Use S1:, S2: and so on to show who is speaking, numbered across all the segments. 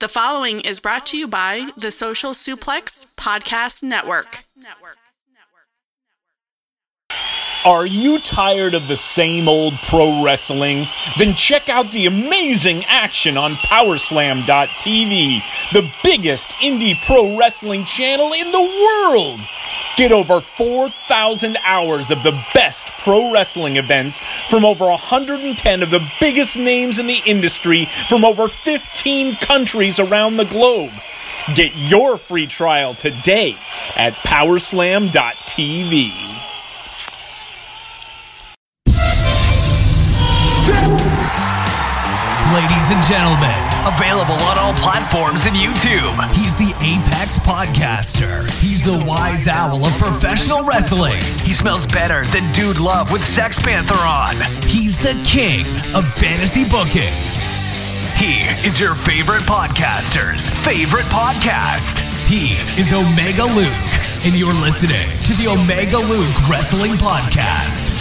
S1: The following is brought to you by the Social Suplex Podcast Network.
S2: Are you tired of the same old pro wrestling? Then check out the amazing action on Powerslam.tv, the biggest indie pro wrestling channel in the world. Get over 4,000 hours of the best pro wrestling events from over 110 of the biggest names in the industry from over 15 countries around the globe. Get your free trial today at Powerslam.tv.
S3: Ladies and gentlemen,
S4: Available on all platforms and YouTube.
S3: he's the Apex Podcaster. He's the wise owl of professional wrestling.
S4: He smells better than Dude Love with Sex Panther on.
S3: He's the king of fantasy booking.
S4: He is your favorite podcaster's favorite podcast.
S3: He is Omega Luke, and you're listening to the Omega Luke Wrestling Podcast.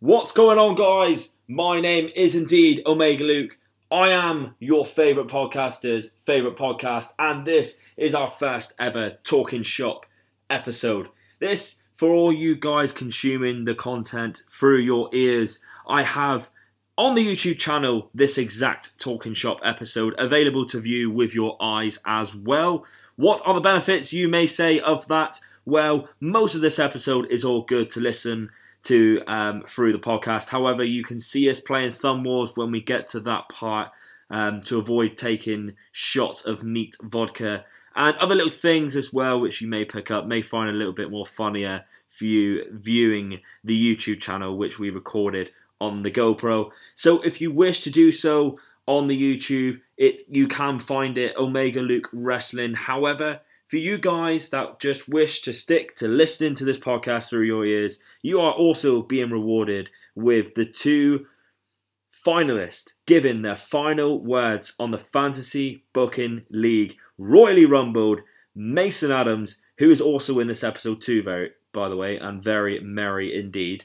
S5: What's going on, guys? My name is indeed Omega Luke. I am your favourite podcaster's favourite podcast, and this is our first ever Talking Shop episode. This, for all you guys consuming the content through your ears, I have on the YouTube channel this exact Talking Shop episode available to view with your eyes as well. What are the benefits you may say of that? Well, most of this episode is all good to listen to um, through the podcast. However, you can see us playing Thumb Wars when we get to that part um, to avoid taking shots of neat vodka and other little things as well, which you may pick up, may find a little bit more funnier view viewing the YouTube channel which we recorded on the GoPro. So if you wish to do so on the YouTube, it you can find it Omega Luke Wrestling. However, for you guys that just wish to stick to listening to this podcast through your ears, you are also being rewarded with the two finalists giving their final words on the Fantasy Booking League. Royally rumbled Mason Adams, who is also in this episode too, very by the way, and very merry indeed.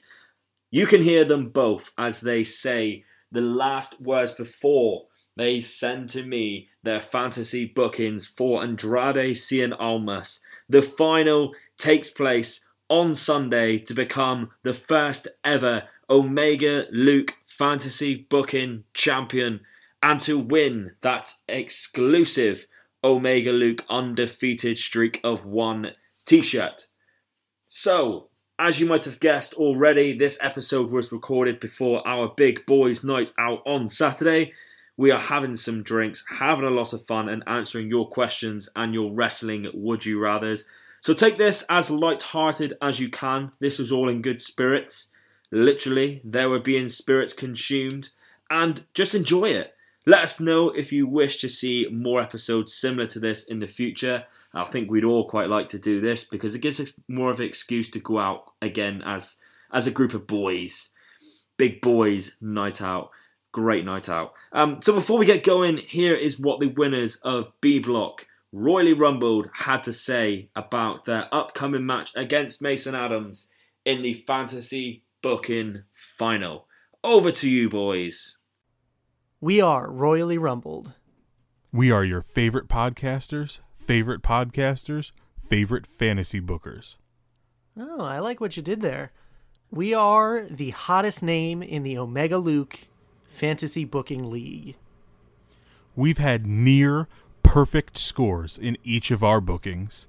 S5: You can hear them both as they say the last words before they send to me their fantasy bookings for Andrade Cien Almas. The final takes place on Sunday to become the first ever Omega Luke fantasy booking champion and to win that exclusive Omega Luke undefeated streak of one t shirt. So, as you might have guessed already, this episode was recorded before our big boys' night out on Saturday. We are having some drinks, having a lot of fun, and answering your questions and your wrestling would you rathers. So take this as light-hearted as you can. This was all in good spirits. Literally, there were being spirits consumed, and just enjoy it. Let us know if you wish to see more episodes similar to this in the future. I think we'd all quite like to do this because it gives us more of an excuse to go out again as as a group of boys. Big boys night out. Great night out. Um, so before we get going, here is what the winners of B Block, Royally Rumbled, had to say about their upcoming match against Mason Adams in the fantasy booking final. Over to you, boys.
S6: We are royally rumbled.
S7: We are your favorite podcasters, favorite podcasters, favorite fantasy bookers.
S6: Oh, I like what you did there. We are the hottest name in the Omega Luke Fantasy Booking League.
S7: We've had near perfect scores in each of our bookings.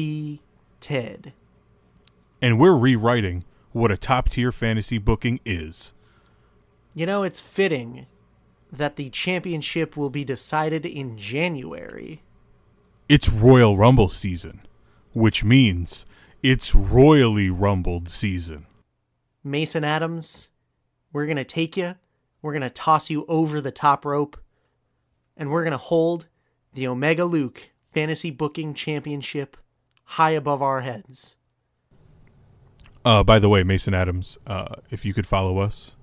S6: Undefeated.
S7: And we're rewriting what a top tier fantasy booking is.
S6: You know, it's fitting that the championship will be decided in January.
S7: It's Royal Rumble season, which means it's royally rumbled season.
S6: Mason Adams, we're going to take you. We're going to toss you over the top rope. And we're going to hold the Omega Luke Fantasy Booking Championship high above our heads.
S7: Uh, by the way, Mason Adams, uh, if you could follow us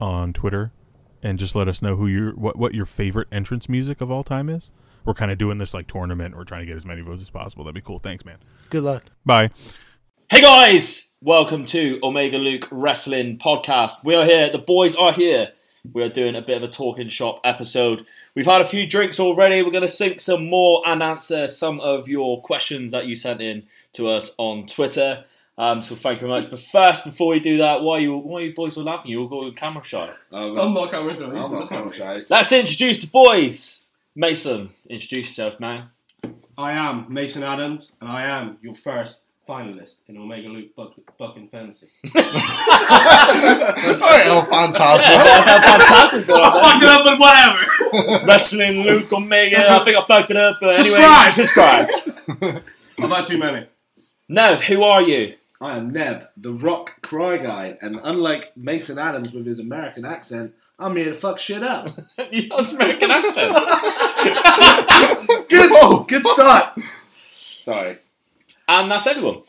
S7: on Twitter and just let us know who your what, what your favorite entrance music of all time is, We're kind of doing this like tournament. We're trying to get as many votes as possible. That'd be cool. Thanks, man.
S8: Good luck.
S7: Bye.
S5: Hey guys, welcome to Omega Luke Wrestling Podcast. We are here, the boys are here. We are doing a bit of a talking shop episode. We've had a few drinks already. We're going to sink some more and answer some of your questions that you sent in to us on Twitter. Um, so thank you very much. But first, before we do that, why are you, why are you boys all laughing? You all got camera shy.
S9: I'm not camera shy. I'm not camera shy.
S5: Let's introduce the boys. Mason, introduce yourself, man.
S9: I am Mason Adams, and I am your first finalist in Omega Luke Buck, Buck and Fantasy.
S10: All right,
S5: oh,
S10: El Fantasma.
S5: Fantastic.
S9: Fuck it up, but whatever.
S5: Wrestling Luke Omega. I think I fucked it up. But anyway, subscribe.
S9: I've had too many.
S5: Nev, who are you?
S10: I am Nev, the rock cry guy, and unlike Mason Adams with his American accent, I'm here to fuck shit up.
S5: That's American accent.
S10: Good, good start. Sorry.
S5: And that's everyone.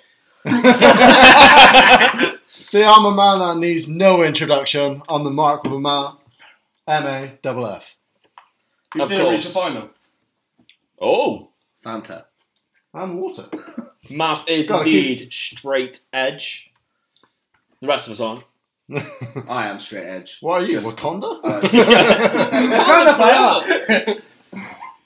S10: See, I'm a man that needs no introduction. I'm the mark of a man. M A double F.
S9: You
S5: Of
S9: didn't reach the
S5: course.
S9: final.
S5: Oh,
S10: Fanta. And water.
S5: math is
S10: Gotta
S5: indeed straight edge. The rest of us aren't.
S10: I am straight edge. What are you, Wakanda?
S9: uh,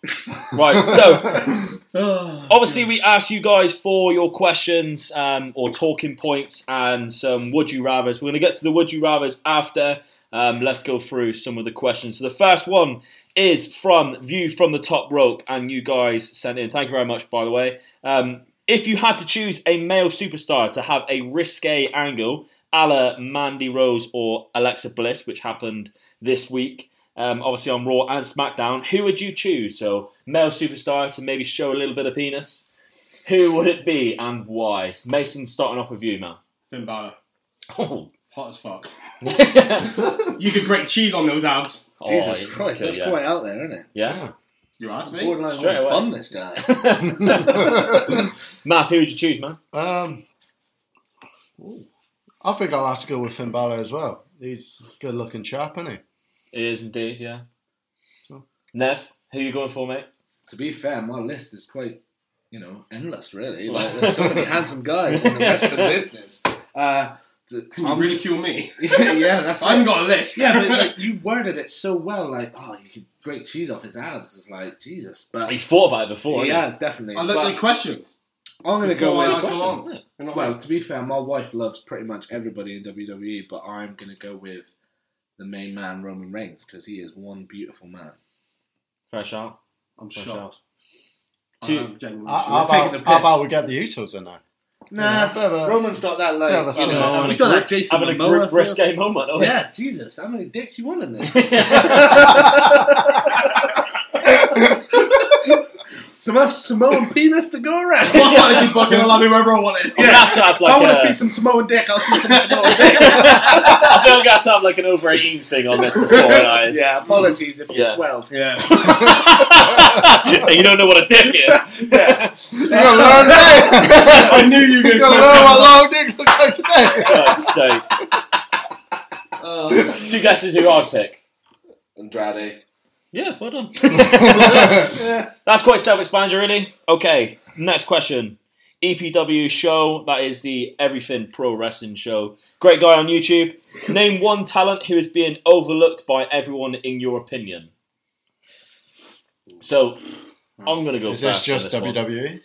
S5: Right, so obviously we asked you guys for your questions um, or talking points and some would you rather's. We're going to get to the would you rather's after. Um, let's go through some of the questions. So the first one is from View from the Top Rope, and you guys sent in. Thank you very much, by the way. Um, if you had to choose a male superstar to have a risque angle, a la Mandy Rose or Alexa Bliss, which happened this week, um, obviously on Raw and SmackDown, who would you choose? So, male superstar to maybe show a little bit of penis. Who would it be and why? Mason, starting off with you, man.
S9: Finn Balor.
S5: Oh,
S9: Hot as fuck. you could grate cheese on those abs.
S5: Jesus Christ, that's yeah. quite
S10: out there, isn't it?
S5: Oh, Yeah.
S9: You asked me.
S10: Borderline
S5: Straight away. bum
S10: this guy.
S5: Matt, who would you choose, man?
S11: Um, I think I'll have to go with Finn Balor as well. He's a good looking chap, isn't he?
S5: It is indeed, yeah. Nev, who you going for, mate?
S10: to be fair, my list is quite, you know, endless. Really, like there's so many handsome guys in the wrestling business. Uh, d-
S9: You ridicule me.
S10: yeah, that's.
S9: I haven't
S10: it.
S9: got a list.
S10: Yeah, but like, you worded it so well. Like, oh, you could break cheese off his abs. It's like Jesus, but
S5: He's thought about it before.
S10: he
S5: hasn't
S10: has definitely.
S9: I looked
S10: But
S9: at questions.
S10: I'm gonna go
S9: before I
S10: with.
S9: go
S5: he?
S9: on.
S5: Yeah.
S9: You're not
S10: Well,
S9: well,
S10: to be fair, my wife loves pretty much everybody in WWE, but I'm gonna go with the main man Roman Reigns because he is one beautiful man.
S5: Fair shout.
S9: I'm
S5: Fresh
S9: shocked.
S5: out.
S9: I
S5: Two-
S10: Um,
S9: am genuinely
S11: I,
S9: shocked.
S11: how,
S10: taking
S11: about,
S10: the
S11: how
S10: piss.
S11: about we get the Usos in there? uh,
S10: Nah,
S11: bit of a-
S10: Roman's got that like.
S11: bit of a
S10: you know,
S11: small-
S10: he's got that Jason
S5: having
S10: Momoa
S5: a group
S10: feel.
S5: risque moment. Oh,
S10: Yeah, Jesus, how many dicks you want in there? some enough Samoan penis to go around.
S9: I thought this was fucking allowed me wherever I wanted.
S5: I'm gonna have to have like
S10: I want
S5: a-
S10: to see some Samoan dick. I'll see some Samoan dick.
S5: I feel like I have to have like an over 18 thing on this before I
S10: yeah, apologies if you're
S5: Yeah.
S10: 12.
S9: Yeah.
S5: you don't know what a dick is.
S9: I knew you were going to
S11: long dick looks like today.
S5: God's sake.
S10: Oh.
S5: Two guesses who I'd pick.
S10: Andrade.
S5: Yeah, well done. That's quite self-explanatory, really. Okay, next question. EPW show, that is the Everything Pro Wrestling show. Great guy on YouTube. Name one talent who is being overlooked by everyone in your opinion. So, I'm going to go
S11: Is this
S5: first. on
S11: just E?
S5: this one.
S11: WWE?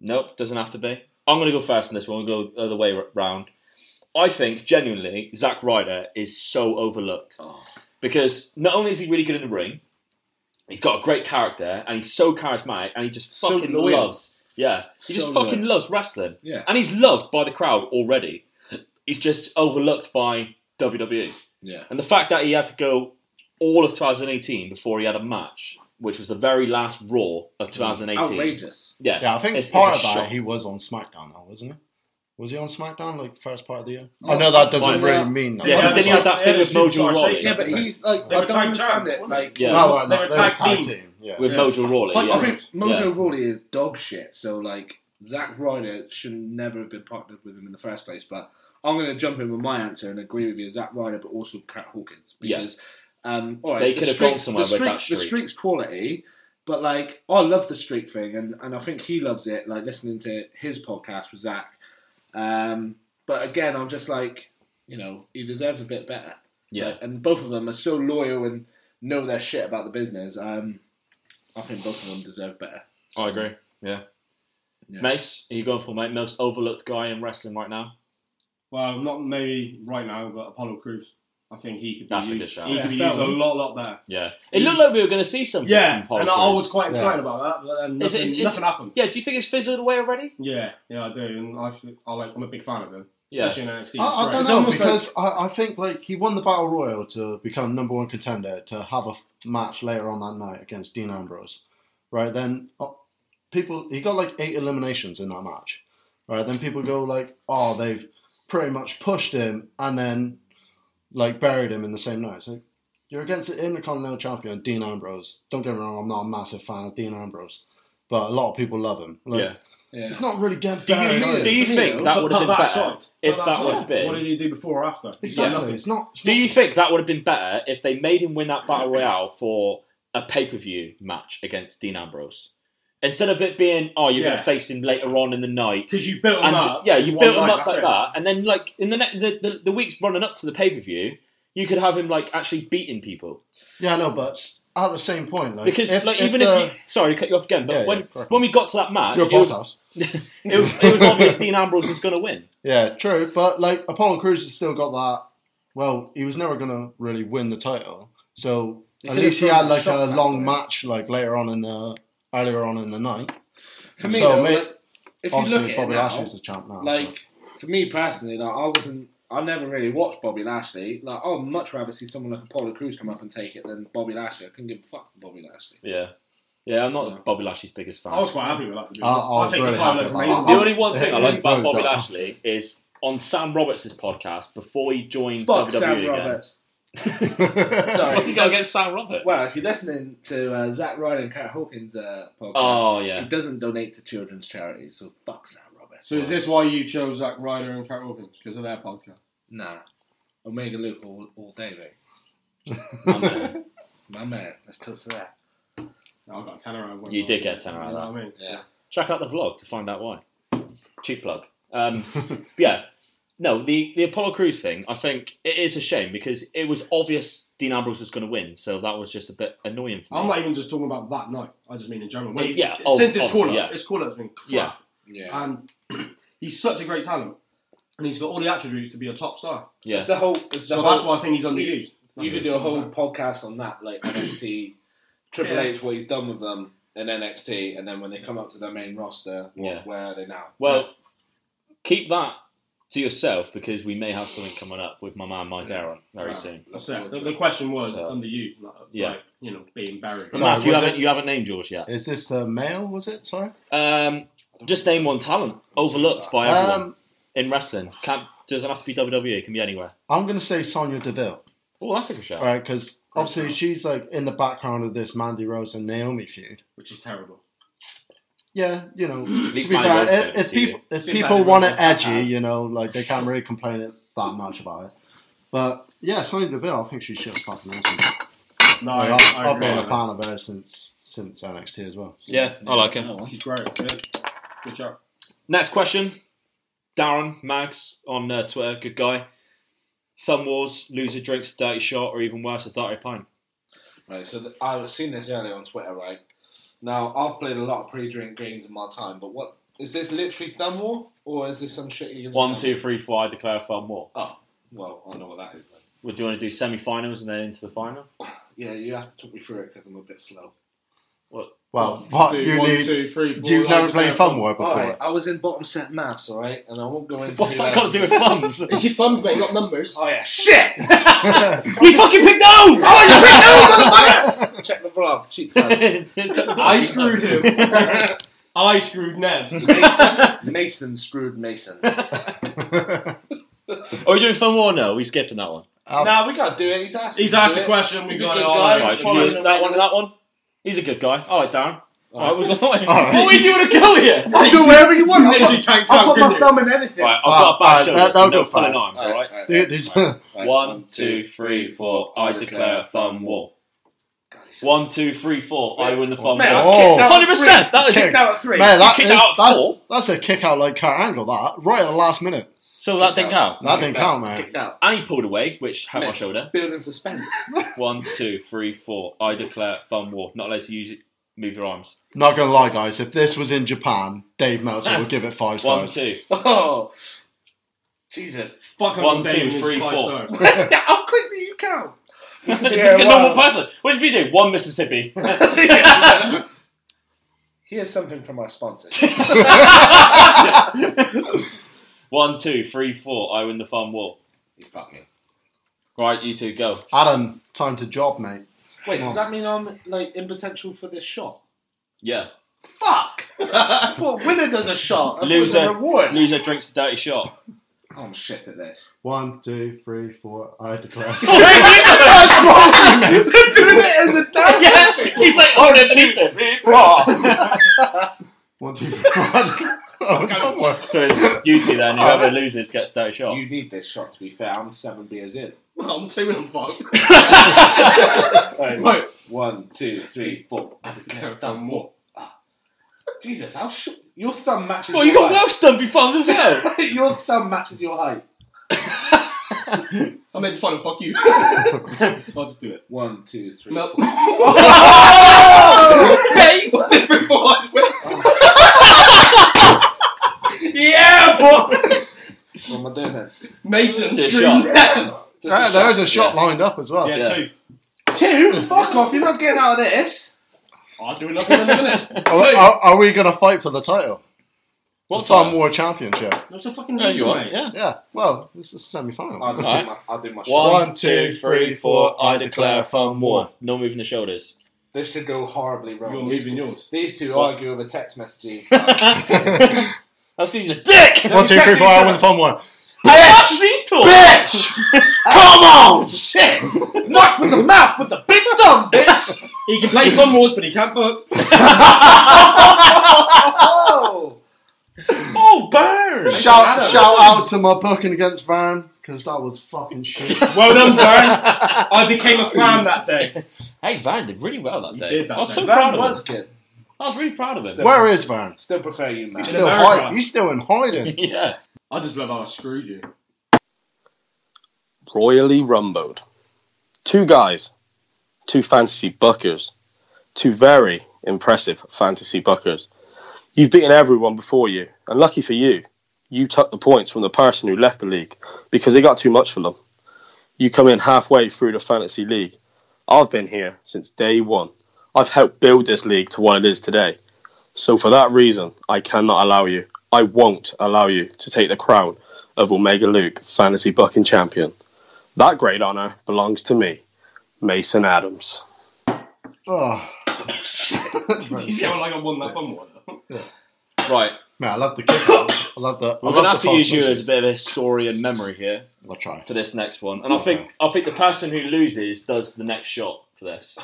S5: Nope, doesn't have to be. I'm going to go first on this one. Go the other way round. I think genuinely, Zack Ryder is so overlooked
S10: Oh.
S5: because not only is he really good in the ring, he's got a great character and he's so charismatic and he just
S10: So
S5: fucking
S10: loyal.
S5: loves. Yeah, he just
S10: So
S5: fucking
S10: loyal.
S5: loves wrestling.
S10: Yeah.
S5: and he's loved by the crowd already. He's just overlooked by WWE.
S10: Yeah.
S5: And the fact that he had to go all of 2018 before he had a match, which was the very last Raw of 2018.
S10: Mm. Outrageous.
S5: Yeah,
S11: Yeah, I think
S5: it's- it's
S11: part
S5: a
S11: of that
S5: shock.
S11: he was on SmackDown though, wasn't he? Was he on SmackDown like first part of the year? I know that doesn't
S5: Mine-
S11: really mean nothing.
S5: Yeah,
S9: Yeah,
S5: because then
S9: but-
S5: you had that
S9: yeah,
S5: thing
S9: but
S5: with Mojo
S9: superstar
S5: Rawley.
S9: shape.
S10: Yeah, but he's like,
S9: They
S10: I
S9: were
S10: don't
S9: tag
S10: understand
S9: champs,
S10: it.
S9: weren't
S10: Like,
S5: Yeah.
S11: No, no,
S9: Oh, They were
S11: they were
S9: tag
S11: tag
S9: team.
S11: team, Yeah.
S5: with Mojo Rawley.
S9: Like,
S5: yeah.
S10: I think Mojo
S5: Yeah.
S10: Rawley is dog shit. So like Zack Ryder should never have been partnered with him in the first place. But I'm going to jump in with my answer and agree with you, Zack Ryder, but also Kat Hawkins
S5: Yeah.
S10: because um, all right,
S5: They
S10: the
S5: could have
S10: streak-
S5: gone somewhere
S10: the
S5: with that
S10: streak- The
S5: streak.
S10: streak's quality But like, I love the streak thing, and, and I think he loves it. Like listening to his podcast with Zach. Um, but again, I'm just like, you know, he deserves a bit better.
S5: Yeah.
S10: and both of them are so loyal and know their shit about the business. Um, I think both of them deserve better.
S5: I agree. Yeah. Mace, are you going for mate? Most overlooked guy in wrestling right now.
S1: Well, not maybe right now, but Apollo Crews. I think he could be
S5: That's a
S1: used.
S5: good shout.
S1: He
S10: Yeah,
S1: could be
S10: fair
S1: used a
S10: one.
S1: lot, lot better.
S5: Yeah, it looked like we were going to see something.
S1: Yeah,
S5: from Paul
S1: and I, I was
S5: Cruz.
S1: quite excited about that, but then
S5: Is
S1: nothing,
S5: it- is- is
S1: nothing
S5: it-
S1: happened.
S5: Yeah, do you think it's fizzled away already?
S1: Yeah, yeah, I do, and I, f- I like, I'm a big fan of him,
S5: Yeah.
S1: especially in NXT.
S11: I, I don't
S1: Right.
S11: know
S10: almost
S11: because I, I think like he won the battle royal to become number one contender to have a f- match later on that night against Dean Ambrose, right? Then uh, people he got like eight eliminations in that match, right? Then people go like, oh, they've pretty much pushed him and then like buried him in the same night. It's like you're against the Intercontinental Champion Dean Ambrose. Don't get me wrong, I'm not a massive fan of Dean Ambrose, but a lot of people love him. Like,
S5: Yeah.
S10: Yeah.
S11: It's not really getting
S10: Do you
S11: buried.
S10: mean-
S11: either.
S5: Do you
S10: Yeah.
S5: think that
S1: But
S5: would have
S1: put
S5: been
S1: that
S5: better
S1: aside.
S5: if
S1: Put
S5: that would
S1: What
S5: have
S1: did
S5: been?
S1: he do before or after? He did
S11: Exactly.
S1: nothing.
S11: It's not. it's
S5: Do
S11: not-
S5: you think that would have been better if they made him win that battle royale for a pay per view match against Dean Ambrose instead of it being oh you're going
S1: Yeah.
S5: to face him later on in the night?
S1: Because you've built him
S5: And
S1: up.
S5: yeah, you
S1: in
S5: built
S1: one
S5: him
S1: night,
S5: up
S1: that's
S5: like
S1: it.
S5: that, and then like in the, ne- the the the weeks running up to the pay per view, you could have him like actually beating people.
S11: Yeah, no, but s- at the same point, like
S5: Because
S11: if,
S5: like
S11: if
S5: even
S11: the,
S5: if you, sorry, to cut you off again, but
S11: Yeah, yeah,
S5: when
S11: correct.
S5: when we got to that match,
S11: you're a
S5: it was,
S11: boss house.
S5: it was it was obvious Dean Ambrose was going to win.
S11: Yeah, true. But like Apollo Crews has still got that. Well, he was never gonna really win the title, so at
S10: could
S11: least
S10: have
S11: he
S10: thrown
S11: had
S10: the
S11: like a
S10: shots out
S11: long
S10: there.
S11: match, like later on in the earlier on in the night.
S10: For me,
S11: So,
S10: though,
S11: mate,
S10: like, if you look
S11: Obviously,
S10: at
S11: Bobby
S10: it now,
S11: Lashley's the champ now.
S10: like for me personally, like I wasn't. I never really watched Bobby Lashley. Like I'd much rather see someone like Apollo Crews come up and take it than Bobby Lashley. I couldn't give a fuck for Bobby Lashley.
S5: Yeah, yeah, I'm not Bobby Lashley's biggest fan.
S1: I was quite happy with that. to be
S11: I- I
S5: Uh,
S1: honest.
S11: was
S1: I think the
S11: really
S1: title
S11: happy
S1: looks
S11: with that.
S1: amazing.
S5: the only one thing I
S11: Yeah,
S5: like about
S11: yeah,
S5: Bobby
S11: yeah.
S5: Lashley is on Sam Roberts' podcast before he joined
S10: Fuck
S5: WWE
S10: Sam
S5: E again.
S10: Roberts.
S11: but-
S10: Sorry.
S5: What you got against Sam Roberts?
S10: Well, if you're listening to uh, Zach Ryder and Kurt Hawkins' uh, podcast,
S5: Oh, yeah.
S10: he doesn't donate to children's charities, so fuck Sam Roberts.
S1: So is this why you chose Zack Ryder and Cat Wilkins because of their podcast?
S10: Nah, Omega Luke all, all day, mate.
S5: My man.
S10: My man, let's toast to that.
S1: No, I got a tenner out. of one.
S5: You did get a tenner out of
S1: You know
S5: that.
S1: what I mean?
S10: Yeah.
S5: check out the vlog to find out why. Cheap plug. Um, yeah. No, the, the Apollo Crews thing, I think it is a shame because it was obvious Dean Ambrose was going to win, so that was just a bit annoying for me.
S1: I'm not even just talking about that night. I just mean in general. When-
S5: Yeah, oh,
S1: since his
S5: obviously,
S1: call
S5: yeah.
S1: up, his call up's been crap.
S5: Yeah.
S10: Yeah.
S1: and he's such a great talent, and he's got all the attributes to be a top star.
S5: yeah.
S10: It's the whole. It's the
S1: So
S10: whole
S1: that's why I think he's underused.
S10: You could do a whole podcast on that, like NXT, Triple
S1: Yeah.
S10: H, what he's done with them in NXT, and then when they come up to their main roster, what,
S5: Yeah.
S10: where are they now?
S5: Well, keep that to yourself because we may have something coming up with my man Mike Aaron very
S1: Wow.
S5: soon.
S1: That's it. The, the question was
S5: So-
S1: underused, like,
S5: Yeah.
S1: like, you know, being buried.
S5: But
S11: Sorry,
S5: Matt, you
S11: was
S5: haven't,
S11: it-
S5: you haven't named yours yet.
S11: is this the male? Was it? Sorry.
S5: Um, just name one talent overlooked by everyone
S11: Um,
S5: in wrestling. Can't, doesn't have to be WWE, it can be anywhere.
S11: I'm gonna say Sonya Deville.
S5: Oh, that's a good shout.
S11: All right, because obviously she's like in the background of this Mandy Rose and Naomi feud.
S1: which is terrible.
S11: Yeah, you know, to be
S5: least Mandy
S11: fair,
S5: Rose
S11: i-
S5: did
S11: if
S5: it,
S11: people if
S10: See,
S11: people
S10: Mandy
S11: want
S10: Rose
S11: it
S10: has
S11: edgy,
S10: tatas.
S11: you know, like they can't really complain it that much about it. But yeah, Sonya Deville, I think she's just fucking awesome.
S1: No,
S11: Like,
S1: I,
S11: I've,
S1: I
S11: I've
S1: agree
S11: been a
S1: with
S11: fan of her since since NXT as well. So.
S5: Yeah, I like him.
S1: that. She's great. Good. Good job.
S5: Next question. Darren Mags on uh, Twitter, good guy. Thumb wars, loser drinks a dirty shot, or even worse, a dirty pint.
S10: Right, so th- I was seeing this earlier on Twitter, right? Now, I've played a lot of pre-drink games in my time, but what is this literally thumb war, or is this some shit you're gonna
S5: One,
S10: tell me?
S5: two, three, four. I declare a thumb war.
S10: Oh, well, I know what that is then.
S5: Well, do you want to do semi-finals and then into the final?
S10: Yeah, you have to talk me through it because I'm a bit slow.
S11: Well, Uh, what,
S1: Dude,
S11: you
S1: one,
S11: need,
S1: two, three, four,
S11: you've
S1: like,
S11: never
S1: the
S11: played
S1: bare-
S11: Fun War before.
S10: All right, I was in bottom set maths, all right, and I won't go into.
S5: What's
S10: who
S5: that got to do
S10: else-
S5: with thumbs? we
S1: It's your thumbs, mate. You got numbers.
S10: Oh yeah, shit!
S5: fucking picked O!
S10: Check the vlog, cheap
S11: Oh,
S10: plug.
S1: I screwed him. I screwed Nev.
S10: Mason, Mason screwed Mason.
S5: Are we doing thumb war? No, we skipping that one.
S10: nah, we gotta do it. He's asked.
S1: He's
S10: us to
S1: asked
S10: do
S1: the
S10: it.
S1: question. We
S10: He's a
S1: got it
S10: good guy.
S1: all.
S5: Right,
S10: Alright,
S1: Right.
S5: should
S10: fine.
S5: we do that one and that one. He's a good guy. All right, Darren. All right, we're going.
S11: All right.
S5: What way do you want to go here?
S11: I'll do whatever you want.
S1: You
S11: I'll
S1: literally
S11: put,
S1: can't
S11: I'll put
S1: count,
S11: my
S1: can you?
S11: thumb in anything.
S5: All right, I've got a
S11: All
S5: bad
S11: right,
S5: shoulder.
S11: that-
S5: so
S11: that'll
S5: no
S11: go
S5: pulling
S11: fast.
S5: arms, all right?
S11: Dude, these-
S5: One, two, three, four. I declare a thumb war.
S10: God, he's
S5: One, two, three, four. I win the
S11: Man,
S5: formula.
S11: I kicked out
S5: Hundred percent.
S11: three.
S5: That was
S11: Kicked
S12: out three.
S11: Man, that
S5: kicked
S11: is,
S5: out at
S11: that's,
S5: four.
S11: that's a kick out like Kurt Angle, that right at the last minute.
S5: So that didn't count.
S11: That didn't count, man.
S10: Kicked out.
S5: And he pulled away, which hurt my shoulder.
S10: Building suspense.
S5: One, two, three, four. I declare thumb war. Not allowed to use it. Move your arms.
S11: Not gonna lie, guys. If this was in Japan, Dave Meltzer would give it five
S5: One,
S11: stars.
S5: two.
S10: oh, Jesus!
S12: Fuck, I'm
S5: One,
S12: not paying
S5: two,
S12: you
S5: three,
S12: five
S5: four.
S12: stars.
S10: How quick do you count?
S5: Like a
S10: wow.
S5: normal person. What did we do? One Mississippi.
S10: Here's something from our sponsor.
S5: One, two, three, four. I win the thumb war.
S10: you fuck me.
S5: Right, you two go.
S11: Adam, time to job, mate.
S10: Wait, does that mean I'm like in potential for this shot?
S5: Yeah.
S10: Fuck! I thought winner does a shot. I thought it was a
S5: Loser.
S10: reward.
S5: Loser drinks a dirty shot.
S10: Oh, I'm shit at this.
S11: One, two, three, four. I declare.
S10: Doing it as a damn
S5: yeah. He's like, oh, they're cheating.
S11: One, two, three, four. I declare. Oh, don't worry.
S5: So it's you two then. Whoever loses gets dirty shot.
S10: You need this shot to be fair. I'm seven beers in.
S12: Well, I'm two and I'm fucked.
S10: Right.
S12: Right.
S10: One, two, three, four. I
S12: Declare
S10: declare
S12: thumb
S10: thumb
S12: war.
S10: war. Ah. Jesus, how short. Your thumb matches
S5: Well,
S10: your
S5: you got
S10: height.
S5: Welsh stumpy thumbs as well.
S10: your thumb matches your height.
S12: I meant fun and fuck you. I'll just do it.
S10: One, two, three,
S12: No.
S10: four.
S12: Hey, what's it before I went? Yeah, boy.
S10: What am I doing then?
S12: Mason,
S5: Yeah,
S12: screw
S5: shot.
S12: them.
S10: Just
S11: Yeah, there is a shot
S5: yeah.
S11: lined up as well.
S12: Yeah,
S5: Yeah.
S12: two.
S10: Two? Fuck off, you're not getting out of this.
S12: I'll do another one in a minute.
S11: Are,
S12: Two.
S11: are- are we gonna fight for the title?
S5: What
S11: Farm War Championship.
S12: That's a fucking
S5: No, you
S12: loser,
S5: are.
S12: mate.
S5: Yeah.
S11: Yeah. Well, this is semi-final.
S10: I'll do,
S5: Alright.
S10: my, I'll do my shot.
S5: One, two, three, four. I declare fun war. No moving the shoulders.
S10: This could go horribly wrong.
S12: You're
S10: these,
S12: leaving
S10: two,
S12: yours.
S10: these two argue over text messages.
S5: That's because he's a dick.
S11: One, two, three, four. I win the fun one.
S5: Bitch.
S10: Come on, shit! Knock with the mouth with the big thumb, bitch!
S12: He can play some wars, but he can't book.
S10: Oh!
S5: Oh, burn.
S11: Shout, shout out to my booking against Van because that was fucking shit.
S12: Well done, Vern. I became a fan that day.
S5: Hey, Van did really well that day.
S12: did that
S5: I was so
S12: day.
S5: proud
S10: That
S5: of
S10: was
S5: him.
S10: good.
S5: I was really proud of him.
S11: Where is Van?
S10: Still prefer you, man.
S11: He's still,
S12: America.
S11: hiding. he's still in hiding.
S5: Yeah.
S12: I just love how I screwed you.
S13: royally rumbled. Two guys, two fantasy buckers, two very impressive fantasy buckers. You've beaten everyone before you, and lucky for you, you took the points from the person who left the league because they got too much for them. You come in halfway through the fantasy league. I've been here since day one. I've helped build this league to what it is today. So for that reason, I cannot allow you. I won't allow you to take the crown of Omega Luke Fantasy Bucking Champion. That great honour belongs to me, Mason Adams.
S11: Oh,
S12: Did you see how like I won that fun one?
S5: Right.
S11: man, I love the kickouts. I love the.
S5: We're gonna
S11: I love
S5: have
S11: the
S5: to use
S11: fast
S5: you
S11: motions.
S5: as a bit of a historian memory here
S11: I'll try.
S5: for this next one, and I think I think the person who loses does the next shot for this.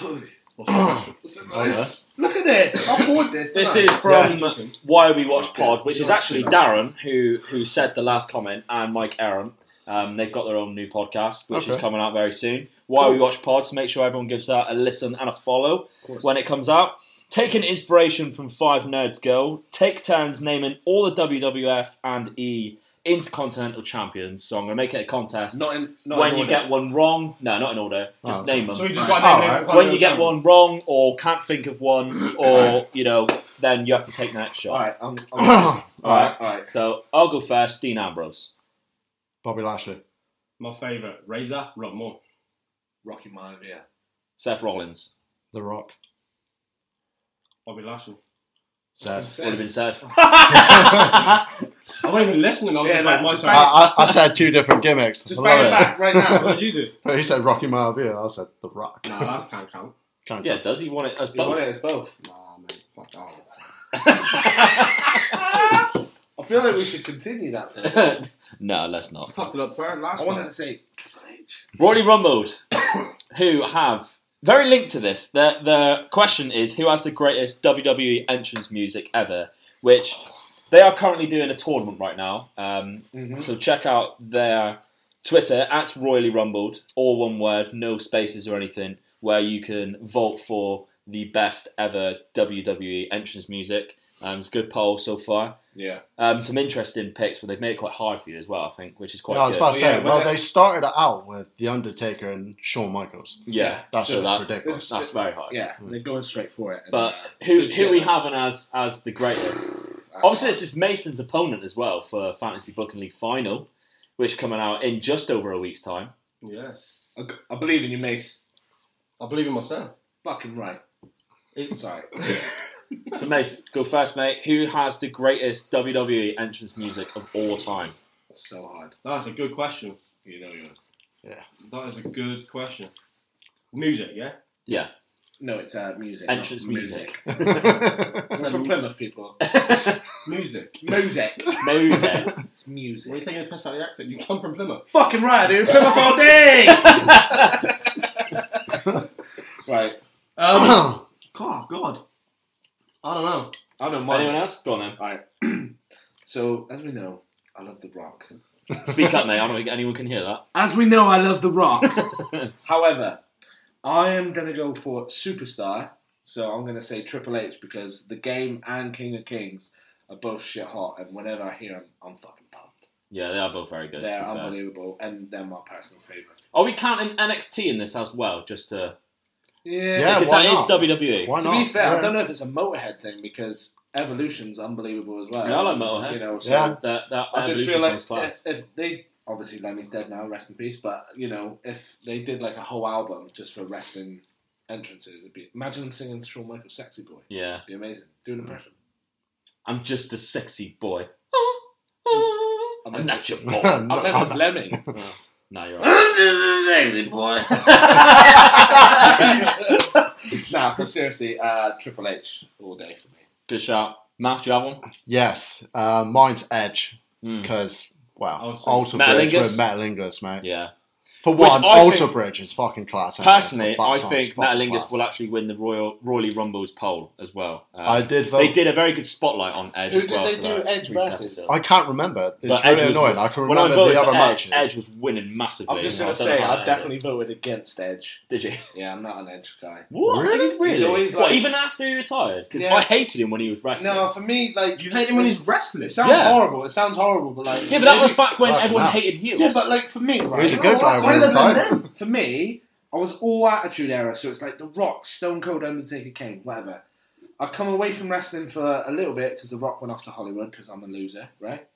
S10: Look at this! I bought this.
S5: This
S10: didn't
S5: is
S10: I?
S5: from Why We Watch Pod, which is actually Darren who who said the last comment, and Mike Aaron. Um, they've got their own new podcast, which is
S11: Okay.
S5: coming out very soon. Why We Watch Pod. So make sure everyone gives that a listen and a follow when it comes out. Taking inspiration from Five Nerds Go, take turns naming all the WWF and E Intercontinental Champions. So I'm going to make it a contest.
S10: Not in, not
S5: when
S10: in
S5: you
S10: order.
S5: get one wrong, no, not in order. Just
S11: Oh,
S5: name them.
S12: So we just got right.
S11: Alright.
S5: when you get one wrong or can't think of one, or you know, then you have to take that shot.
S10: Alright, I'm. I'm
S5: Alright.
S10: alright, alright.
S5: So I'll go first. Dean Ambrose.
S11: Bobby Lashley.
S12: My favourite, Razor, Rob Moore.
S10: Rocky Maivia.
S5: Seth Rollins.
S11: The Rock.
S12: Bobby Lashley.
S11: Zed.
S5: Would have been said.
S12: I wasn't even listening, I was
S10: Yeah,
S12: just
S10: no,
S12: like, my
S10: just
S12: turn.
S11: I, I, I said two different gimmicks.
S10: Just
S11: I
S10: bang it
S11: love
S10: back right
S12: what
S10: now.
S12: did you do?
S11: it. He said Rocky Maivia. I said The Rock.
S12: Nah, that can't count.
S11: Can't
S5: Yeah, does he want it as
S10: you want it
S5: both?
S10: as both.
S12: Nah, mate, fuck that.
S10: I feel like we should continue that. For a while.
S5: no, let's not.
S12: Fucked it up third
S10: I
S12: last
S10: wanted to
S12: one.
S10: say
S5: Royally Rumbled, who have very linked to this. The the question is who has the greatest WWE entrance music ever, which they are currently doing a tournament right now. Um,
S11: Mm-hmm.
S5: So check out their Twitter at Royally Rumbled, all one word, no spaces or anything. where you can vote for the best ever WWE entrance music. Um, it's a good poll so far.
S10: Yeah.
S5: Um, some interesting picks, but they've made it quite hard for you as well, I think, which is quite
S11: no, I was
S5: good.
S11: about to say, well, they started it out with The Undertaker and Shawn Michaels.
S5: Yeah,
S11: That's
S5: so
S11: just
S5: that-
S11: ridiculous.
S5: that's very hard.
S10: Yeah, they're going straight for it.
S5: But
S10: And, uh,
S5: who
S10: good
S5: who
S10: shit,
S5: we
S10: man.
S5: having as as the greatest? Obviously, this is Mason's opponent as well for Fantasy Booking League final, which coming out in just over a week's time.
S7: Yeah.
S10: I, I believe in you, Mace.
S7: I believe in myself.
S10: Fucking right.
S7: It's
S10: Sorry.
S5: So, Mace, go first, mate. Who has the greatest WWE entrance music of all time?
S10: so hard.
S7: That's a good question. You know yours.
S11: Yeah.
S7: That is a good question. Music, yeah?
S5: Yeah,
S10: No, it's uh, music. not
S5: entrance music.
S10: It's from Plymouth people.
S7: Music.
S10: music.
S5: Music.
S10: It's
S7: Were you
S10: music.
S7: taking a piss out of the accent? You come from Plymouth.
S10: Fucking right, dude. Plymouth all day. right.
S7: Um, God, God. I don't know.
S10: I know mine.
S5: Anyone else? Go on then.
S10: All right. so as we know, I love The Rock.
S5: Speak up, mate. I don't think anyone can hear that.
S10: As we know, I love The Rock. However, I am going to go for Superstar. So I'm going to say Triple H because The Game and King of Kings are both shit hot. And whenever I hear them, I'm fucking pumped.
S5: Yeah, they are both very good. to
S10: They're
S5: be fair.
S10: unbelievable. And they're my personal favourite.
S5: Are we counting NXT in this as well? Just to
S11: Yeah,
S5: because
S11: why
S5: that is E.
S11: not?
S5: WWE.
S11: Why
S10: to
S11: not?
S10: be fair, I
S11: Yeah.
S10: don't know if it's a Motorhead thing because Evolution's unbelievable as well.
S5: Yeah, I like Motorhead.
S10: You know, so
S11: Yeah.
S5: That that
S10: I just feel
S5: Evolution
S10: like
S5: sounds class.
S10: if, if they obviously Lemmy's dead now, rest in peace. But you know, if they did like a whole album just for wrestling entrances, it'd be imagine singing Shawn Michaels "Sexy Boy."
S5: Yeah.
S10: It'd be amazing. Do an impression.
S5: I'm just a sexy boy.
S10: I'm
S5: I'm
S10: not
S5: not your
S11: No,
S5: boy.
S10: I meant it's Lemmy.
S5: no, you're right.
S10: sexy boy. nah, but seriously, uh, Triple H all day for me.
S5: Good shout. Math, do you have one?
S11: Yes, uh, mine's Edge
S5: Mm.
S11: because
S7: I
S11: wow,
S7: was thinking-
S11: Alter Bridge
S5: Metalingus?
S11: with Metalingus, mate.
S5: Yeah.
S11: For
S5: Which
S11: one,
S5: I
S11: Alter
S5: think-
S11: Bridge is fucking class. anyway,
S5: Personally,
S11: but that
S5: I
S11: song's
S5: think
S11: fucking
S5: Metalingus
S11: class.
S5: will actually win the Royal Royally Rumbles poll as well. Uh,
S11: I did vote.
S5: They did a very good spotlight on Edge
S10: Who
S5: as
S10: did
S5: well.
S10: they
S5: for
S10: do
S5: that
S10: Edge
S5: recent
S10: versus?
S5: episode.
S11: I can't remember. It's
S5: But
S11: really
S5: Edge was-
S11: annoying. I can
S5: when I
S11: remember
S5: voted
S11: the
S5: for
S11: other
S5: Edge,
S11: matches.
S5: Edge was winning massively.
S10: I'm just
S5: I
S10: gonna
S5: don't
S10: say,
S5: know how
S10: I
S5: that
S10: definitely voted against Edge.
S5: ended. Did you?
S10: Yeah, I'm not an Edge guy.
S5: What?
S7: Really?
S5: Really?
S10: He's always
S5: what,
S10: like-
S5: even after he retired? Because
S10: Yeah.
S5: I hated him when he was wrestling.
S10: No, for me, like
S7: You hate him when
S10: it's-
S7: he's wrestling.
S10: It sounds
S5: Yeah.
S10: horrible. It sounds horrible, but like
S5: yeah, but that was
S10: maybe-
S5: back when
S11: Fucking
S5: everyone
S11: hell.
S5: hated heels.
S10: Yeah, but like for me, right?
S11: He's a good guy
S10: Well,
S11: when
S10: that's
S11: he's
S10: just
S11: done.
S10: them. For me, I was all Attitude Era, so it's like The Rock, Stone Cold, Undertaker, Kane, whatever. I come away from wrestling for a little bit because The Rock went off to Hollywood because I'm a loser, right?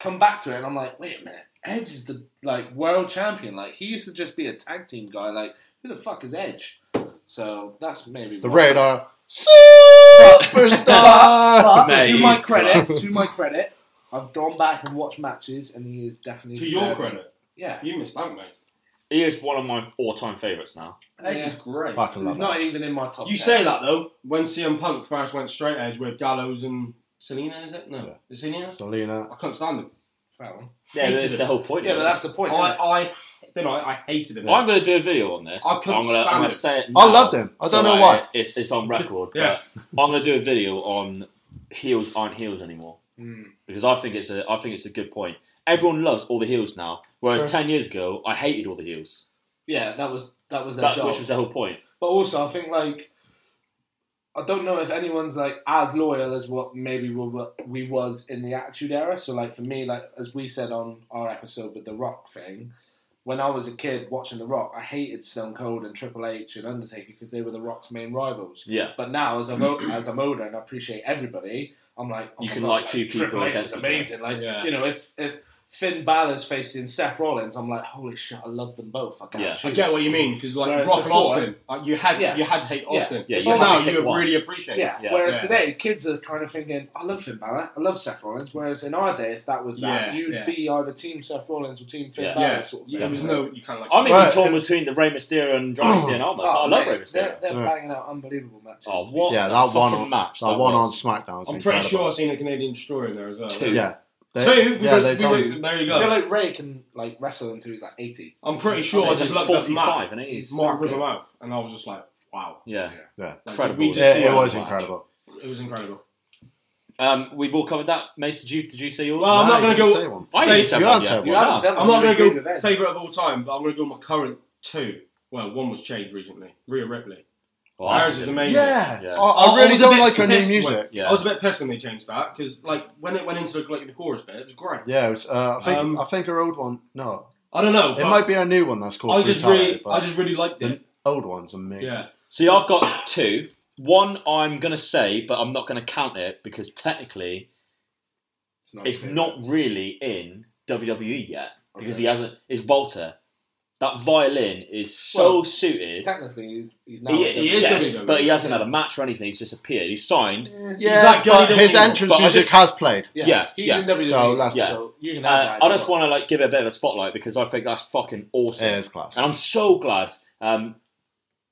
S10: Come back to it, and I'm like, wait a minute, Edge is the like world champion. Like he used to just be a tag team guy. Like who the fuck is Edge? So that's maybe
S11: the
S10: why.
S11: radar.
S10: But
S11: Superstar.
S5: Mate,
S10: to my
S5: he's
S10: credit,
S5: class.
S10: to my credit, I've gone back and watched matches, and he is definitely
S7: To your
S10: deserving.
S7: credit,
S10: Yeah,
S7: you missed out, mate.
S5: he is one of my all-time favorites now.
S7: Edge
S10: Yeah.
S7: is great.
S11: fucking
S10: he's
S11: love
S10: not
S11: Edge.
S10: even in my top.
S7: You
S10: 10.
S7: say that though. When CM Punk first went straight edge with Gallows and Selena, is it? No, is Selena.
S11: Selena.
S7: I couldn't stand him.
S10: Fair one.
S5: Yeah,
S7: Hated
S5: that's
S7: him.
S5: the whole point.
S10: Yeah,
S5: of
S10: but
S5: it.
S10: that's the point.
S7: I, I, don't know, I hated him.
S5: I'm going to do a video on this.
S7: I
S5: I'm
S7: couldn't
S5: going to I'm
S7: stand
S5: gonna
S7: it.
S5: say it.
S11: I
S5: now,
S11: loved him. I
S5: so
S11: don't know
S5: that
S11: why.
S5: it- It's, it's on record.
S7: Yeah.
S5: But I'm going to do a video on heels aren't heels anymore
S7: Hmm.
S5: because I think it's a I think it's a good point. Everyone loves all the heels now, whereas
S11: Sure.
S5: ten years ago I hated all the heels,
S10: yeah, that was that was their
S5: that,
S10: job.
S5: which was the whole point.
S10: but also, I think like I don't know if anyone's like as loyal as what maybe we were, we was in the Attitude Era. So like for me, like as we said on our episode with the Rock thing. When I was a kid watching The Rock, I hated Stone Cold and Triple H and Undertaker because they were The Rock's main rivals.
S5: Yeah,
S10: But now, as I'm o- as I'm older and I appreciate everybody, I'm like, oh
S5: You
S10: my
S5: can
S10: God,
S5: like two people
S10: Triple H
S5: against
S10: is
S5: each other.
S10: amazing. Like
S7: Yeah.
S10: you know, if if Finn Balor's facing Seth Rollins, I'm like, holy shit, I love them both. I can't
S5: Yeah. I
S7: I
S10: choose.
S7: get what you mean because like
S10: Oh, Whereas
S7: Rock
S10: before-
S7: and Austin, like, you had
S10: Yeah.
S7: you had to hate
S10: Yeah.
S7: Austin.
S5: Yeah, you
S7: Before
S5: had to
S7: now
S5: pick
S7: you would
S5: one.
S7: really appreciate.
S10: Yeah.
S5: Yeah.
S10: Whereas
S7: Yeah.
S10: today, kids are kind of thinking, I love Finn Balor, I love Seth Rollins. Whereas in our day, if that was that,
S7: Yeah,
S10: you'd
S7: yeah.
S10: be either team Seth Rollins or team Finn
S5: Yeah.
S7: It.
S10: Balor.
S7: Yeah,
S10: Sort of
S7: you-
S10: thing.
S7: there was no you can't like.
S5: I'm even
S11: Right.
S5: torn between the Rey Mysterio and John Cena
S10: Oh,
S5: almost. I love Rey
S10: mate, they're,
S5: Mysterio.
S10: they're
S11: Yeah.
S10: banging out unbelievable matches.
S5: Oh, what
S11: Yeah,
S5: a
S11: that one
S5: fucking
S11: on
S5: match!
S11: that one on SmackDown.
S7: I'm pretty sure I've seen a Canadian destroyer in there as well.
S5: Two.
S11: Yeah. They-
S7: Two.
S11: Yeah,
S7: We
S11: they
S7: were- we
S11: done.
S7: were- there you
S10: I feel
S7: go.
S10: like Ray can like wrestle until he's like eighty.
S7: I'm pretty sure I
S5: He's
S7: just
S5: like
S7: looked up
S5: 45,
S7: Mark,
S5: and he's
S7: Mark
S10: so good.
S7: Rivermouth, and I was just like, wow,
S5: Yeah,
S11: Yeah.
S7: Like,
S5: Incredible.
S7: we just
S5: Yeah,
S7: see
S11: It, it
S7: that
S11: was
S7: match.
S11: incredible.
S7: It was incredible.
S5: um, we've all covered that. Mason, did you, did you say yours?
S7: Well, I'm
S11: No,
S7: not
S11: you
S7: gonna
S11: didn't
S7: go-
S11: say one.
S5: I
S7: You
S5: didn't say
S11: haven't
S5: one yet.
S11: said one.
S10: You haven't said
S7: I'm not
S10: one,
S7: going
S10: you agreed
S7: to
S10: with
S7: go
S10: Edge.
S7: favourite of all time, but I'm going to go my current two,
S14: Well, one was changed recently. Rhea Ripley.
S11: Well,
S14: Hers
S11: that's
S14: is
S11: good.
S14: amazing.
S11: Yeah. Yeah. I- I really
S14: was a
S11: don't
S14: bit
S11: like her new
S14: pissed when-
S11: music. Yeah.
S14: I was a bit pissed when they changed that because, like, when it went into the, like the chorus bit, it was great.
S11: Yeah, it was, uh, I think
S14: Um,
S11: I think her old one. No,
S14: I don't know,
S11: It
S14: but-
S11: might be her new one that's called.
S14: I just
S11: Retired,
S14: really-
S11: but
S14: I just really liked
S11: the Old one's amazing.
S14: Yeah.
S5: See, I've got two. One I'm going to say, but I'm not going to count it because technically it's not,
S10: not fair.
S5: really in WWE yet because
S10: Okay.
S5: he hasn't. It's Walter. That violin is so
S10: Well,
S5: suited.
S10: Technically, he's, he's now.
S5: He, he is, E.
S10: yeah,
S5: WWE, but he hasn't had a match or anything. He's just appeared. He's signed. Uh,
S10: Yeah,
S11: Yeah, but his entrance
S5: But I
S11: music
S5: just-
S11: has played.
S5: Yeah, yeah,
S10: he's in WWE,
S11: So that's-
S10: so you can
S5: Uh,
S10: have that if
S5: I
S10: you
S5: just want to like give it a bit of a spotlight because I think that's fucking awesome.
S11: It is class.
S5: and I'm so glad. Um,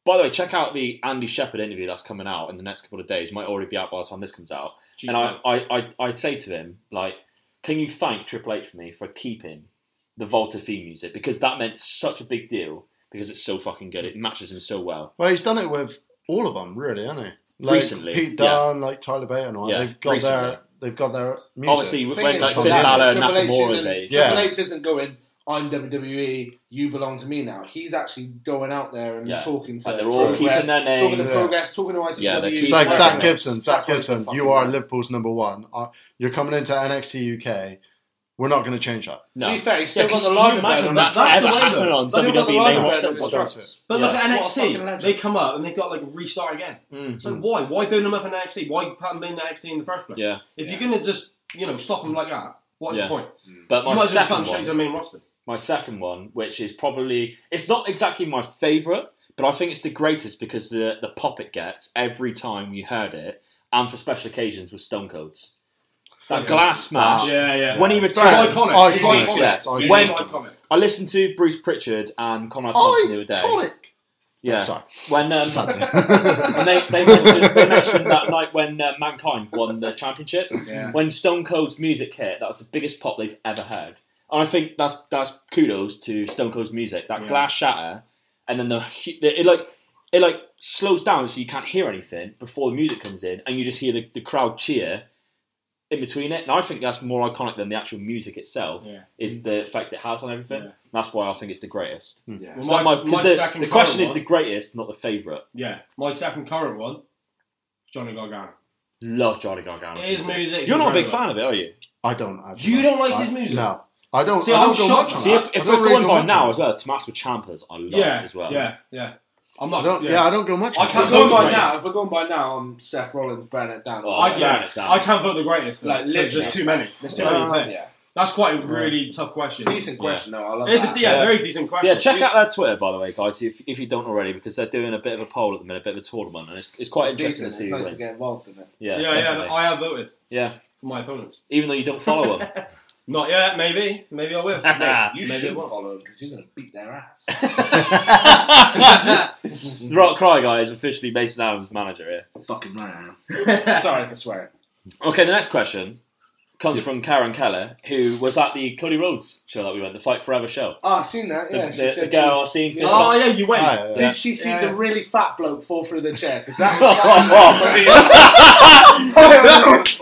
S5: by the way, check out the Andy Shepherd interview that's coming out in the next couple of days. Might already be out by the time this comes out.
S14: Gee,
S5: and I, I, I, I say to him like, can you thank Triple H for me for keeping the Volta theme music because that meant such a big deal because it's so fucking good. It matches him so well.
S11: Well, he's done it with all of them, really, hasn't he? Like
S5: Recently,
S11: Pete
S5: yeah.
S11: Dunne, like Tyler Bate, and all.
S5: Yeah,
S11: they've got
S5: recently.
S11: their they've got their music.
S5: Obviously,
S10: Thing
S5: when
S10: is,
S5: like
S10: so
S5: Finn
S10: that-
S5: Balor and
S10: Triple H
S5: Nakamura's
S10: isn't-
S5: age,
S11: Yeah.
S10: Triple H isn't going. I'm WWE. You belong to me now. He's actually going out there and
S5: Yeah.
S10: talking to.
S5: Like, they're all keeping
S10: progress,
S5: their
S10: Talking
S5: names.
S10: to
S5: Yeah.
S10: progress. Talking to ICW.
S5: Yeah, they're
S11: It's like Zach Gibson. Zach Gibson, you are Liverpool's number one. Uh, You're coming into NXT UK. We're not going to change that.
S5: No.
S10: To be fair, he's still
S5: Yeah,
S10: got
S5: can-
S10: the
S5: can you
S10: lager
S5: imagine
S10: bread
S5: that's
S10: on his-
S5: ever happened on
S10: Still got the
S5: WWE main
S10: lager bread
S5: roster?
S10: on his trucks.
S14: But
S5: Yeah.
S14: look at
S10: What a fucking
S14: NXT.
S10: legend.
S14: They come up and they got like restart again. So why? Why build them up in NXT? Why put them in NXT in the first place?
S5: Yeah.
S14: If you're gonna just you know stop them like that, what's
S5: Yeah.
S14: the point? you
S5: But my
S14: might as well just
S5: second
S14: come and
S5: one,
S14: change their main roster.
S5: my second one, which is probably it's not exactly my favourite, but I think it's the greatest because the the pop it gets every time you heard it, and for special occasions was Stone Cold's. It's that
S14: Yeah.
S5: glass smash.
S14: Ah, Yeah, yeah.
S5: When he
S14: It's
S5: retired,
S14: iconic.
S5: It's
S14: Iconic.
S5: iconic.
S14: Yeah, it's iconic.
S5: When
S14: It's iconic.
S5: I listened to Bruce Pritchard and Conrad Thompson the other day. Yeah.
S11: Sorry.
S5: When um, and they, they, mentioned, they mentioned that night when uh, Mankind won the championship,
S10: Yeah.
S5: when Stone Cold's music hit, that was the biggest pop they've ever heard. And I think that's that's kudos to Stone Cold's music. That glass shatter, and then the hu- the- it like it like slows down so you can't hear anything before the music comes in, and you just hear the, the crowd cheer in between it. And I think that's more iconic than the actual music itself.
S14: Yeah.
S5: Is the effect it has on everything. And that's why I think it's the greatest.
S11: hmm.
S14: Yeah.
S5: It's
S14: Well,
S5: not my-
S14: my-
S5: 'cause
S14: my
S5: the,
S14: second
S5: the question
S14: current
S5: is the
S14: one-
S5: greatest, not the favourite.
S14: Yeah. My second current one, Johnny Gargano.
S5: Love Johnny Gargano's
S14: His music is
S5: You're not a big
S14: incredible.
S5: fan of it, are you?
S11: I don't actually.
S14: You don't like
S11: I-
S14: his music?
S11: No. I don't.
S14: See,
S11: I
S14: I'm
S11: don't go
S14: shocked.
S11: much on
S5: See,
S11: that.
S5: if,
S11: I
S5: if
S11: don't
S5: we're
S11: really
S5: going
S11: go
S5: by
S11: much
S5: now
S11: on
S5: as well, Tommaso Ciampas, I love
S14: Yeah.
S5: as well.
S14: Yeah. Yeah. I'm
S11: that.
S14: not.
S11: I don't, yeah.
S14: yeah
S11: I don't go much.
S14: I
S11: on
S14: can't
S11: that.
S10: If we're going by
S14: Right.
S10: now, if we're going by now, I'm Seth Rollins, Brennan down.
S5: Oh,
S14: I,
S5: yeah,
S14: yeah,
S5: it's
S14: I can't vote the greatest.
S10: Like,
S14: Like, there's just
S10: literally.
S14: too many. There's too
S10: Yeah.
S5: Um,
S14: many. to pick.
S10: Yeah.
S14: That's quite a really tough question.
S10: Decent question, though. I love
S14: It's a
S10: that.
S14: yeah, very decent question.
S5: Yeah, check
S14: You-
S5: out their Twitter, by the way, guys, if, if you don't already, because they're doing a bit of a poll at the minute, a bit of a tournament, and it's, it's quite
S10: It's
S5: interesting
S10: decent. It's
S5: to see who
S10: nice to
S5: wins.
S10: get involved in it.
S5: Yeah,
S14: yeah,
S5: definitely.
S14: yeah. I have voted
S5: yeah,
S14: for my opponents.
S5: even though you don't follow them.
S14: Not yet. Maybe. Maybe I will.
S5: Nah,
S14: maybe
S10: You should
S14: I won't.
S10: follow because you're going to beat their ass.
S5: the Rock Cry guy is officially Mason Adams' manager here.
S10: Fucking right, I am. Sorry for swearing.
S5: Okay, the next question comes from Karen Keller, who was at the Cody Rhodes show that we went, the Fight Forever show.
S10: Oh, I've seen that.
S5: The,
S10: Yeah, she
S5: the,
S10: said
S5: the girl
S10: she
S5: I
S10: was-
S5: seen fist
S14: Oh
S5: bump.
S14: yeah, you went.
S11: Ah, Yeah, yeah, yeah.
S10: Did she see
S14: Yeah.
S10: the really fat bloke fall through the chair? Because that.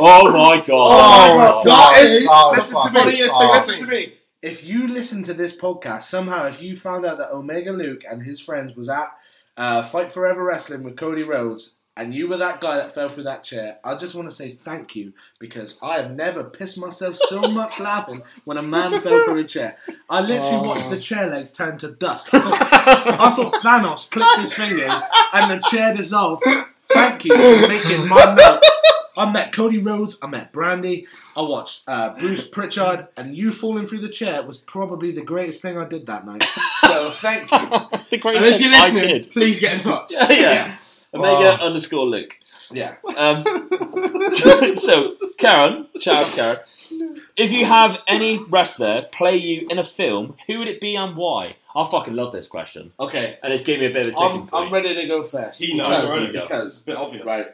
S5: Oh my god!
S11: Oh my God.
S10: That is.
S11: Oh,
S10: listen to
S11: fuck.
S10: me.
S11: Oh.
S10: Listen to me. If you listen to this podcast somehow, if you found out that Omega Luke and his friends was at uh, Fight Forever Wrestling with Cody Rhodes, and you were that guy that fell through that chair, I just want to say thank you because I have never pissed myself so much laughing when a man fell through a chair. I literally watched the chair legs turn to dust. I thought, I thought Thanos clipped his fingers and the chair dissolved. Thank you for making my night. I met Cody Rhodes. I met Brandy. I watched uh, Bruce Pritchard, and you falling through the chair was probably the greatest thing I did that night. So thank you.
S5: the
S14: And
S5: greatest
S14: if
S5: thing
S14: you're
S5: I
S14: listening,
S5: did.
S14: please get in touch.
S5: yeah. Omega underscore Luke.
S10: Yeah.
S5: Um, so, Karen, shout out to Karen. If you have any wrestler play you in a film, who would it be and why? I fucking love this question,
S10: Okay.
S5: and it gave me a bit of a ticking
S10: I'm,
S5: point.
S10: I'm ready to go first.
S14: He knows
S10: because,
S14: already. It's
S10: because
S14: a bit obvious.
S10: right,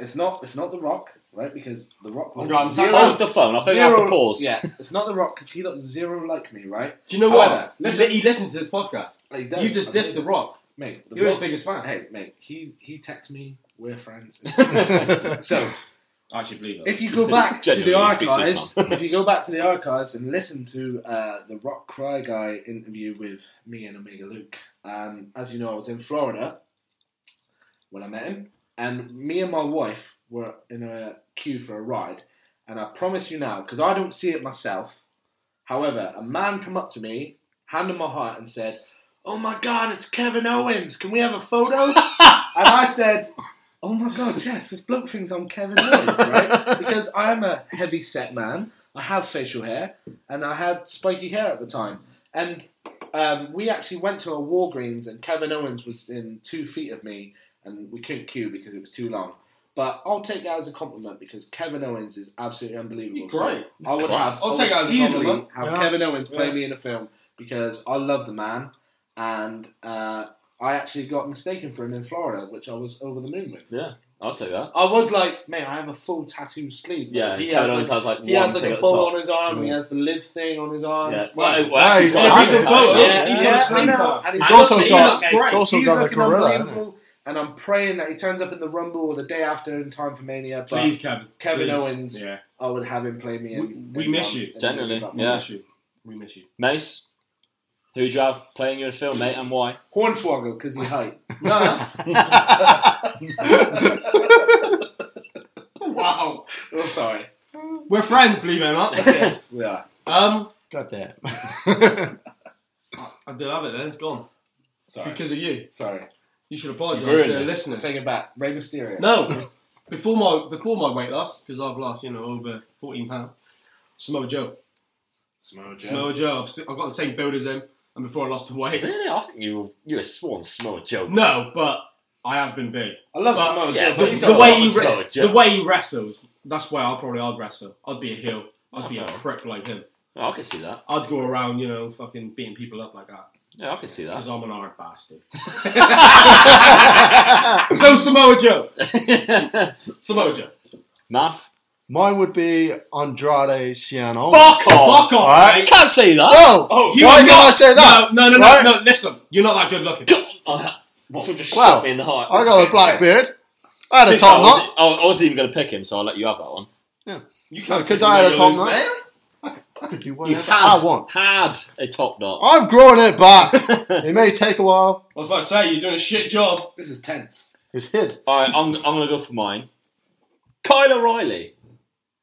S10: it's not it's not the Rock, right? Because the Rock
S14: I'm
S10: looks
S14: glad I'm
S10: zero,
S5: Hold the phone. I think I have to
S10: zero-
S5: pause.
S10: Yeah, it's not the Rock because he looks zero like me, right?
S14: Do you know what?
S10: However,
S14: listen,
S10: listen-
S14: he listens to this podcast.
S10: Like, he does.
S14: You just
S10: I mean,
S14: dissed
S10: he
S14: the
S10: does.
S14: Rock.
S10: Mate, the
S14: You're his
S10: Rock-
S14: biggest fan.
S10: Hey, mate, he he texts me. We're friends. so
S14: I actually believe it.
S10: if you go back to the
S5: Genuinely speaks to his
S10: archives, if you go back to the archives and listen to uh, the Rock Cry Guy interview with me and Omega Luke, Um, as you know, I was in Florida when I met him, and me and my wife were in a queue for a ride. And I promise you now, because I don't see it myself. However, a man come up to me, hand on my heart, and said, "Oh my God, it's Kevin Owens! Can we have a photo?" and I said, "Oh my God, yes, this bloke thinks I'm Kevin Owens, right? Because I'm a heavy set man. I have facial hair, and I had spiky hair at the time. And um, we actually went to a Walgreens, and Kevin Owens was in two feet of me, and we couldn't queue because it was too long." But I'll take that as a compliment because Kevin Owens is absolutely unbelievable. So
S14: great.
S10: I would have
S14: I'll take that as a
S10: easily
S14: compliment.
S10: have
S14: Yeah.
S10: Kevin Owens play
S14: Yeah.
S10: me in a film because I love the man, and uh, I actually got mistaken for him in Florida, which I was over the moon with.
S5: Yeah, I'll take that.
S10: I was like, mate, I have a full tattoo sleeve.
S5: Yeah,
S10: he
S5: Kevin
S10: has like,
S5: Owens has, like,
S10: he
S5: one
S10: has like
S5: thing
S10: a
S5: at the
S10: bow
S5: top.
S10: on his arm. He
S5: Yeah.
S10: has the live thing on his arm.
S5: Yeah. Well, well,
S11: Nah,
S5: actually,
S11: he's
S5: he's
S11: got
S5: got a
S11: a sleeve.
S5: tattoo.
S10: Um, Yeah,
S5: Yeah,
S10: he's
S5: he's got a
S10: I
S5: sleeve.
S10: know, and
S11: He's also
S10: looking-
S11: got-
S10: he looks
S11: he's
S10: great.
S11: also
S10: He's
S11: got the
S10: looking
S11: gorilla, hasn't
S10: unbelievable, And I'm praying that he turns up in the Rumble or the day after in time for Mania. But
S14: Please, Kevin.
S10: Kevin
S14: Please.
S10: Owens,
S14: Yeah.
S10: I would have him play me. In,
S14: We
S10: in
S14: miss
S10: one-
S14: you.
S10: in one
S5: Generally,
S10: of them.
S5: yeah.
S14: Miss you. We miss you.
S5: Mace, who do you have playing you in a film, mate, and why?
S10: Hornswoggle because he height.
S14: Wow.
S10: oh, sorry.
S14: We're friends, believe it or not. Okay.
S10: We are.
S14: um,
S11: God damn.
S14: I do love it then. It's gone.
S10: Sorry.
S14: Because of you.
S10: sorry.
S14: You should apologise
S5: You've ruined
S14: to the
S5: this.
S14: listeners.
S10: Take it back. Rey Mysterio.
S14: No, before my before my weight loss, because I've lost you know over fourteen pound. Samoa Joe,
S10: Samoa Joe.
S14: Samoa Joe. I've, s- I've got the same build as him, and before I lost the weight.
S5: Really? I think you you were sworn Samoa Joe.
S14: No, but I have been big.
S10: I love
S14: But-
S10: Samoa
S5: yeah,
S10: Joe.
S5: but
S10: But he's
S14: The
S10: got
S5: No,
S14: way
S5: I'm
S14: he
S5: Samoa
S14: re-
S5: Joe.
S14: the way he wrestles, that's where I'll probably I'd wrestle. I'd be a heel. I'd be a
S5: Okay.
S14: prick like him.
S5: Oh, I can see that.
S14: I'd go around, you know, fucking beating people up like that
S5: Yeah, I can see that.
S14: because I'm an hard bastard. so Samoa Joe, Samoa Joe,
S5: Math.
S11: Mine would be Andrade Cien Owens.
S5: Fuck off.
S14: fuck off,
S11: Alright.
S14: mate.
S5: Can't say that.
S11: Oh,
S14: You
S11: why
S14: are
S11: did
S14: not-
S11: I say that?
S14: No, no, no,
S11: Right?
S14: no, no. Listen, you're not that good looking.
S5: Oh, Waffle just
S11: Well,
S5: shot me oh, in the heart.
S11: I got a black beard. I had a
S5: Dude,
S11: top
S5: I, was,
S11: knot.
S5: I, I wasn't even going to pick him, so I'll let you have that one.
S14: You
S11: Because I had a top knot.
S14: man.
S11: I could do
S5: You
S11: whatever
S5: had,
S11: I want.
S5: had a top knot.
S11: I'm growing it back. it may take a while.
S14: I was about to say you're doing a shit job.
S10: this is tense.
S11: It's hid.
S5: All right, I'm, I'm going to go for mine. Kyle O'Reilly.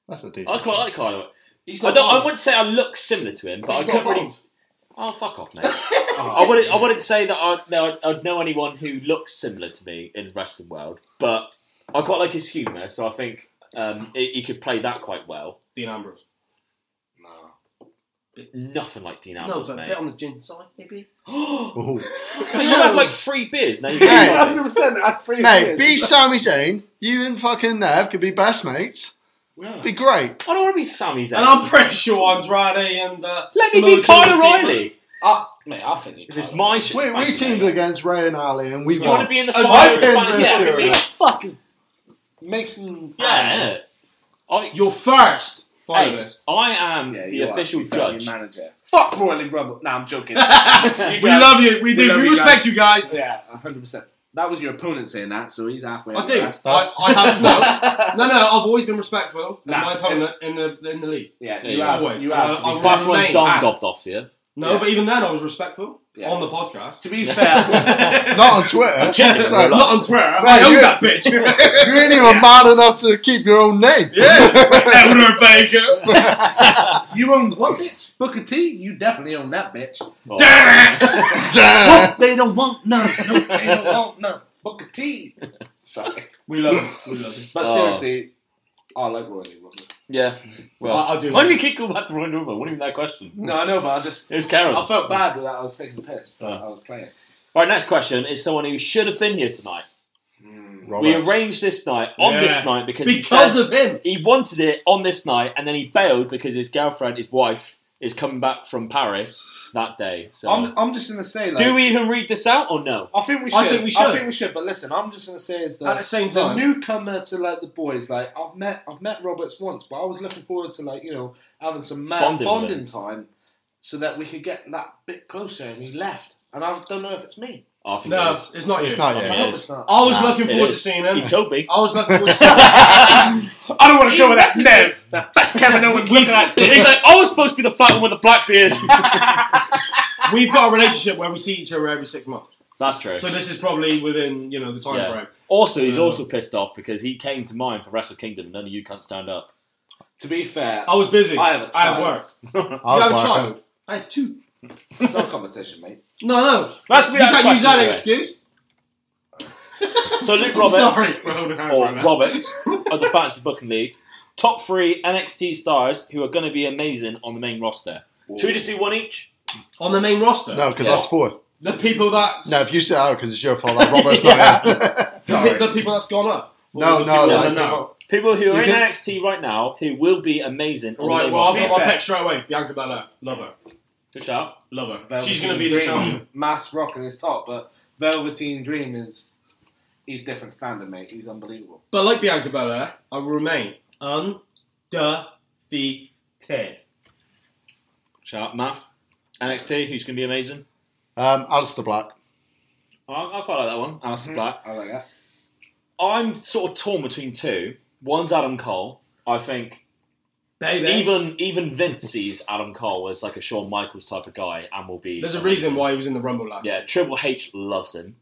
S11: That's not
S5: I
S11: decent.
S5: quite like Kyle.
S14: He's
S5: I,
S14: not
S5: don't, I
S14: bald.
S5: wouldn't say I look similar to him, but I
S14: He's
S5: couldn't
S14: not
S5: really.
S14: bald.
S5: Oh, fuck off, mate. I wouldn't. I wouldn't say that I, that I'd, I'd know anyone who looks similar to me in wrestling world, but I quite like his humour, so I think um, he he could play that quite well.
S14: Dean Ambrose.
S5: Nothing like Dean Ambrose,
S14: no, but a
S5: mate.
S14: bit on the gin side, maybe.
S11: Ooh.
S5: Mate, you had like three beers. Now you
S11: Hey.
S5: can't.
S10: 100%. I'd free
S11: Mate, be Sami Zayn. You and fucking Nev could be best mates. Be great.
S5: I don't want to be Sami Zayn.
S14: And I'm pretty sure Andrade and uh,
S5: Let me
S14: Samoa
S5: be
S14: Joe Ah,
S5: Kyle
S14: are teaming.
S5: O'Reilly.
S10: I, mate, I think
S5: This is my shit.
S11: We,
S5: Thank
S11: we
S5: you,
S11: teamed
S5: mate.
S11: against Ray and Ali and we
S5: Do you want to
S11: won.
S5: be in the
S11: As
S5: final?
S11: I pinned
S5: fantasy yeah,
S11: this year.
S5: yeah,
S10: fuck is Mason.
S5: yeah. I,
S14: You're first
S5: hey,
S14: finalist.
S5: I am
S10: Yeah,
S5: the
S10: you are.
S5: official
S10: You found
S5: judge.
S10: your manager. Fuck Royal Rumble. Nah, I'm joking.
S14: we love you. We do.
S10: love
S14: We
S10: you
S14: respect
S10: guys.
S14: you guys.
S10: Yeah, 100%. That was your opponent saying that, so he's halfway.
S14: I do.
S10: That's,
S14: I, I have no, no, no. I've always been respectful of
S10: Nah.
S14: my opponent in the in the league.
S10: yeah,
S5: There
S10: you
S5: you
S10: have,
S14: always.
S10: you have
S14: I- I
S10: to be
S14: will
S10: fair.
S5: Apart from when
S14: remain
S5: Dom
S14: at-
S5: gobbed off you.
S14: No,
S10: Yeah.
S14: but even then I was respectful
S10: Yeah.
S14: on the podcast.
S10: To be fair,
S11: Not on Twitter.
S5: Check it,
S11: So,
S5: Roland.
S11: not-
S14: Not on Twitter. I
S11: Right,
S14: own
S11: you-
S14: that bitch.
S11: you ain't even mad enough to keep your own name.
S14: Elder Baker.
S10: you own what bitch? Booker T, you definitely own that bitch.
S5: Oh.
S14: Damn it.
S11: Damn.
S10: They don't want none. No, they don't want none. Booker T. Sorry.
S14: We love him. We love him.
S10: But
S5: Oh.
S10: seriously, I like Royal Rumble.
S5: Yeah. Well,
S14: I- I do
S5: Why do
S14: like-
S5: you keep going back to Royal Rumble? What do you mean that question?
S10: No, I know, but I just.
S5: It was Karen.
S10: I felt bad with that. I was taking the piss, but
S5: Oh.
S10: I was playing.
S5: All right, next question is someone who should have been here tonight.
S14: Hmm.
S5: We arranged this night on
S14: Yeah.
S5: this night because, he,
S14: Because
S5: said
S14: of him.
S5: he wanted it on this night, and then he bailed because his girlfriend, his wife, is coming back from Paris that day. So,
S10: I'm, I'm just gonna say, like,
S5: do we even read this out or no?
S10: I think we should.
S14: I think we
S10: I
S14: should.
S10: think we should. But listen, I'm just gonna say is that
S14: At the same
S10: the
S14: time-
S10: newcomer to like the boys, like I've met, I've met Roberts once, but I was looking forward to like you know having some mad
S5: Bonding
S10: bonding,
S5: with him.
S10: time, so that we could get that bit closer. And he left, and I don't know if it's me.
S5: Oh, I think
S14: No,
S5: it is.
S14: it's not you.
S11: It's
S5: I
S11: not you.
S5: think
S10: I
S5: it
S10: hope
S5: is.
S10: it's not.
S14: I was
S11: Nah,
S14: looking
S5: It
S14: forward to
S5: is.
S14: seeing him.
S5: He told me.
S14: I was looking forward to seeing him.
S10: I don't want to go with that Nev. That Kevin Owens looking at.
S14: "Oh,
S5: He's like, I was supposed to be the fat one with the black beard.
S14: We've got a relationship where we see each other every six months.
S5: That's true.
S14: So this is probably within you know the time
S5: Yeah.
S14: frame.
S5: Also, he's
S14: So-
S5: also pissed off because he came to mine for Wrestle Kingdom and none of you can't stand up.
S10: To be fair,
S14: I was busy.
S10: I have a
S14: I had
S10: child.
S14: work.
S10: I
S14: you
S10: was
S14: have a
S10: working.
S14: child. I had two.
S10: It's not a competition, mate.
S14: No, no.
S5: That's
S14: you
S5: the other
S14: can't use
S5: question,
S14: that
S5: anyway.
S14: excuse.
S5: So Luke
S14: I'm
S5: Roberts,
S14: sorry, we're holding hands
S5: or
S14: right now.
S5: Roberts of the Fantasy Booking League, top three NXT stars who are going to be amazing on the main roster. Should we just do one each?
S14: On the main roster.
S11: No, because that's four.
S14: uh, the people that
S11: No, if you sit out because it's your fault, that Robert's not here.
S14: the, pe- the people that's gone up.
S11: No,
S14: Or the
S11: no,
S14: people that
S11: like
S14: are now.
S5: People who are
S11: You
S5: in
S11: can-
S5: NXT right now who will be amazing on the
S14: Right,
S5: main
S14: well, I've
S5: roster.
S14: got my pick straight away. Bianca Belair, love her,
S5: Good shout.
S14: love her. She's
S10: Velveteen
S14: going to be the
S10: Dream,
S14: champion.
S10: Mass Rock in his top, but Velveteen Dream is he's different standard, mate. He's unbelievable.
S14: But like Bianca Belair, I will remain undefeated.
S5: Shout. Math. NXT, who's going to be amazing?
S11: Um, Alistair Black.
S14: Oh,
S5: I, I quite like that one.
S14: Mm-hmm.
S5: Alistair Black.
S10: I like that.
S5: I'm sort of torn between two. One's Adam Cole. I think
S14: Baby,
S5: even even Vince sees Adam Cole as like a Shawn Michaels type of guy and will be.
S14: there's a
S5: amazing.
S14: reason why he was in the Rumble last.
S5: Yeah, Triple H loves him,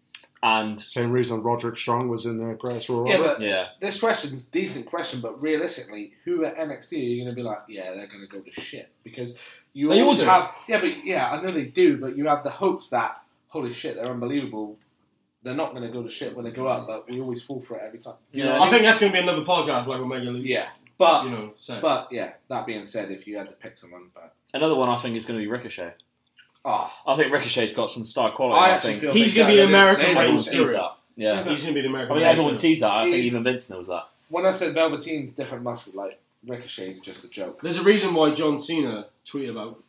S5: and
S11: Same reason Roderick Strong was in the Greatest Royal
S10: Yeah,
S11: Rumble.
S10: but
S5: yeah,
S10: this question's a decent question, but realistically, who at NXT are you going to be like? Yeah, they're going to go to shit because you
S14: They all
S10: always
S14: do.
S10: have. Yeah, but yeah, I know they do, but you have the hopes that holy shit, they're unbelievable. They're not going to go to shit when they go up, but we always fall for it every time. Do you know
S5: Yeah.
S10: what
S14: I think that's going to be another podcast, like Omega Luke.
S10: Yeah, but
S14: you know, so.
S10: but yeah. That being said, if you had to pick someone, but
S5: another one I think is going to be Ricochet.
S10: ah,
S5: I think Ricochet's got some star quality.
S10: I
S5: I,
S10: actually
S5: think
S10: feel
S14: He's
S10: they
S14: gonna be
S10: go
S14: an American
S10: insane.
S14: Rey
S5: everyone
S14: Mysterio.
S5: sees that. Yeah,
S14: he's going to be the American.
S5: I mean
S14: version.
S5: everyone sees that. I think
S10: He's-
S5: even Vince knows that.
S10: When I said Velveteen's different muscle, like Ricochet's just a joke.
S14: There's a reason why John Cena tweeted about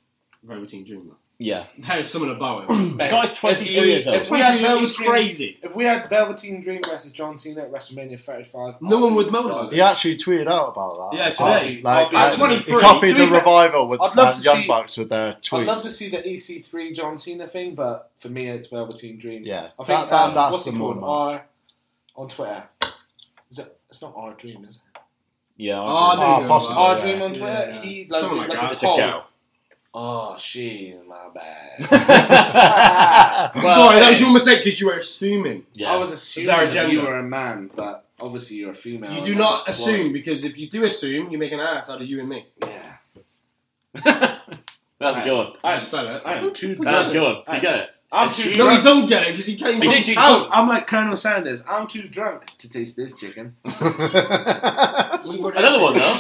S14: Velveteen Dream.
S5: Yeah,
S14: There's something about him.
S10: Mate,
S5: guy's
S14: If
S5: 23
S14: you-
S5: years old.
S14: if we had Velveteen- crazy.
S10: If we had Velveteen Dream versus John Cena at WrestleMania 35,
S14: No
S10: I'd
S14: one
S10: be-
S14: would moan about
S11: He
S14: it.
S11: actually tweeted out about that.
S14: Yeah,
S11: Like,
S14: today.
S11: Like,
S10: At
S11: uh,
S14: 23.
S11: He copied
S10: To be
S11: the
S10: fair,
S11: revival with
S10: I'd love
S11: uh,
S10: to
S11: Young
S10: see-
S11: Bucks with their
S10: I'd
S11: tweets.
S10: love to see the EC3 John Cena thing, but for me, it's Velveteen Dream.
S11: Yeah,
S10: I think
S11: that- that-
S10: um,
S11: that's
S10: what's
S11: the
S10: he called?
S11: more
S10: R on Twitter. Is it, it's not R Dream, is it?
S5: Yeah,
S14: Oh, no,
S5: I agree.
S11: Ah,
S14: no, no.
S11: possibly.
S10: R
S11: yeah.
S10: Dream on Twitter.
S14: Yeah, yeah.
S10: He like,
S14: Someone
S10: did,
S14: like
S10: like
S14: that.
S10: a
S5: it's a
S10: poll.
S5: girl.
S10: Oh, she's my bad. Well,
S14: Sorry, that
S10: hey.
S14: was your mistake because you were assuming.
S5: Yeah,
S10: I was assuming
S14: Their
S10: that you
S14: agenda.
S10: were a man, but obviously you're a female.
S14: You
S10: and
S14: do
S10: that's
S14: not
S10: what-
S14: assume because if you do assume, you make an ass out of you and me.
S10: Yeah.
S5: that's good.
S10: I
S14: Just spell it.
S10: I am too
S5: That's
S10: drunk.
S5: good. Do you
S10: I-
S5: get it?
S10: I'm
S5: It's
S10: too
S5: you.
S14: No, you
S10: drunk.
S14: don't get it because he came
S5: He
S14: from
S5: did,
S14: town.
S10: I'm like Colonel Sanders. I'm too drunk to taste this chicken.
S5: Another one though.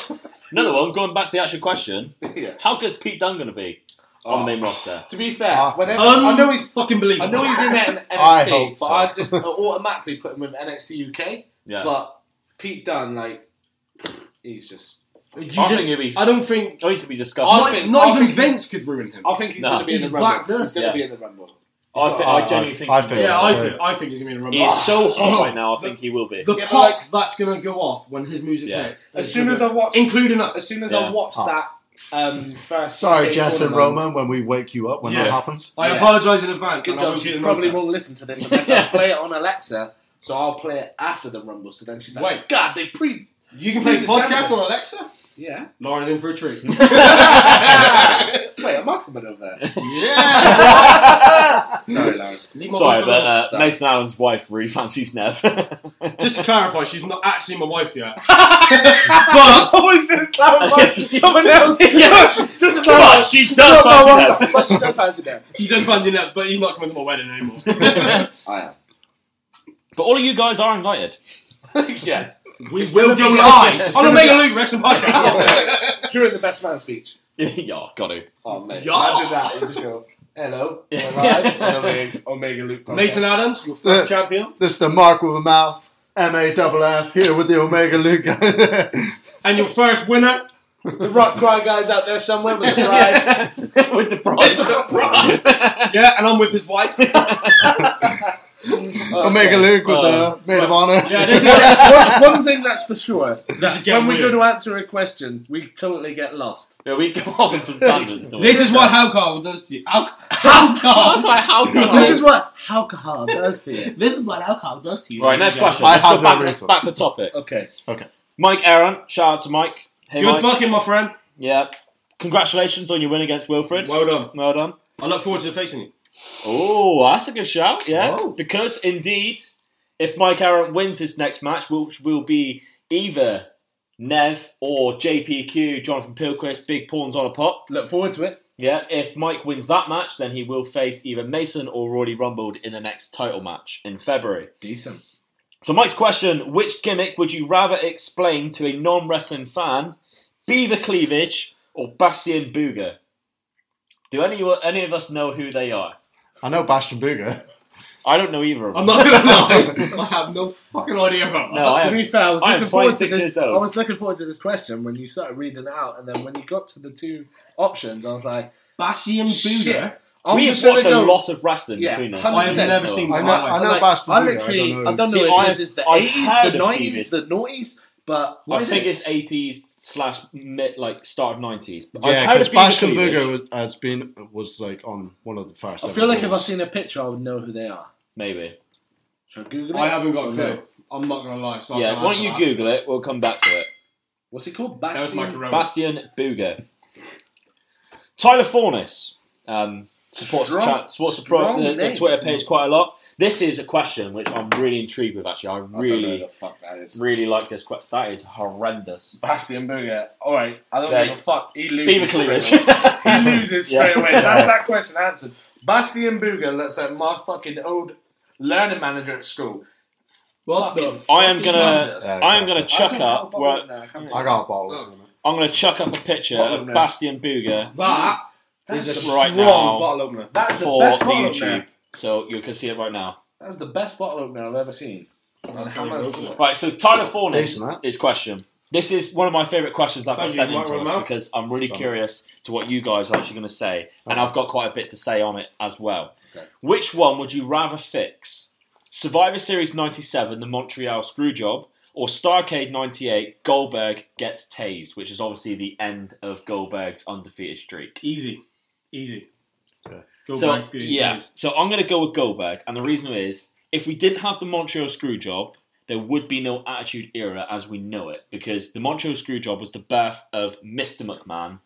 S5: Another one. Going back to the actual question,
S10: yeah. Oh.
S5: how good's Pete Dunne going to be on the main roster?
S10: To be fair,
S11: Ah.
S10: whenever
S14: Um,
S10: I know he's
S14: fucking
S10: I
S14: believable.
S10: know he's in N-
S11: I hope
S10: NXT, but
S11: so.
S10: I just automatically put him with NXT UK.
S5: Yeah,
S10: But Pete Dunne, like, he's just.
S14: You
S5: I think
S14: just-
S5: he'll be-
S14: I don't think.
S5: oh, he's going to be disgusting.
S10: I
S14: not
S10: think-
S14: not
S10: I
S14: even
S10: think he's-
S14: Vince could ruin him.
S10: I think he's
S5: Nah.
S10: going to be in
S14: He's
S10: the Rumble.
S14: black there.
S10: He's going
S5: Yeah.
S10: to be in the Rumble.
S5: I, thi- I genuinely think.
S11: I
S5: he
S11: think
S5: will.
S14: yeah,
S11: so
S14: I,
S11: too.
S14: think, I think he's going to be in
S5: He
S14: the
S5: is
S14: Rumble.
S5: so hot right now. I think he will be.
S14: The
S10: Yeah, but
S14: pop
S10: like-
S14: that's going to go off when his music
S5: Yeah.
S14: plays.
S10: As soon as I watch,
S14: including us.
S10: as soon as
S5: Yeah.
S10: I watch
S11: Ah.
S10: that um, first.
S11: Sorry,
S10: UK
S11: Jess and
S10: tournament,
S11: Roman, when we wake you up when
S14: Yeah.
S11: that happens.
S14: I
S10: Yeah.
S14: apologise in advance.
S10: Good
S14: and I
S10: job.
S14: won't be
S10: She
S14: in the
S10: probably
S14: Rumble.
S10: won't listen to this unless I play it on Alexa. So I'll play it after the Rumble. So then she's like,
S14: Wait.
S10: "God, they pre."
S14: You can play
S10: Read the
S14: podcasts
S10: tables.
S14: on Alexa.
S10: Yeah.
S14: Laura's in for a treat.
S10: Wait, am I coming over?
S14: yeah.
S10: Sorry, Lauren.
S14: Leave my
S5: Sorry,
S14: wife
S5: but
S14: alone.
S5: uh,
S10: Sorry.
S5: Mason Allen's wife really fancies Nev.
S14: just to clarify, she's not actually my wife yet.
S10: I always going to clarify someone else.
S5: Yeah.
S10: Just to clarify.
S5: but she does
S10: No, no, no, no,
S5: fancy
S10: but she does fancy them.
S14: She does fancy that, but he's not coming to my wedding anymore.
S5: Nev.
S10: I am.
S5: but all of you guys are invited.
S10: yeah.
S14: we will go
S10: gonna be
S14: live
S5: It's
S14: on
S5: gonna
S14: Omega Luke Wrestling Podcast.
S10: During the best man speech.
S5: yeah, got to.
S10: Oh, mate.
S14: Yeah.
S10: Imagine that. You just go, hello, we're live on Omega, Omega Luke. podcast."
S14: Mason Adams, your first
S11: Yeah.
S14: champion,
S11: This is the Mark with a Mouth, M A double F, here with the Omega Luke.
S14: and your first winner.
S10: The rock cry guys out there somewhere with the pride.
S5: With the prize.
S14: Yeah, and I'm with his wife.
S11: Omega Luke with
S5: Uh,
S11: the Maid of Honor.
S14: Yeah, this is
S10: one, one thing that's for sure.
S14: this is
S10: When
S14: getting
S10: we go
S14: weird.
S10: to answer a question, we totally get lost.
S5: yeah, we go off on some tangents. don't we?
S14: This is what alcohol does to you. Al- alcohol.
S5: That's why how
S10: This is what alcohol does to you.
S14: This is what alcohol does to you.
S5: Right, next question.
S11: I
S5: Let's go
S11: have no
S5: back,
S11: reason.
S5: back to topic.
S10: Okay.
S5: Mike Aaron, shout out to Mike. Hey,
S14: Good
S5: Mike.
S14: bucking, my friend.
S5: Yeah. Congratulations on your win against Wilfred.
S14: Well done.
S5: Well done.
S14: I look forward to facing you.
S5: Oh, that's a good shout. Yeah,
S14: Oh.
S5: because indeed, if Mike Aaron wins his next match, which will be either Nev or JPQ, Jonathan Pilquist, Big Pawns on a Pop.
S10: Look forward to it.
S5: Yeah, if Mike wins that match, then he will face either Mason or Rory Rumbled in the next title match in February.
S10: Decent.
S5: So Mike's question: Which gimmick would you rather explain to a non-wrestling fan? Beaver cleavage or Bastian Booger? Do any any of us know who they are?
S11: I know Bastion Booger.
S5: I don't know either of them.
S11: I'm not gonna
S10: lie. I have no fucking idea about
S5: No, I
S10: to
S5: am-
S10: be fair, I was
S5: I am
S10: looking forward to
S5: 26
S10: this.
S5: years
S10: I
S5: old.
S10: was looking forward to this question when you started reading it out, and then when you got to the two options, I was like,
S14: Bashi and
S10: Shit.
S14: Buddha.
S10: I'm
S5: we
S10: just
S5: have
S10: gonna
S5: watched a
S10: go-
S5: lot of wrestling
S10: Yeah,
S5: between us.
S10: 100%.
S14: I've never seen
S10: I
S14: that
S10: know,
S14: one.
S10: I know
S14: Like,
S10: Bastion
S14: I
S10: Booger,
S14: literally-
S10: I
S14: I
S10: don't know,
S14: don't
S5: know
S10: if
S5: if
S10: this
S5: I've-
S10: is the
S5: I've
S10: 80s,
S5: heard
S10: the
S5: of
S10: 90s, the noughties, but what
S5: I
S10: is
S5: think
S10: it?
S5: it's eighties slash mid, like start of nineties.
S11: Yeah, because Bastion Booger was, has been was like on one of the first.
S10: I
S11: ever
S10: feel like if I've
S11: Raws.
S10: seen a picture, I would know who they are.
S5: maybe.
S10: Should I Google it?
S14: I haven't got a
S10: No.
S14: clue. I'm not gonna lie.
S10: Oh,
S14: So I
S5: Yeah,
S14: can't
S5: why
S14: answer
S5: don't you
S14: that.
S5: Google it? We'll come back to it.
S10: What's it called?
S14: That was Michael
S10: Bastion?
S14: Rowan.
S5: Bastian Booger. Tyler Fornis um, supports,
S10: Strong-
S5: the, cha- supports the,
S10: strong
S5: pro- the, the
S10: name.
S5: Twitter page quite a lot. This is a question which I'm really intrigued with. Actually, I
S10: I don't know
S5: really,
S10: the fuck that is.
S5: really like this question. That is horrendous.
S10: Bastion Booger. All right, I don't
S5: Yeah.
S10: give a fuck. He
S5: Beaver
S10: loses.
S5: cleavage.
S10: Straight away. he loses straight
S5: Yeah.
S10: away. That's that question answered. Bastion Booger looks like my fucking old learning manager at school.
S14: What the
S10: Fucking
S14: f-
S5: I am
S10: fucking
S5: gonna,
S10: Jesus.
S11: Yeah,
S5: I am gonna
S11: exactly.
S10: I
S5: chuck
S10: can have a
S5: up.
S10: bottle
S5: Where,
S10: of that, can't
S11: I got a bottle.
S14: Oh.
S11: of it.
S5: I'm gonna chuck up a picture
S10: Bottom
S5: of
S10: there.
S5: Bastian Booger
S14: That
S10: That's
S14: is a
S10: the-
S5: right
S14: strong
S5: now.
S14: bottle opener.
S10: That's the
S5: for the
S10: best bottle opener.
S5: YouTube, so you can see it right now.
S10: That's the best bottle opener I've ever seen. And how much-
S5: Right, so Tyler Fornis
S11: Decent, that.
S5: is question. This is one of my favourite questions I've
S14: Thank
S5: got
S14: you,
S5: sent
S14: Mike
S5: into us
S14: Romano.
S5: because I'm really curious to what you guys are actually going to say, and I've got quite a bit to say on it as well. Which one would you rather fix? Survivor Series 97, the Montreal Screwjob, or Starcade 98, Goldberg gets tased, which is obviously the end of Goldberg's undefeated streak.
S14: Easy, easy. Go
S5: So,
S14: back, being
S5: yeah,
S14: easy.
S5: so I'm going to go with Goldberg, and the reason is if we didn't have the Montreal Screwjob, there would be no Attitude Era as we know it, because the Montreal Screwjob was the birth of Mr. McMahon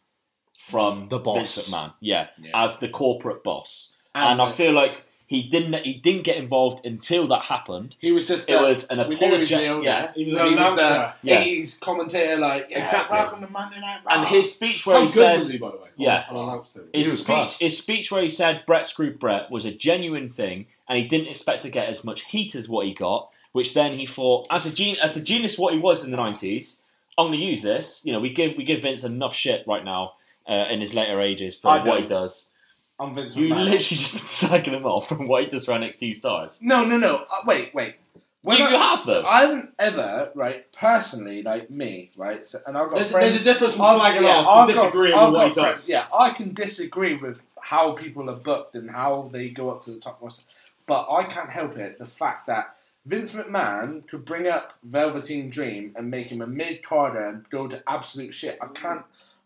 S5: from
S11: The boss.
S5: Vince McMahon, yeah,
S10: Yeah.
S5: as the corporate boss, and, I feel like he didn't he didn't get involved until that happened.
S10: He was just
S5: It
S10: there.
S5: was an
S10: We knew he was the
S5: apologetic-
S10: owner.
S5: yeah.
S14: He was
S10: And
S14: an
S10: he was
S14: announcer.
S10: the
S5: Yeah.
S10: 80s commentator, like, yeah,
S5: Exactly.
S10: welcome to Monday Night Raw.
S5: And his speech where
S14: How
S5: he
S14: good
S5: said,
S14: was he, by the way?
S5: Yeah.
S14: on, on announce table?
S11: He
S5: His
S11: was
S5: speech,
S11: class.
S5: his speech where he said Brett screwed Brett was a genuine thing, and he didn't expect to get as much heat as what he got. Which then he thought, as a gen- as a genius, what he was in the nineties, I'm going to use this. You know, we give we give Vince enough shit right now uh, in his later ages for
S10: I
S5: what
S10: don't.
S5: he does.
S10: I'm Vince
S5: You
S10: McMahon.
S5: literally just been slagging him off from what he does for NXT stars.
S10: No, no, no. Uh, wait, wait. When
S5: you,
S10: I-
S5: you have them.
S10: I haven't ever, right, personally, like me, right, so, and I've got
S14: There's,
S10: friends.
S14: there's a difference from
S10: I've-
S14: slagging
S10: yeah,
S14: off to
S10: I've got-
S14: disagreeing
S10: I've
S14: with what
S10: got
S14: he does.
S10: friends- Yeah, I can disagree with how people are booked and how they go up to the top roster, but I can't help it. The fact that Vince McMahon could bring up Velveteen Dream and make him a mid-carder and go to absolute shit. I can't.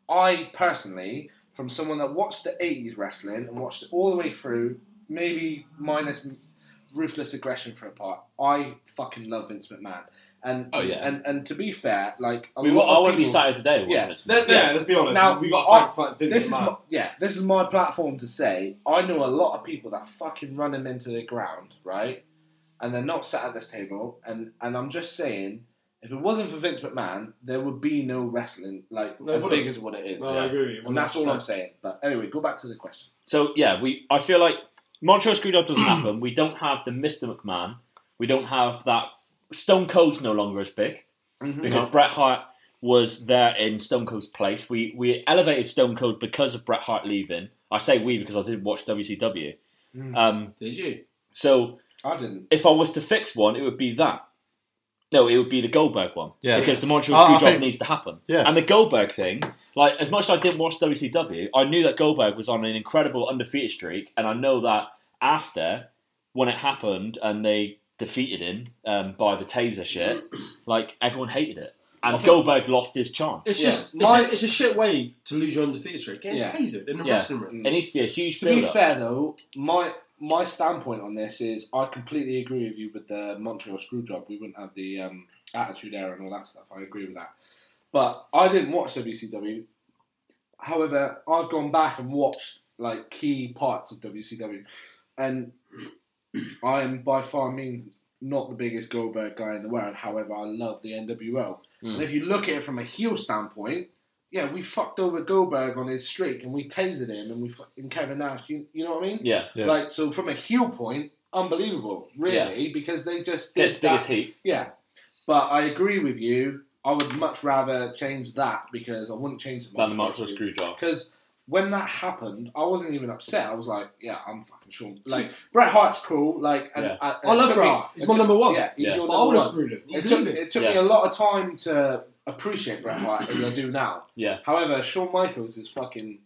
S10: I personally, from someone that watched the '80s wrestling and watched it all the way through, maybe minus ruthless aggression for a part. I fucking love Vince McMahon. And
S5: Oh, yeah.
S10: and and to be fair, like a
S5: we,
S10: lot
S5: wa- I
S10: of
S5: want to be
S10: people-
S5: sat here today.
S10: Yeah.
S5: Yeah.
S14: Yeah, yeah, let's be honest.
S10: Now,
S14: we got
S10: I-
S14: to fight Vince
S10: This is
S14: McMahon.
S10: my, yeah, this is my platform to say I know a lot of people that fucking run him into the ground, right? And they're not sat at this table. And and I'm just saying, if it wasn't for Vince McMahon, there would be no wrestling like
S14: No,
S10: as
S14: it
S10: big
S14: wouldn't.
S10: as what it is.
S14: No,
S10: yeah.
S14: I agree with you.
S10: And that's all I'm
S14: 100%.
S10: saying. But anyway, go back to the question.
S5: So yeah, we I feel like Montreal Screwjob doesn't happen. We don't have the Mister McMahon. We don't have that. Stone Cold's no longer as big because Bret Hart was there in Stone Cold's place. We we elevated Stone Cold because of Bret Hart leaving. I say we because I didn't watch WCW. Um,
S14: Did you?
S5: so
S10: I didn't.
S5: if I was to fix one, it would be that. No, it would be the Goldberg one
S11: Yeah.
S5: because the Montreal
S11: Oh, I
S5: Screwjob
S11: think-
S5: needs to happen.
S11: Yeah.
S5: And the Goldberg thing, like as much as I didn't watch WCW, I knew that Goldberg was on an incredible undefeated streak, and I know that after when it happened and they defeated him um, by the taser shit, like everyone hated it, and Goldberg lost his charm.
S14: It's
S10: Yeah.
S14: just
S10: My-
S14: it's, a, it's a shit way to lose your undefeated streak. Getting
S10: Yeah.
S14: tasered in a
S5: Yeah.
S14: wrestling
S11: Mm.
S14: ring.
S5: It needs to be a huge
S10: To be
S5: build-up.
S10: fair though, my my standpoint on this is I completely agree with you with the Montreal Screwjob. We wouldn't have the um, attitude error and all that stuff. I agree with that. But I didn't watch WCW. However, I've gone back and watched like key parts of WCW, and I am by far means not the biggest Goldberg guy in the world. However, I love the NWO,
S5: Hmm.
S15: Mm.
S10: and if you look at it from a heel standpoint, yeah, we fucked over Goldberg on his streak, and we tasered him, and we fucking Kevin Nash. You, you know what I mean?
S5: Yeah, yeah.
S10: Like so, from a heel point, unbelievable, really, because they just did
S5: Gets biggest
S10: that-
S5: heat.
S10: Yeah, but I agree with you. I would much rather change that because I wouldn't change the
S5: Than the Montreal Screwjob.
S10: Because when that happened, I wasn't even upset. I was like, yeah, I'm fucking sure. Like Bret Hart's cool. Like, and, uh,
S5: Yeah.
S10: and-
S5: I love
S10: it took
S5: Bret
S10: me-
S5: Hart. He's
S10: it
S5: my
S10: took-
S5: number one.
S10: Yeah, he's
S5: Yeah.
S10: your
S5: But I
S10: number
S5: would've
S10: one.
S5: screwed him.
S10: It
S5: He's
S10: took,
S5: leaving.
S10: it took me
S5: Yeah.
S10: a lot of time to appreciate Bret Hart as I do now.
S5: Yeah.
S10: However, Shawn Michaels is fucking.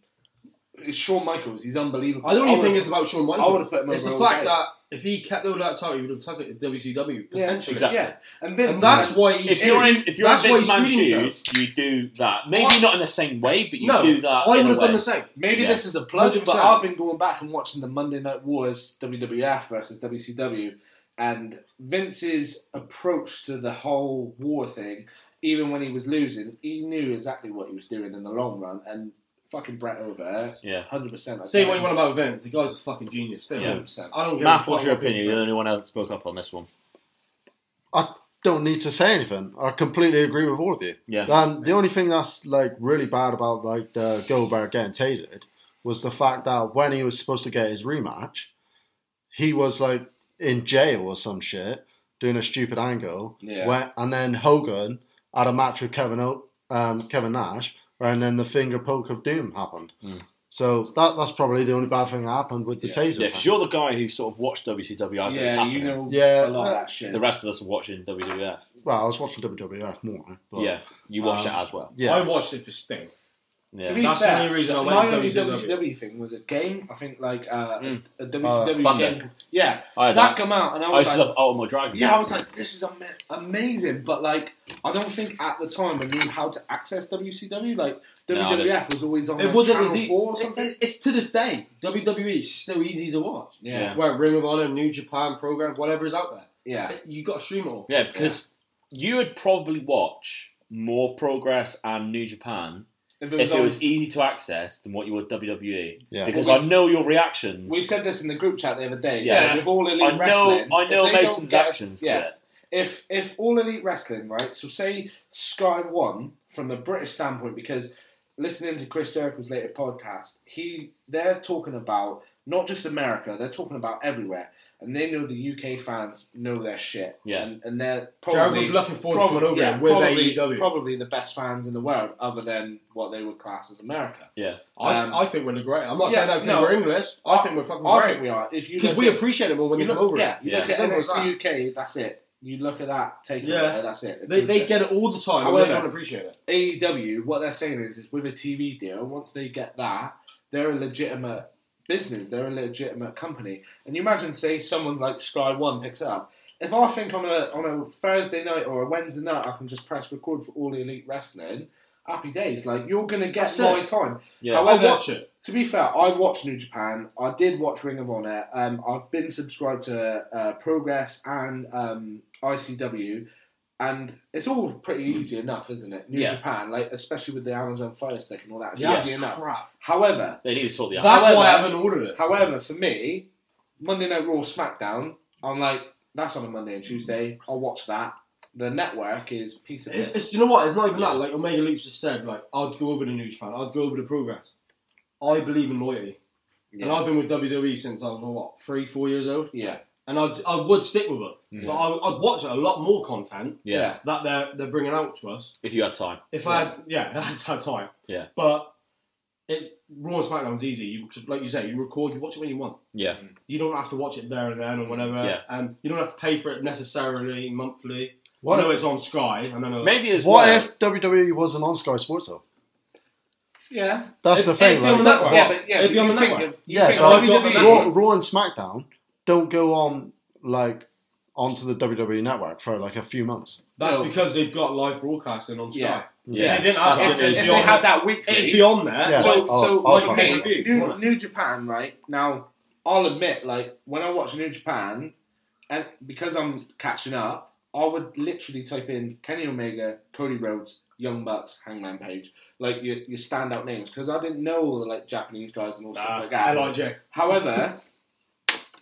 S10: It's Shawn Michaels. He's unbelievable.
S14: I don't even
S10: would've-
S14: think it's about Shawn Michaels.
S10: I would have put him
S14: It's the
S10: over
S14: fact
S10: all day.
S14: that if he kept all that title, he would have took it to WCW potentially.
S5: Exactly.
S10: And,
S14: that's why he's
S5: if you're in if you're in
S14: that's why
S5: Vince
S14: he's
S5: Man's
S14: screwed himself.
S5: shoes, you do that. Maybe
S10: What?
S5: not in the same way, but you
S10: No,
S5: do that.
S10: I
S5: in a
S10: would've done
S5: way.
S10: the same. Maybe
S5: Yeah.
S10: this is a plug, but I've been going back and watching the Monday Night Wars WWF versus WCW, and Vince's approach to the whole war thing, even when he was losing, he knew exactly what he was doing in the long run, and fucking Brett over,
S5: Yeah.
S10: hundred percent.
S14: Say what you want about Vince, the guy's a fucking genius. Still,
S5: Yeah.
S14: I don't give a
S5: Matt,
S14: fuck
S5: what's your
S14: what people
S5: opinion?
S14: say.
S5: You're the only one else that spoke up on this one.
S11: I don't need to say anything. I completely agree with all of you.
S5: Yeah.
S11: Um, the only thing that's like really bad about like uh, Goldberg getting tasered was the fact that when he was supposed to get his rematch, he was like in jail or some shit doing a stupid angle.
S10: Yeah.
S11: Where, and then Hogan had a match with Kevin o- um, Kevin Nash, and then the finger poke of doom happened. So that that's probably the only bad thing that happened with the taser.
S5: Hmm. Yeah,
S11: thing.
S5: because you're the guy who sort of watched WCW as it was
S11: Yeah, you
S5: happening.
S11: know Yeah. a lot of that shit.
S5: The rest of us are watching WWF.
S11: Well, I was watching WWF more. But,
S5: yeah, you watched
S11: um,
S5: it as well.
S11: Yeah.
S14: I watched it for Sting.
S5: Yeah.
S10: To be
S14: That's
S10: fair,
S14: the only reason I went
S10: my
S14: to
S10: only
S14: WCW.
S10: WCW thing was a game. I think like uh, a
S5: Uh,
S10: WCW
S5: Thunder.
S10: game. Yeah,
S5: I
S10: that,
S5: had that.
S10: come out, and I
S5: I
S10: was
S5: used to
S10: like,
S5: love Oh My Dragon.
S10: Yeah, I was like, this is ama- amazing, but like, I don't think at the time I knew how to access WCW. Like,
S5: No, I
S10: WWF was always on.
S14: It
S10: like,
S14: wasn't
S10: Channel
S14: as easy.
S10: 4 or something.
S14: it's to this day. WWE is still easy to watch.
S10: Yeah. Yeah.
S14: Where Ring of Honor, New Japan program, whatever is out there.
S10: Yeah.
S14: It- You got to stream it all.
S5: Yeah, because you would probably watch more Progress and New Japan
S10: If
S5: if
S10: it
S5: it
S10: was
S5: was,
S10: on-
S5: easy to access than what you would WWE.
S10: Yeah.
S5: Because
S10: Well,
S5: I
S10: we-
S5: know your reactions.
S10: We said this in the group chat the other day.
S5: Yeah.
S10: Yeah, with all elite
S5: I know-
S10: wrestling,
S5: I
S10: if
S5: know
S10: they don't
S5: Mason's
S10: get-
S5: actions to
S10: Yeah,
S5: it.
S10: if if all elite wrestling, right? So say Sky One from a British standpoint, because listening to Chris Jericho's later podcast, he they're talking about not just America, they're talking about everywhere, and they know the UK fans know their shit.
S5: Yeah.
S10: and, and they're probably
S14: Jericho's looking forward to
S10: probably,
S14: coming over
S10: yeah,
S14: here with E
S10: probably,
S14: AEW.
S10: probably the best fans in the world, other than what they would class as America.
S5: Yeah.
S14: I, s-
S10: Um,
S14: I think we're the great. I'm not
S10: yeah,
S14: saying that because
S10: no.
S14: we're English. I think we're fucking
S10: I
S14: great.
S10: think we are. If you
S14: because
S10: look
S14: we
S10: at-
S14: appreciate it more when
S10: you
S14: you
S10: look,
S14: come over.
S10: yeah,
S14: here.
S10: you look at
S14: Simple as that.
S10: NXT UK, that's it. You look at that, take
S14: Yeah.
S10: it, that's it.
S14: They- they get it all the time, and they don't appreciate it.
S10: AEW, E what they're saying is, is with a TV deal, once they get that, they're a legitimate business, they're a legitimate company. And you imagine, say, someone like Sky One picks it up. If I think on a on a Thursday night or a Wednesday night, I can just press record for all elite wrestling. Happy days! Like you're gonna get
S14: That's it.
S10: my time.
S14: Yeah.
S10: However,
S14: I'll watch it.
S10: to be fair, I watched New Japan. I did watch Ring of Honor. Um, I've been subscribed to uh, Progress and um, ICW, and it's all pretty easy enough, isn't it? New
S5: Yeah.
S10: Japan, like especially with the Amazon Fire Stick and all that, it's
S5: Yeah.
S10: easy
S5: That's
S10: enough.
S14: crap.
S10: However,
S5: They need to sort the out.
S14: That's why I haven't ordered it.
S10: However, for me, Monday Night Raw, SmackDown, I'm like, that's on a Monday and Tuesday. I'll watch that. The network is piece of
S14: It's,
S10: this.
S14: it's, do you know what? It's not even that. Like Omega Luke's just said, like I'd go over to New Japan, I'd go over to Progress. I believe in loyalty, and
S10: Yeah.
S14: I've been with WWE since I was what three, four years old.
S10: Yeah,
S14: and I'd I would stick with it,
S5: Mm.
S14: but I, I'd watch a lot more content.
S5: Yeah.
S14: that they're they're bringing out to us.
S5: If you had time.
S14: If I had, yeah, that's our time.
S5: Yeah.
S14: But it's Raw and SmackDown's easy. You just like you say, you record, you watch it when you want.
S5: Yeah.
S14: You don't have to watch it there and then or whatever.
S5: Yeah.
S14: Um, you don't have to pay for it necessarily monthly.
S11: What-
S14: I know it's on Sky. I know.
S11: what if WWE wasn't on Sky Sports though?
S10: yeah.
S11: That's the thing.
S14: It'd be on the
S11: like-
S14: network.
S10: Yeah, but- yeah,
S14: it'd be
S10: but
S14: on
S10: you
S14: the
S10: think
S14: network.
S10: of- you
S11: Yeah,
S10: think
S11: but
S14: E?
S10: WWE
S11: Raw, Raw and SmackDown don't go on like onto the WWE network for like a few months.
S14: That's
S11: No.
S14: because they've got live broadcasting on Sky.
S11: Yeah.
S14: If
S11: Yeah.
S14: they didn't have
S11: That's
S14: that,
S11: it.
S14: it'd
S11: If
S14: be
S11: they
S14: on
S11: had
S14: there.
S10: that weekly-
S14: it'd be on there.
S10: Yeah. So,
S14: I'll-
S10: so
S14: I'll
S10: like,
S14: fucking
S10: hey,
S14: watch it.
S10: New, New Japan, right now, I'll admit, like when I watch New Japan, and because I'm catching up, I would literally type in Kenny Omega, Cody Rhodes, Young Bucks, Hangman Page, like your, your standout names, because I didn't know all the like Japanese guys and all
S14: Nah,
S10: stuff like that.
S14: LIJ.
S10: However,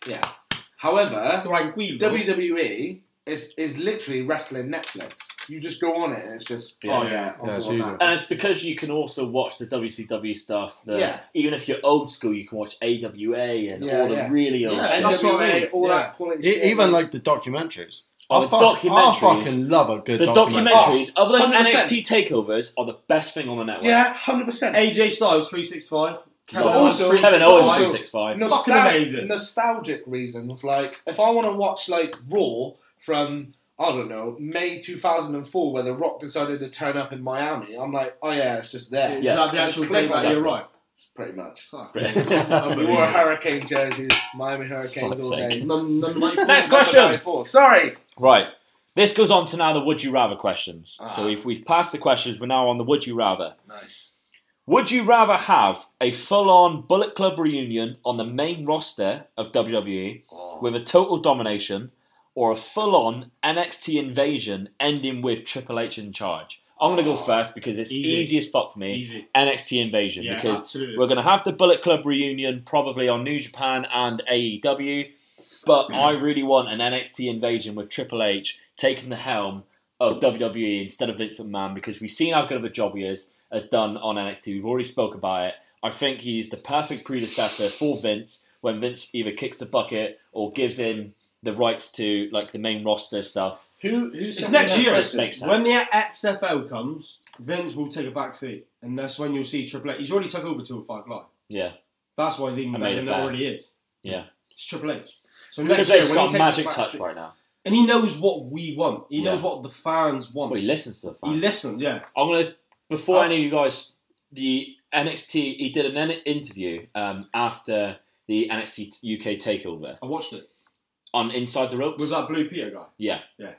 S10: yeah. However,
S14: Dwight Weaver.
S10: WWE is is literally wrestling Netflix. You just go on it and it's just oh yeah, I'm all that.
S5: And it's because you can also watch the WCW stuff. That
S10: Yeah.
S5: Even if you're old school, you can watch AWA and
S10: Yeah,
S5: all the
S10: yeah.
S5: really old
S10: Yeah,
S5: stuff.
S10: that's what I mean. All
S11: Yeah.
S10: that quality
S11: E-
S10: shit.
S11: Even like the documentaries.
S5: Oh,
S11: I,
S5: the
S11: fuck, I
S5: documentaries.
S11: fucking love a good
S5: the
S11: documentary.
S5: documentaries,
S11: Oh,
S5: other than
S11: 100%.
S5: NXT takeovers, are the best thing on the network.
S10: hundred percent.
S14: AJ Styles three six five.
S10: But also,
S5: Kevin Owens
S10: also
S5: 365.
S10: nostal-
S14: Fucking amazing.
S10: Nostalgic reasons, like if I want to watch like Raw from I don't know May 2004, where The Rock decided to turn up in Miami, I'm like, oh yeah, it's just there.
S14: Is that the
S10: Just
S14: actual
S10: click
S14: date
S10: on
S14: that he
S10: it.
S14: arrived?
S10: Pretty much. we
S14: Unbelievable.
S10: wore hurricane jerseys, Miami Hurricanes
S5: Fuck's
S10: all day.
S5: sake.
S14: Num- number 94,
S5: Next
S14: number
S5: question.
S10: 94. Sorry.
S5: Right. This goes on to now the would you rather questions.
S10: Ah.
S5: So if we've passed the questions, we're now on the would you rather.
S10: Nice.
S5: Would you rather have a full-on Bullet Club reunion on the main roster of WWE
S14: Oh.
S5: with a total domination, or a full-on NXT invasion ending with Triple H in charge? I'm gonna go first because it's easy,
S14: Oh. Easy.
S5: as fuck for me.
S14: Easy.
S5: NXT invasion
S14: Yeah,
S5: because
S14: absolutely.
S5: we're gonna have the Bullet Club reunion probably on New Japan and AEW, but I really want an NXT invasion with Triple H taking the helm of WWE instead of Vince McMahon because we've seen how good of a job he is has done on NXT. We've already spoke about it. I think he's the perfect predecessor for Vince when Vince either kicks the bucket or gives him the rights to like the main roster stuff.
S10: Who? Who's
S14: It's next year.
S5: Makes
S14: When
S5: sense.
S14: the XFL comes, Vince will take a back seat, and that's when you'll see Triple H. He's already took over 205 Live.
S5: Yeah,
S14: That's why he's even
S5: I
S14: better
S5: made
S14: than
S5: it
S14: it
S5: bad.
S14: already is.
S5: yeah.
S14: It's Triple H. So next
S5: Triple
S14: year,
S5: H's
S14: when he
S5: got a
S14: takes the
S5: magic
S14: back
S5: touch
S14: seat-
S5: right now.
S14: and he knows what we want. He
S5: Yeah.
S14: knows what the fans want.
S5: Well, he listens to the fans.
S14: He listened, yeah.
S5: I'm gonna before
S14: Oh.
S5: any of you guys the NXT he did an N- interview um, after the NXT t- UK takeover
S14: I watched it
S5: on Inside the Ropes.
S14: with that Blue Peter guy.
S5: Yeah.
S14: Yeah.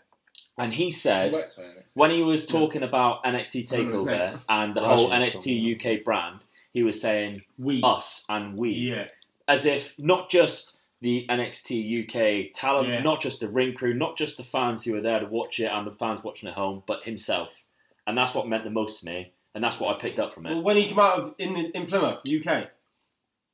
S5: And he said
S10: Works for NXT.
S5: when he was talking about NXT
S14: I remember his name.
S5: takeover and the
S11: Raj
S5: whole
S11: or
S5: NXT UK brand, he was saying
S14: We.
S5: us and we
S14: Yeah.
S5: as if not just the NXT UK talent,
S14: Yeah.
S5: not just the ring crew, not just the fans who are there to watch it and the fans watching at home, but himself. And that's what meant the most to me, and that's what I picked up from it.
S14: Well, when he came out of in in Plymouth, UK,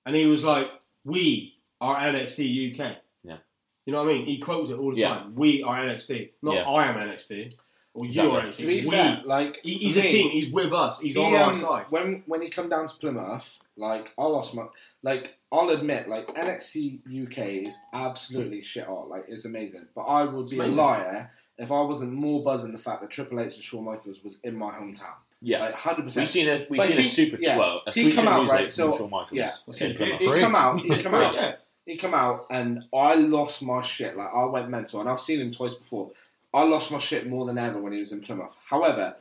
S14: and he was like, "We are NXT UK."
S5: Yeah.
S14: You know what I mean? He quotes it all the
S5: Yeah.
S14: time. We are NXT, not
S5: Yeah.
S14: I am NXT or
S5: Exactly.
S14: you are NXT.
S10: To be
S14: we.
S10: fair, like
S14: He- he's
S10: for
S14: a
S10: me,
S14: team. He's with us. He's
S10: He,
S14: on our
S10: um,
S14: side.
S10: When when he come down to Plymouth, like I lost my like I'll admit, like NXT UK is absolutely shit hot. Like it's amazing, but I would be a
S14: amazing.
S10: liar if I wasn't more buzzing the fact that Triple H and Shawn Michaels was in my hometown.
S5: yeah,
S10: Like hundred percent.
S5: we've seen a we've
S10: But
S5: seen a
S10: he-
S5: super
S10: yeah.
S5: well a
S10: He
S5: sweet
S10: come
S5: and
S10: out,
S5: music
S10: right, so-
S5: from Shawn Michaels.
S10: yeah.
S5: What's in
S14: He-
S5: front of
S14: he-
S5: us?
S10: He come out. He come out.
S14: Yeah.
S10: He come out, and I lost my shit. Like I went mental, and I've seen him twice before. I lost my shit more than ever when he was in Plymouth. However,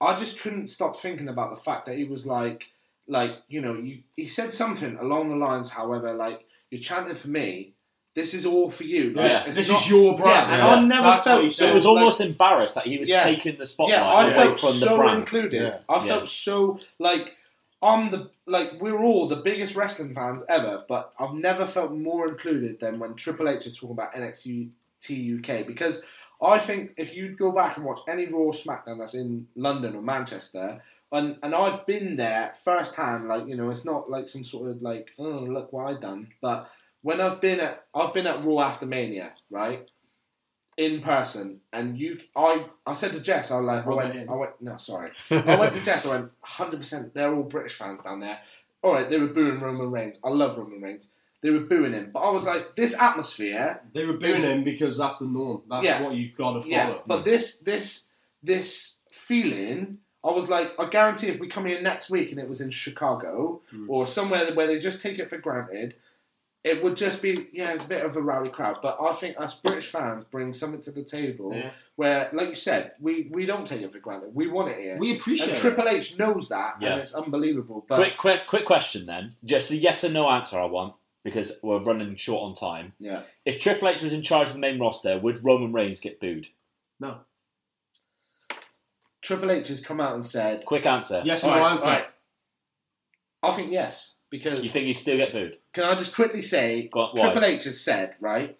S10: I just couldn't stop thinking about the fact that he was like, like you know, you, he said something along the lines. However, like you're chanting for me. This is all for you. Like,
S5: Yeah.
S10: it's
S14: This
S10: not-
S14: is your brand.
S10: Yeah, and
S5: Yeah.
S10: I never
S14: That's what
S10: felt
S14: he
S10: so.
S5: So it was
S10: like-
S5: almost embarrassed that he was
S10: Yeah.
S5: taking the spotlight
S10: yeah, I
S5: away
S10: felt
S5: from
S10: so
S5: the brand.
S10: included.
S11: Yeah.
S10: I
S5: Yeah.
S10: felt so like I'm the like we're all the biggest wrestling fans ever, but I've never felt more included than when Triple H is talking about NXT UK because I think if you go back and watch any Raw SmackDown that's in London or Manchester. And, and I've been there firsthand, like you know, it's not like some sort of like oh look what I done, but when I've been at I've been at Raw after Mania, right? in person, and you, I, I said to Jess, I like, I
S14: Rub it
S10: went,
S14: in.
S10: I went, no, sorry, I went to Jess, I went, hundred percent, they're all British fans down there. All right, they were booing Roman Reigns. I love Roman Reigns. They were booing him, but I was like, this atmosphere,
S14: They were booing him because that's the norm. That's
S10: Yeah.
S14: what you've got to follow.
S10: yeah, but this, this, this feeling. I was like, I guarantee if we come here next week and it was in Chicago
S14: Hmm.
S10: or somewhere where they just take it for granted, it would just be, yeah, it's a bit of a rowdy crowd. But I think us British fans bring something to the table
S14: Yeah.
S10: where, like you said, we, we don't take it for granted. We want it here.
S14: we appreciate
S10: and
S14: it.
S10: Triple H knows that,
S5: Yeah.
S10: and it's unbelievable. But
S5: Quick, quick, quick question then. Just a yes or no answer I want because we're running short on time.
S10: yeah,
S5: If Triple H was in charge of the main roster, would Roman Reigns get booed?
S14: No.
S10: Triple H has come out and said,
S5: Quick answer.
S14: Yes, no
S10: All right,
S14: answer.
S10: all right. I think yes, because
S5: You think he'd still get booed?
S10: can I just quickly say
S5: Go on, why?
S10: Triple H has said, right?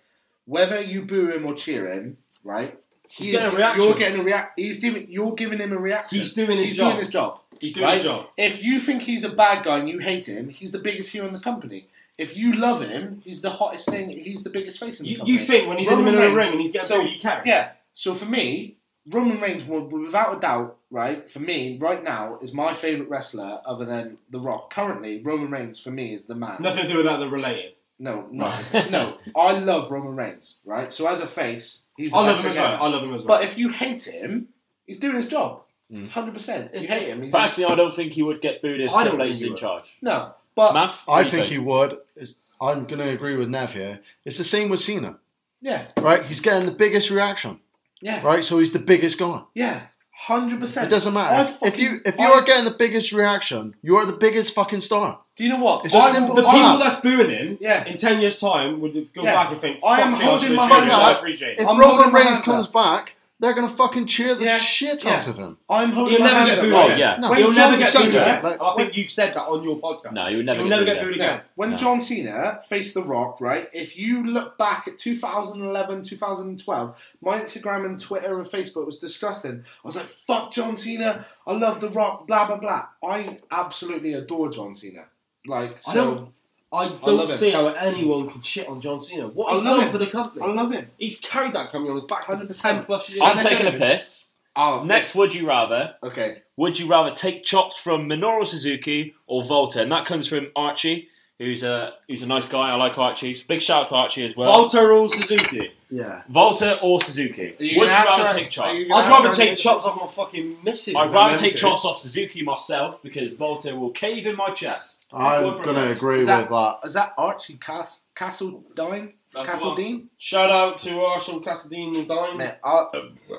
S10: Whether you boo him or cheer him, right? He
S14: He's
S10: is-
S14: getting a reaction.
S10: You're getting a react. He's giving. You're giving him a reaction.
S14: He's doing his
S10: he's
S14: job.
S10: Doing his job.
S14: He's doing his job.
S10: If you think he's a bad guy and you hate him, he's the biggest hero in the company. If you love him, he's the hottest thing. He's the biggest face in the
S14: You- you
S10: company.
S14: think when he's in the middle of the ring and he's getting
S10: so,
S14: booed, you care?
S10: Yeah. So for me, Roman Reigns, would, without a doubt, right? For me, right now, is my favorite wrestler other than The Rock. Currently, Roman Reigns for me is the man.
S14: Nothing to do with that. They're related.
S10: No, no, no. I love Roman Reigns, right? So as a face, he's. the
S14: I love
S10: best
S14: him as
S10: thing
S14: well.
S10: ever.
S14: I love him as well.
S10: But if you hate him, he's doing his job,
S11: Hmm.
S10: hundred percent. You hate him. He's
S5: Personally, I don't think he would get booed if
S10: I don't
S5: Triple
S10: think
S5: H is
S10: he
S5: in
S10: would.
S5: charge.
S10: No, but
S5: Math,
S11: I think he would. It's, I'm going to agree with Nev here. It's the same with Cena,
S10: yeah,
S11: right? He's getting the biggest reaction,
S10: yeah,
S11: right? So he's the biggest guy.
S10: yeah, hundred percent.
S11: It doesn't matter. If, if you if you are getting the biggest reaction, you are the biggest fucking star.
S10: do you know what?
S11: It's
S10: I'm-
S11: simple
S14: The
S11: as
S14: people
S11: that.
S14: that's booing him
S10: Yeah.
S14: in 10 years' time would go
S10: Yeah.
S14: back and think,
S10: I
S14: "Fuck
S10: am
S14: me,
S10: holding
S14: should've
S10: my
S14: cheered
S10: hand
S14: him, so I
S10: up.
S14: appreciate it.
S11: If
S10: I'm
S11: Roman
S10: holding my
S11: Reigns
S10: hands
S11: comes
S10: up.
S11: back, they're gonna fucking cheer the
S10: Yeah,
S11: shit
S10: yeah.
S11: out of him.
S10: I'm holding
S14: He'll
S10: my
S14: never
S10: hands
S14: get
S10: up.
S14: booed
S10: Right.
S14: again.
S5: Oh, yeah.
S11: No,
S10: When
S14: He'll
S10: John
S14: never get
S10: Cena-
S14: booed again.
S11: Like-
S14: I think you've said that on your podcast.
S5: No, you'll never
S14: He'll
S5: get
S14: never
S5: booed
S14: get booed
S10: No,
S14: again.
S10: when
S5: No.
S10: John Cena faced The Rock, right? If you look back at 2011, 2012, my Instagram and Twitter and Facebook was disgusting. I was like, "Fuck John Cena! I love The Rock!" Blah blah blah. I absolutely adore John Cena. Like, so,
S14: I don't. I
S10: love
S14: don't
S10: him.
S14: see how anyone could shit on John Cena. What
S10: I
S14: he's
S10: love
S14: done
S10: him.
S14: for the company.
S10: I love him.
S14: He's carried that company on his back for
S10: 100%.
S14: 10 plus years.
S5: I'm
S10: Yeah.
S5: taking a piss.
S10: Oh,
S5: Next, would you rather?
S10: Okay.
S5: Would you rather take chops from Minoru Suzuki or Volta? And that comes from Archie, who's a who's a nice guy. I like Archie. So big shout out to Archie as well.
S14: Volta rules Suzuki.
S11: Yeah.
S5: Volta or Suzuki? Would you rather take chops?
S14: I'd rather take chops off my fucking missus.
S5: I'd
S14: than
S5: rather
S14: them
S5: take
S14: two.
S5: chops off Suzuki myself because Volta will cave in my chest.
S11: I'm gonna agree
S10: Is
S11: with
S10: that,
S11: that.
S10: is that Archie Cas- Castle Dine?
S5: That's the
S10: Castle
S5: one. Um,
S10: Dean?
S14: Shout out to Arsenal Cassadine and Dime.
S10: Mate, I-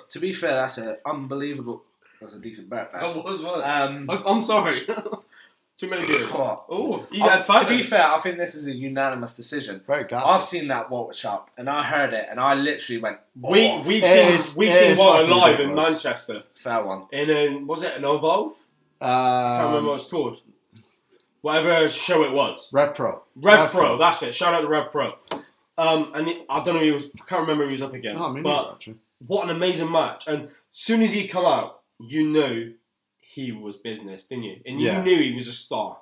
S10: to be fair, that's an unbelievable. That's a decent bet. man.
S14: That was one.
S10: Um,
S14: I- I'm sorry. Too many beers.
S10: What?
S14: Oh, he's
S10: I-
S14: had five.
S10: to be fair, I think this is a unanimous decision.
S11: Very gassy.
S10: I've seen that Walter Sharp, and I heard it, and I literally went, oh,
S14: we we've
S11: It
S14: seen
S11: is-
S14: we've
S11: it
S14: seen
S11: is
S14: Walter
S11: fucking
S14: live in
S11: ridiculous.
S14: Manchester,
S10: fair one."
S14: and then was it an Evolve? I can't remember
S11: Um,
S14: what it's called. Whatever show it was,
S11: Rev Pro.
S14: Rev, Pro, That's it. Shout out to Rev Pro. Um, and he- I don't know. Who he was, I can't remember who he was up against,
S11: Oh, me
S14: but
S11: neither, actually.
S14: what an amazing match! And as soon as he come out, you knew he was business, didn't you? And you
S11: Yeah.
S14: knew he was a star.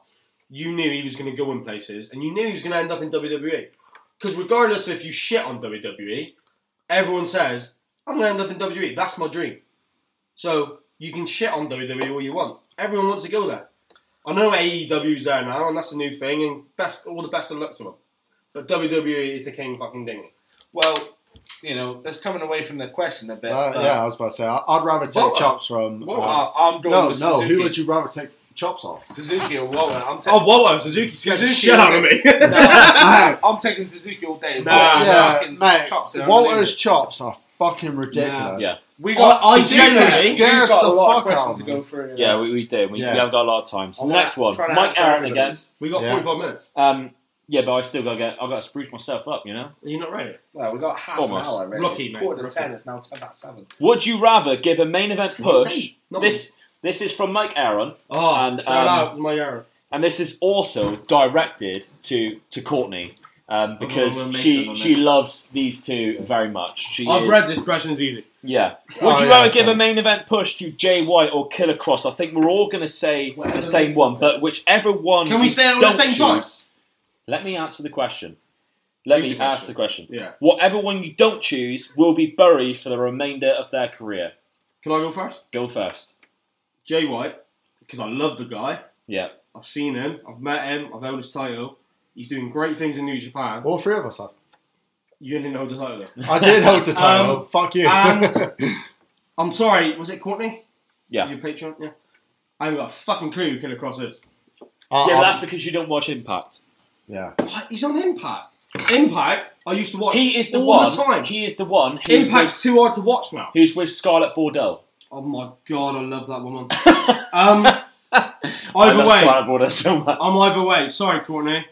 S14: You knew he was going to go in places, and you knew he was going to end up in WWE. Because regardless if you shit on WWE, everyone says I'm going to end up in WWE. That's my dream. So you can shit on WWE all you want. Everyone wants to go there. I know AEW's there now, and that's a new thing. And best, all the best of luck to them. But WWE is the king fucking dingy.
S10: Well, you know, that's coming away from the question a bit.
S11: Uh,
S10: but
S11: yeah, I was about to say. I, I'd rather take
S10: Walter.
S11: chops from.
S10: Walter,
S11: uh,
S10: I'm going
S11: no, no.
S10: with Suzuki.
S11: Who would you rather take chops off?
S10: Suzuki or Walter? I'm taking.
S14: Oh, Walter Suzuki scared the
S10: Suzuki,
S14: shit out of me.
S11: Mate,
S10: I'm taking Suzuki all day.
S14: Nah,
S10: Walter
S11: yeah,
S10: fucking
S11: mate,
S10: chops are
S11: Walter's
S10: unbelievable.
S11: chops are fucking ridiculous.
S5: Yeah.
S10: We got.
S14: I- I
S10: Suzuki
S14: genuinely-
S10: scares
S11: scares
S10: got
S11: the
S10: a lot of
S11: fuck out
S10: questions
S11: of
S10: to
S11: me.
S10: go through. you know.
S5: Yeah, we, we did. We,
S11: Yeah.
S5: we haven't got a lot of time. So
S10: I'm
S5: the
S10: gonna
S5: next one,
S10: try to
S5: Mike
S10: answer
S5: Aaron again.
S10: everybody's.
S14: we got
S11: Yeah.
S14: 45 minutes.
S5: Um, yeah, but I still got to get. I've got to spruce myself up, you know.
S14: Are you not ready?
S10: Well, we got half
S5: Almost.
S10: an hour. Really.
S14: Lucky,
S10: it's
S14: mate,
S10: Quarter to
S14: lucky.
S10: ten. It's now ten past seven.
S5: Would you rather give a main event push?
S14: No.
S5: This this is from Mike Aaron,
S14: Oh,
S5: And,
S14: shout
S5: um,
S14: out to my Aaron.
S5: and this is also directed to to Courtney um, because
S14: I'm gonna make some
S5: she
S14: on
S5: she
S14: this.
S5: loves these two very much. She
S14: I've
S5: is-
S14: read this question's easy.
S5: Yeah. Would
S11: Oh,
S5: you
S11: yeah,
S5: rather give a
S11: same.
S5: main event push to Jay White or Killer Cross? I think we're all going to say the
S14: Whatever
S5: same
S14: makes
S5: one,
S14: sense.
S5: but whichever one.
S14: Can we
S5: you
S14: say it at the
S5: don't
S14: same time?
S5: choose- Let me answer the question. Let me ask the question.
S14: Yeah.
S5: Whatever one you don't choose will be buried for the remainder of their career.
S14: Can I go first?
S5: Go first.
S14: Jay White, because I love the guy.
S5: Yeah.
S14: I've seen him. I've met him. I've held his title. He's doing great things in New Japan.
S11: All three of us have.
S14: You didn't hold the title though.
S11: I did hold the title. Fuck you.
S14: Um,
S11: Uh,
S14: and- I'm sorry. Was it Courtney?
S5: Yeah.
S14: Your Patreon? Yeah. I haven't got a fucking clue who Killer Cross is.
S11: Uh,
S5: Yeah, but
S11: um,
S5: that's because you don't watch Impact.
S11: yeah.
S14: What? He's on Impact. Impact. I used to watch.
S5: He is the
S14: all
S5: one.
S14: The time.
S5: He is the one who's with,
S14: Impact's too hard to watch now.
S5: who's with Scarlett Bordeaux.
S14: Oh my god, I love that woman. um,
S5: I
S14: either
S5: love
S14: way,
S5: Scarlett Bordeaux so much.
S14: I'm either way. Sorry, Courtney.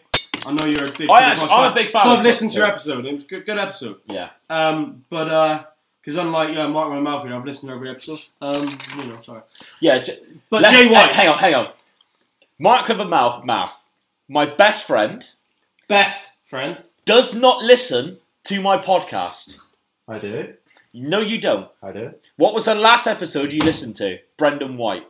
S14: I know you're a big. Killer
S5: I actually-
S14: Cross
S5: I'm a big fan
S14: So
S5: of
S14: I've listened to your
S5: Killer.
S14: episode. It was a good, good episode.
S5: Yeah.
S14: Um, but because unlike yeah, Mark and Malfoy, I've listened to every episode. Um, you know, sorry.
S5: Yeah, J-
S14: But
S5: let-
S14: Jay White,
S5: Hang, hang on, hang on. Mark with a mouth, mouth. My best friend
S14: best friend.
S5: does not listen to my podcast.
S11: I do.
S5: No, you don't.
S11: I do.
S5: What was the last episode you listened to? Brendan White.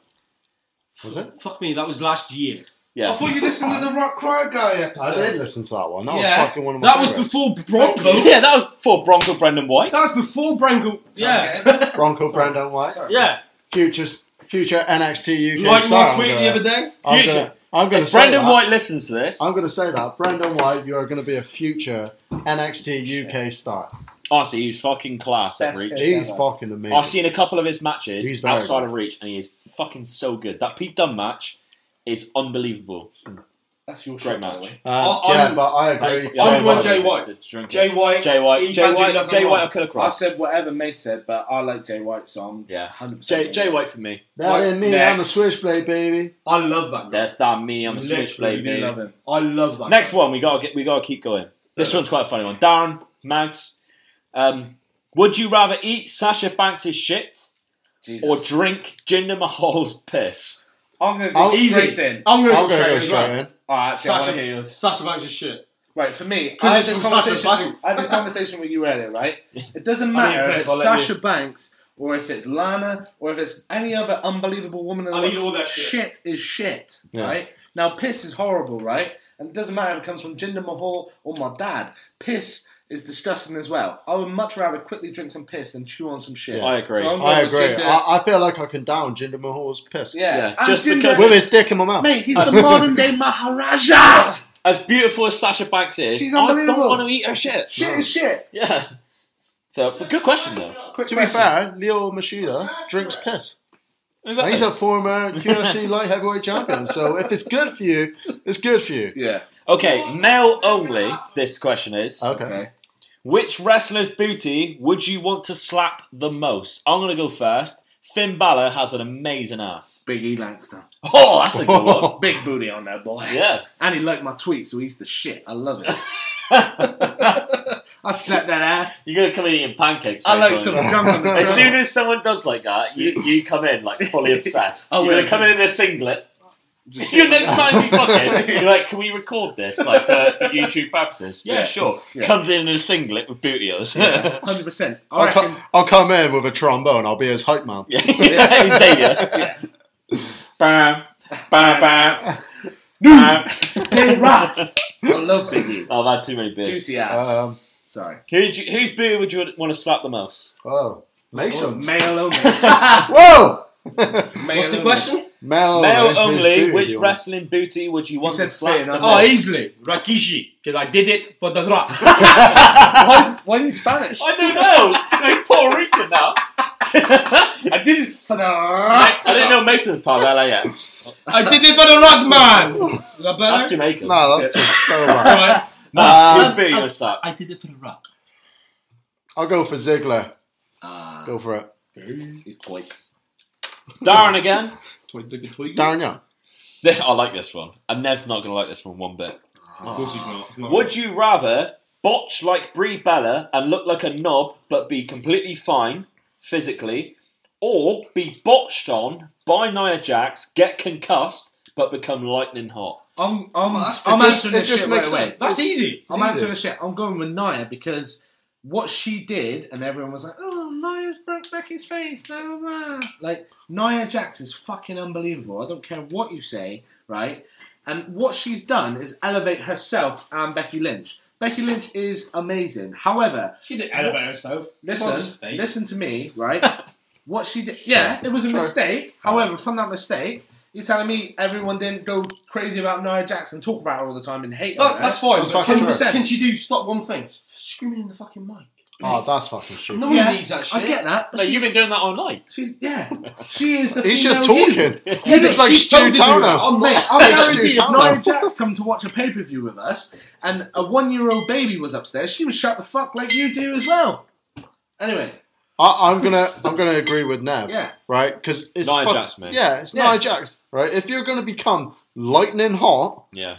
S11: Was it? Uh,
S14: Fuck me, that was last year.
S5: Yeah.
S10: I thought you listened to the Rock Cry Guy episode.
S11: I did listen to that one. That
S14: Yeah.
S11: was fucking one of my
S14: That was
S11: favorites.
S14: before Bronco.
S5: yeah, that was before Bronco Brendan White.
S14: That was before Bronco. Yeah.
S11: Bronco Brandon White.
S14: Yeah.
S11: Future, future NXT UK.
S14: Like my
S11: star, I'm
S14: tweet the
S11: gonna-
S14: other day.
S11: I'm
S14: Future.
S11: gonna- I'm going to
S5: If
S11: say
S5: Brendan
S11: that.
S5: White listens to this,
S11: I'm going to say that. Brandon White, you are going to be a future NXT UK star.
S5: honestly, he's fucking class at
S10: Best
S5: Reach.
S10: person.
S11: He's fucking amazing.
S5: I've seen a couple of his matches
S11: He's very
S5: outside
S11: good.
S5: of Reach, and he is fucking so good. That Pete Dunne match is unbelievable.
S10: That's your
S5: Great
S10: show, by the
S5: match.
S10: way.
S11: Uh,
S14: I-
S11: yeah,
S14: I'm-
S11: but I
S5: That is-
S11: agree.
S5: yeah,
S14: I'm going
S5: White.
S14: Jay White.
S5: It's a drink.
S14: Jay White.
S5: Jay
S14: he
S5: White. Jay
S14: can't do
S5: White.
S14: nothing
S5: Jay
S14: wrong.
S5: White. I could have
S10: I
S5: crossed.
S10: said whatever May said, but I like Jay White, so I'm
S5: Yeah.
S10: 100%.
S5: Jay, Jay
S10: in.
S5: White for me.
S11: That ain't me. I'm a
S10: Next.
S11: switchblade, baby.
S14: I love that guy.
S5: That's not me. I'm a
S14: Literally,
S5: switchblade.
S14: we
S5: baby.
S10: love him.
S14: I love that
S5: Next
S14: guy.
S5: one, we gotta get, we gotta keep going. This one's quite a funny one. Darren, Mags, um, would you rather eat Sasha Banks' shit
S10: Jesus.
S5: or drink Jinder Mahal's piss?
S10: I'm going to
S11: I'll-
S10: go straight in.
S14: I'm going to
S11: I'll
S14: go
S11: go,
S14: straight
S11: go
S14: as
S11: straight
S14: well.
S11: in.
S10: Oh, actually, I want to
S14: Sasha,
S10: hear yours.
S14: Sasha Banks is shit.
S10: Right, for me,
S14: 'Cause
S10: I had,
S14: it's
S10: this
S14: from Sasha
S10: conversation,
S14: Banks.
S10: I had this conversation with you earlier, right? It doesn't
S14: I mean,
S10: matter if
S14: Chris,
S10: it's
S14: I'll let
S10: Sasha Banks or if it's Lana or if it's any other unbelievable woman in the
S14: I
S10: world.
S14: need all that shit.
S10: shit is shit,
S11: Yeah.
S10: right? Now, piss is horrible, right? And it doesn't matter if it comes from Jinder Mahal or my dad. Piss is disgusting as well. I would much rather quickly drink some piss than chew on some shit.
S11: Yeah.
S5: I agree.
S10: So I'm
S11: I
S10: going with
S11: agree.
S10: Jinder.
S11: I, I feel like I can down Jinder Mahal's piss.
S10: yeah.
S5: Yeah,
S10: And
S5: just
S10: Jinder-
S5: because-
S11: With his dick in my mouth.
S10: Mate, he's the modern day Maharaja!
S5: As beautiful as Sasha Banks is,
S10: She's
S5: I don't
S10: unbelievable.
S5: want to eat her shit.
S10: Shit is shit.
S5: Yeah. So, but good question though.
S10: Quick
S11: to be
S10: question.
S11: fair, Leo Machida drinks piss. And He's a former UFC light heavyweight champion, so if it's good for you, it's good for you.
S10: Yeah.
S5: Okay, male only. This question is:
S11: Okay.
S10: Okay.
S5: Which wrestler's booty would you want to slap the most? I'm gonna go first. Finn Balor has an amazing ass.
S10: Big E Langston.
S5: Oh, that's a good one.
S10: Big booty on that boy.
S5: Yeah.
S10: And he liked my tweet, so he's the shit. I love it. I slapped that ass.
S5: You're gonna come in eating pancakes.
S10: I
S5: mate,
S10: like
S5: aren't
S10: some
S5: you?
S10: junk on the
S5: As
S10: ground.
S5: soon as someone does like that, you, you come in like fully obsessed.
S10: I
S5: You're gonna
S10: will,
S5: come in
S10: just-
S5: in a singlet. Your next time you fuck it, you're like, can we record this like uh, for, for YouTube purposes? Yeah,
S10: Yeah.
S5: sure.
S10: Yeah.
S5: Comes in in a singlet with bootios. Yeah,
S10: 100%. I
S11: I'll, co-
S10: reckon.
S11: I'll come in with a trombone. I'll be his hype man.
S5: Xavier. Bam, bam, bam. bam.
S10: Big rocks. I love Big E.
S5: I've had too many beers.
S10: Juicy ass.
S11: Um,
S10: Sorry.
S5: Who do you, whose booty would you want to slap the most?
S11: oh, makes
S10: Oh,
S11: sense.
S10: Male only.
S11: Whoa!
S10: Male
S14: What's the
S10: only.
S14: question?
S11: Male,
S5: Male
S11: who's
S5: only,
S11: booty
S5: which
S11: do you want?
S5: wrestling booty would you want to
S10: said
S5: slap
S10: Finn,
S5: the
S10: I
S5: most?
S14: Oh, easily. Rakishi. Because I did it for the rock.
S10: Why is, why is he Spanish?
S5: I don't know. He's Puerto Rican now. I didn't.
S10: Ta-da.
S5: I, I didn't know Mason was part of LAX.
S14: I did it for the rock, man. Is that
S5: That's
S14: better?
S5: Jamaican.
S11: No, that's just so
S14: All
S11: bad.
S14: right.
S5: no.
S11: Uh,
S5: who's booty you want to slap?
S14: I did it for the rock.
S11: I'll go for Ziggler.
S5: Ah.
S11: go for it.
S10: He's toy.
S5: Darren again.
S14: Tweet, tweet, tweet.
S11: Darren Young.
S5: This I like this one. And Nev's not going to like this one one bit.
S14: Of course he's not. He's not.
S5: Would you rather botch like Brie Bella and look like a knob but be completely fine physically, or be botched on by Nia Jax, get concussed but become lightning hot?
S10: I'm, I'm,
S11: that's-
S10: I'm
S11: it just-
S10: answering
S11: it
S10: this
S11: just
S10: shit
S11: makes
S10: right away.
S11: sense.
S14: That's easy.
S11: It's
S10: I'm answering
S11: easy.
S10: the shit. I'm going with Nia because what she did, and everyone was like, "Oh, Nia's broke Becky's face." Blah, blah, blah. Like Nia Jax is fucking unbelievable. I don't care what you say, right? And what she's done is elevate herself and Becky Lynch. Becky Lynch is amazing. However,
S14: She didn't elevate herself.
S10: listen, listen to me, right? what she did, yeah, it was a
S11: Sure.
S10: mistake. However, from that mistake. You're telling me everyone didn't go crazy about Nia Jackson, talk about her all the time, and hate her.
S14: That, that's fine.
S11: That's
S14: but
S11: fucking
S14: can,
S10: true.
S14: can she do stop one thing? Screaming in the fucking mic.
S11: Oh, that's fucking stupid.
S14: No
S10: Yeah,
S14: one needs that shit.
S10: I get that. but
S5: No,
S10: she's-
S5: you've been doing that all night.
S10: She's yeah. She is the.
S11: He's
S10: female
S11: just
S10: you.
S11: talking.
S10: Yeah,
S11: looks
S10: but
S11: like
S10: she's
S11: Stu
S10: told you
S11: Turner.
S10: that.
S11: I'm
S10: Mate,
S11: not-
S10: I
S11: Thanks,
S10: guarantee
S11: Stu
S10: if
S11: Turner.
S10: Nia Jax come to watch a pay per view with us, and a one year old baby was upstairs, she would shut the fuck like you do as well. Anyway,
S11: I, I'm gonna I'm gonna agree with Nev.
S10: Yeah.
S11: Right, because it's
S5: Nia
S11: fuck-
S5: Jax, man.
S11: Yeah, it's
S10: Yeah.
S11: Nia Jax. Right, if you're gonna become lightning hot,
S5: Yeah.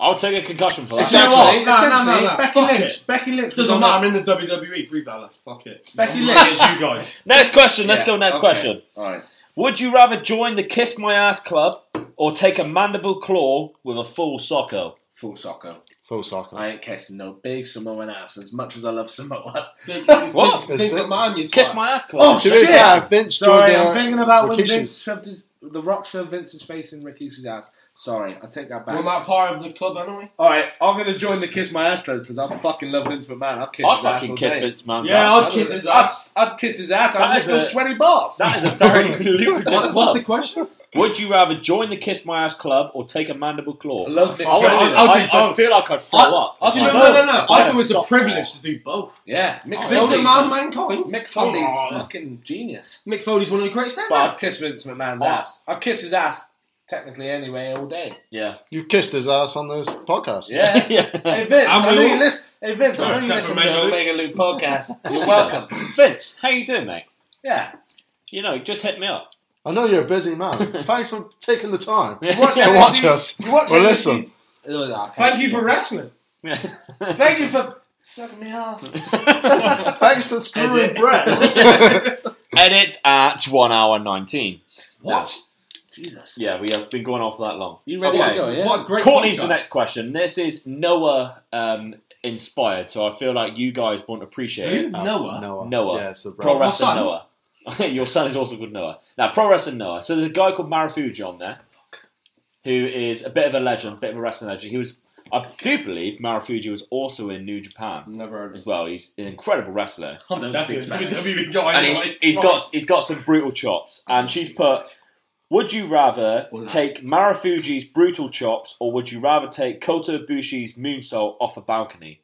S5: I'll take a concussion for that.
S10: essentially,
S14: what? No, no, no,
S10: essentially,
S14: no.
S10: Becky
S14: Fuck
S10: Lynch.
S14: it.
S10: Becky Lynch was
S14: Doesn't
S10: on
S14: matter. I'm in the WWE. Free balance. Fuck it.
S10: Becky
S14: I'm
S10: Lynch.
S14: against you guys.
S5: Next question. Let's
S10: Yeah,
S5: go. Next
S10: okay.
S5: question.
S10: the- All right.
S5: Would you rather join the Kiss My Ass Club or take a mandible claw with a full socko?
S10: full soccer.
S11: Full soccer.
S10: I ain't kissing no big Samoan ass as much as I love Samoa.
S14: What? Vince Vince- McMahon, you
S5: Kiss twat. my ass, Clive.
S10: Oh
S5: Dude,
S10: shit!
S5: yeah, Vince
S10: Sorry,
S5: joined the
S10: I'm thinking about when
S5: vacation.
S10: Vince shoved his, the rock shoved Vince's face in Ricky's ass. Sorry, I take that back.
S14: We're not part of the club anyway.
S10: All right, I'm gonna join the kiss my ass club because I fucking love Vince McMahon. I'll kiss
S5: I'd
S10: his ass
S5: fucking
S10: all
S5: kiss
S10: day.
S5: Vince McMahon's
S10: yeah,
S5: ass.
S10: I'd kiss his ass. I'd, I'd kiss his ass.
S5: That
S10: I'd
S5: is
S10: make no
S5: a-
S10: sweaty balls.
S5: That is a very lucrative club.
S14: What's the question?
S5: Would you rather join the Kiss My Ass Club or take a mandible claw? I
S10: love
S5: I, would-
S14: Kelly.
S5: I, I,
S14: I'll do
S5: I feel like I'd throw
S14: I'll-
S5: up.
S14: I'll do
S5: Like,
S14: both. No, no, no. I
S5: I'd
S14: thought it was a
S5: suck
S14: privilege to do both.
S10: Yeah, Mick
S14: Mick
S10: Foley's
S14: Foley's a Oh, man, mankind.
S10: Mick
S14: Come
S10: Foley's
S14: on.
S10: fucking genius.
S14: Mick Foley's one of the greatest ever.
S10: But I'd kiss Vince McMahon's
S14: Oh.
S10: ass. I'd kiss his ass technically anyway all day.
S5: Yeah.
S11: You kissed his ass on this podcast.
S10: Yeah. Hey Vince,
S11: And
S10: I
S11: we
S10: know you
S11: all-
S10: listen. Hey Vince,
S11: Sorry,
S10: I know you listen
S11: except for
S10: to the
S11: Mega Luke.
S10: Omega Luke podcast.
S5: Of course
S10: You're
S5: he
S10: welcome.
S5: does. Vince, how you doing, mate?
S10: Yeah.
S5: You know, just hit me up.
S11: I know you're a busy man. Thanks for taking the time
S5: You
S10: watch
S11: to
S10: NXT?
S11: watch us.
S10: You watch
S11: Well,
S10: NXT?
S11: listen.
S10: Ugh, I can't-
S14: Thank you for wrestling.
S10: Thank you for sucking me off.
S11: Thanks for screwing Brett.
S5: Edit at 1 hour 19.
S14: What?
S10: Jesus.
S5: Yeah, we have been going on for that long.
S10: You ready to
S5: Okay.
S10: go, yeah?
S14: What a great
S5: Courtney's
S14: podcast.
S5: the next question. This is Noah um, inspired, so I feel like you guys won't appreciate
S14: Who?
S5: it. Um,
S10: Oh,
S14: Noah?
S11: Noah.
S5: Noah.
S11: Yeah, it's a
S5: Pro
S11: brother.
S14: My
S5: wrestler
S14: son.
S5: Noah. Your son is also called Noah. Now, pro wrestler Noah. So there's a guy called Marafuji on there, who is a bit of a legend, bit of a wrestling legend. He was, I do believe, Marafuji was also in New Japan
S14: Never heard of
S5: as well. He's an incredible wrestler,
S14: him.
S10: don't
S14: Definitely
S10: speak Spanish.
S14: a WWE guy. oh,
S5: and he,
S14: anyway.
S5: he's got he's got some brutal chops. And she's put, would you rather take Marafuji's brutal chops, or would you rather take Kota Ibushi's moonsault off a balcony?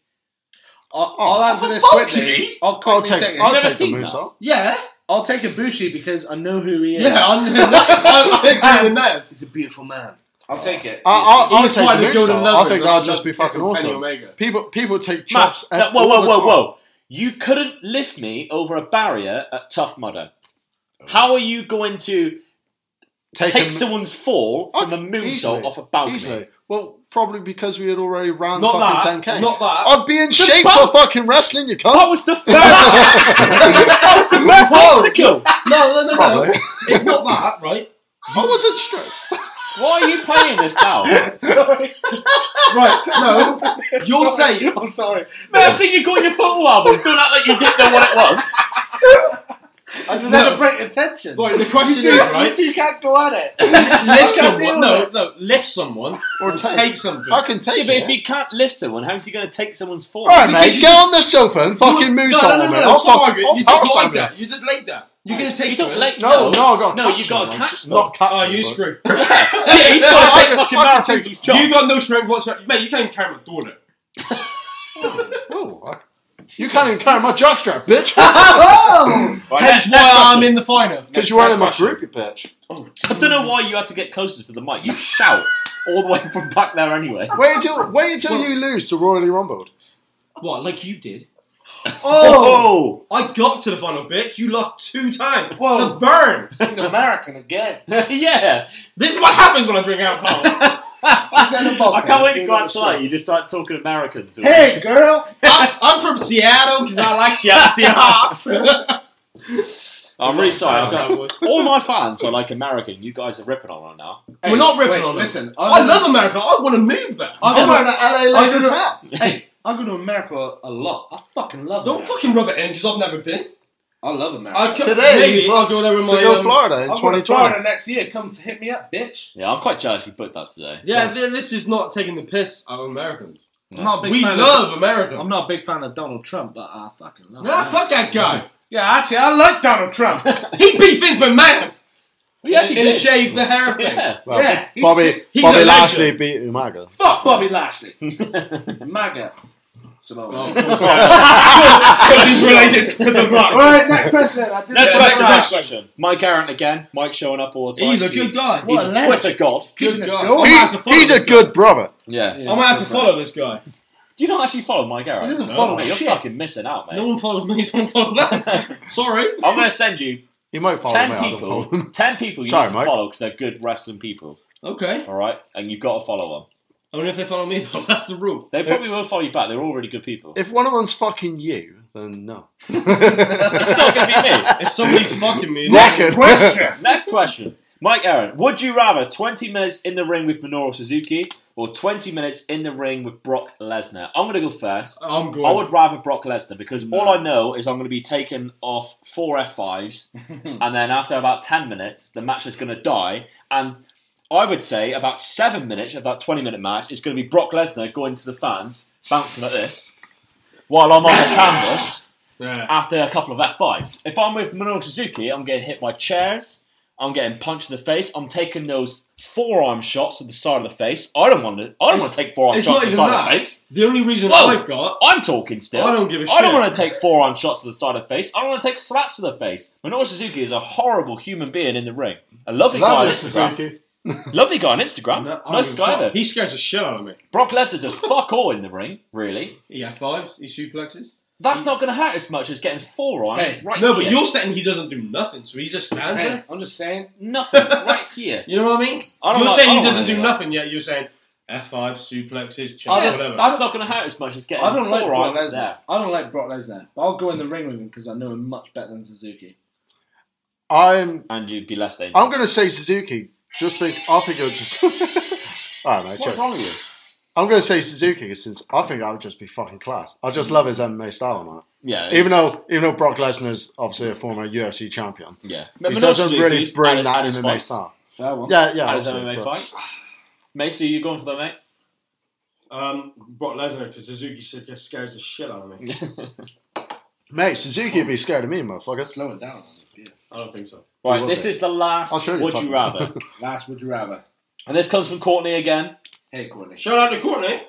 S14: Oh,
S10: I'll, I'll answer this
S14: Monkey?
S10: quickly. I'll,
S11: I'll
S10: quickly
S11: take,
S10: it.
S11: I'll
S5: never
S11: take the
S5: seen that?
S11: moonsault.
S14: Yeah,
S10: I'll take Ibushi because I know who he is.
S14: yeah. I'm, I, I agree with Nev.
S10: He's a beautiful man. I'll take it.
S5: Uh,
S11: I- I'll, I'll
S14: He's
S11: take
S14: quite
S11: the
S14: a golden
S11: moonsault.
S14: lover,
S11: I think
S14: but
S11: that'd
S14: he
S11: just be
S14: loves
S11: fucking
S14: Penny
S11: awesome.
S14: Omega.
S11: People, people take
S5: Matt,
S11: chops.
S5: no,
S11: at
S5: whoa,
S11: all
S5: whoa,
S11: the
S5: whoa,
S11: time.
S5: whoa! You couldn't lift me over a barrier at Tough Mudder. How are you going to
S11: Take,
S5: take
S11: a-
S5: someone's fall from the
S11: Oh,
S5: moonsault
S11: easily,
S5: off a balcony?
S11: Easily. Well, probably because we had already ran
S14: Not
S11: fucking
S14: that,
S11: 10k.
S14: not that.
S11: I'd be in shape for fucking wrestling, you
S5: That
S11: can't.
S5: was the first. that was the first obstacle.
S14: No, no, no,
S11: Probably.
S14: no. it's not that, right?
S11: I wasn't straight.
S5: Why are you playing this now?
S14: Right. No, you're saying
S10: I'm sorry.
S5: Man, I've seen you got your photo album. Don't act like you didn't know what it was.
S10: I just
S14: No.
S10: had to break attention.
S14: Right, the
S10: you
S14: question
S10: two,
S14: is, right?
S10: you two can't go at it.
S14: lift
S10: can't deal
S14: someone. No,
S10: with
S14: no, lift someone or
S11: take-
S14: take something.
S11: I can take
S5: Yeah, but
S11: it.
S5: if you can't lift someone, how's he going to take someone's fall?
S11: All right, mate,
S14: you
S11: get on the sofa and fucking
S14: no,
S11: moonsault
S14: no, no,
S11: on
S14: no,
S11: me.
S14: no,
S11: I'll
S14: stop
S11: fuck-
S14: arguing.
S11: I'll
S14: You
S11: power
S14: just
S11: slam
S14: laid there. You just laid there. You're gonna take
S5: You don't
S14: something.
S5: let-
S11: No, no, I got
S5: No, you got
S11: catch
S5: a
S11: them.
S5: catch.
S11: Not catch.
S14: Oh,
S11: them,
S14: you
S11: but-
S14: screw.
S5: Yeah, he's got to
S11: I
S5: take
S11: can-
S5: fucking
S11: I can take-
S5: Marafuji's job.
S14: You got no strength whatsoever, mate. You can't even carry my daughter.
S11: Oh, I- you can't even carry my jockstrap, bitch.
S5: Right,
S14: Hence why
S5: next- next
S14: I'm
S5: question.
S14: in the final.
S11: Because you weren't in my
S5: question.
S11: group, you bitch.
S5: I don't know why you had to get closer to the mic. You shout all the way from back there anyway.
S11: Wait until wait until you lose to Royally Rumbled.
S14: What, like you did?
S5: Oh!
S14: I got to the final, bitch. You lost two times. Whoa. It's a burn.
S10: He's American again.
S5: yeah.
S14: This is what happens when I drink alcohol.
S5: I can't wait to go outside. You just start talking American to us.
S10: Hey, girl.
S14: I, I'm from Seattle because I like Seattle Seahawks.
S5: I'm really sorry. I've got- all my fans are like American. You guys are ripping on right now.
S14: We're not ripping
S10: wait,
S14: on them.
S10: Listen,
S14: I love America. I want to move there. I
S10: I'm wearing
S14: want
S10: an LA
S14: I go
S10: Lakers
S14: to-
S10: hat. Hey, I go to America a lot. I fucking love
S14: don't
S10: America.
S14: fucking rub it in because I've never been.
S10: I love
S14: I
S10: America.
S14: could,
S11: Today,
S14: maybe
S11: you
S14: I'll go there with
S11: to
S14: my.
S11: go
S14: um,
S11: Florida in
S10: I'm going to
S11: 2020.
S10: Florida next year. Come hit me up, bitch.
S5: Yeah, I'm quite jealous you put that today.
S14: Yeah, th- this is not taking the piss out of Americans.
S10: I'm not a big
S14: We
S10: fan
S14: love
S10: Of,
S14: America.
S10: I'm not a big fan of Donald Trump, but I fucking love.
S14: Nah,
S10: America.
S14: Ah, fuck that guy.
S10: Yeah, actually, I like Donald Trump.
S14: He beat Vince McMahon
S5: We actually
S14: in the
S5: did.
S14: shave the hair thing.
S5: Yeah.
S11: Well,
S10: Yeah, he's
S11: Bobby,
S10: sick. He's
S11: Bobby
S14: a
S11: Lashley
S14: legend.
S11: beat Umaga.
S10: Fuck Bobby Lashley. MAGA. Samoan.
S14: Oh,
S10: All
S14: It's related to the rock.
S10: right, next question. I did
S5: Next
S10: that.
S5: question,
S14: right.
S5: next question. Mike Aaron again. Mike showing up all the time.
S14: He's a good guy.
S5: He's
S10: What a
S5: a
S10: legend.
S5: Twitter god.
S10: Keeping
S14: Good
S10: us
S14: God.
S10: going.
S14: He-
S10: He,
S14: I have to follow
S11: He's
S14: this
S11: a
S14: guy.
S11: good brother.
S5: Yeah.
S14: I'm gonna have to follow this guy.
S5: Do you not actually follow Mike Aaron?
S10: He doesn't follow
S5: mate, You're
S10: shit.
S5: fucking missing out, mate.
S14: No one follows me, so I don't follow that. Sorry.
S5: I'm going to send you
S11: You might follow me.
S5: ten
S11: I don't follow
S5: people.
S11: him.
S5: ten people you
S11: Sorry,
S5: need to
S11: Mike.
S5: follow because they're good wrestling people.
S14: Okay.
S5: All right, and you've got to follow them.
S14: Only if they follow me, though. That's the rule.
S5: They probably will follow you back. They're all really good people.
S11: If one of them's fucking you, then no.
S5: It's not going to be me.
S14: If somebody's fucking me,
S11: Rocket.
S10: question.
S5: Next question. Mike Aaron, would you rather 20 minutes in the ring with Minoru Suzuki or 20 minutes in the ring with Brock Lesnar? I'm going to go first.
S10: I'm going.
S5: I would rather Brock Lesnar because all I know is I'm going to be taken off four F5s, and then after about 10 minutes, the match is going to die. And I would say about seven minutes of that 20 minute match is going to be Brock Lesnar going to the fans, bouncing like this, while I'm on the canvas after a couple of F5s. If I'm with Minoru Suzuki, I'm getting hit by chairs. I'm getting punched in the face. I'm taking those forearm shots to the side of the face. I don't want to. I don't want to take forearm
S10: It's
S5: shots to
S10: not
S5: the
S10: even
S5: side of the
S10: that.
S5: face.
S10: The only reason
S5: Whoa. Oh,
S10: I've got
S5: I'm talking still.
S10: I don't give a
S5: I don't
S10: shit.
S5: want to take forearm shots to the side of the face. I don't want to take slaps to the face. Minoru Suzuki is a horrible human being in the ring. A lovely guy on
S16: Lovely
S5: Instagram.
S16: Suzuki.
S5: lovely guy on Instagram.
S10: I
S5: nice
S10: don't
S5: guy
S10: fuck-
S5: there.
S10: He scares the shit out of me.
S5: Brock Lesnar does fuck all in the ring, really.
S10: He F5s, he suplexes.
S5: That's not going to hurt as much as getting forearms
S10: Hey,
S5: right
S10: no,
S5: here.
S10: but you're saying he doesn't do nothing, so he just stands
S11: Hey,
S10: there.
S11: I'm just saying.
S5: Nothing right here.
S10: You know what I mean?
S5: I don't
S10: you're
S5: like- I
S10: saying he
S5: don't
S10: doesn't
S5: like
S10: do
S5: any of that.
S10: nothing yet. You're saying F5 suplexes, chop,
S11: I don't-
S10: whatever.
S5: That's not going to hurt as much as getting
S11: I don't like
S5: forearm
S11: Brock Lesnar.
S5: there.
S11: I don't like Brock Lesnar, but I'll go in the ring with him because I know him much better than Suzuki.
S16: I'm
S5: And you'd be less dangerous.
S16: I'm going to say Suzuki. Just think, I think I'll just. All right, mate.
S5: What's
S16: cheers.
S5: wrong with you?
S16: I'm going to say Suzuki since I think I would just be fucking class. I just love his MMA style on that.
S5: Yeah, it's-
S16: Even though, even though Brock Lesnar's obviously a former UFC champion,
S11: Mm.
S5: yeah,
S16: he doesn't really bring
S5: added,
S16: that
S5: added
S16: MMA
S5: fights.
S16: style.
S11: Fair one.
S16: Yeah, yeah.
S5: Added
S16: obviously,
S5: MMA
S16: but-
S5: fights. Macy, you going for that, mate?
S10: Um, Brock Lesnar, because Suzuki said just scares the shit out of me.
S16: Mate, Suzuki would be scared of me, motherfucker.
S11: Slow it down. Yeah.
S10: I don't think so.
S5: Right,
S16: will
S5: this
S16: be.
S5: is the last.
S16: I'll show you
S5: Would
S16: fucking-
S5: you rather?
S11: Last, would you rather?
S5: and this comes from Courtney again.
S11: Hey, Courtney.
S10: Shout out to Courtney.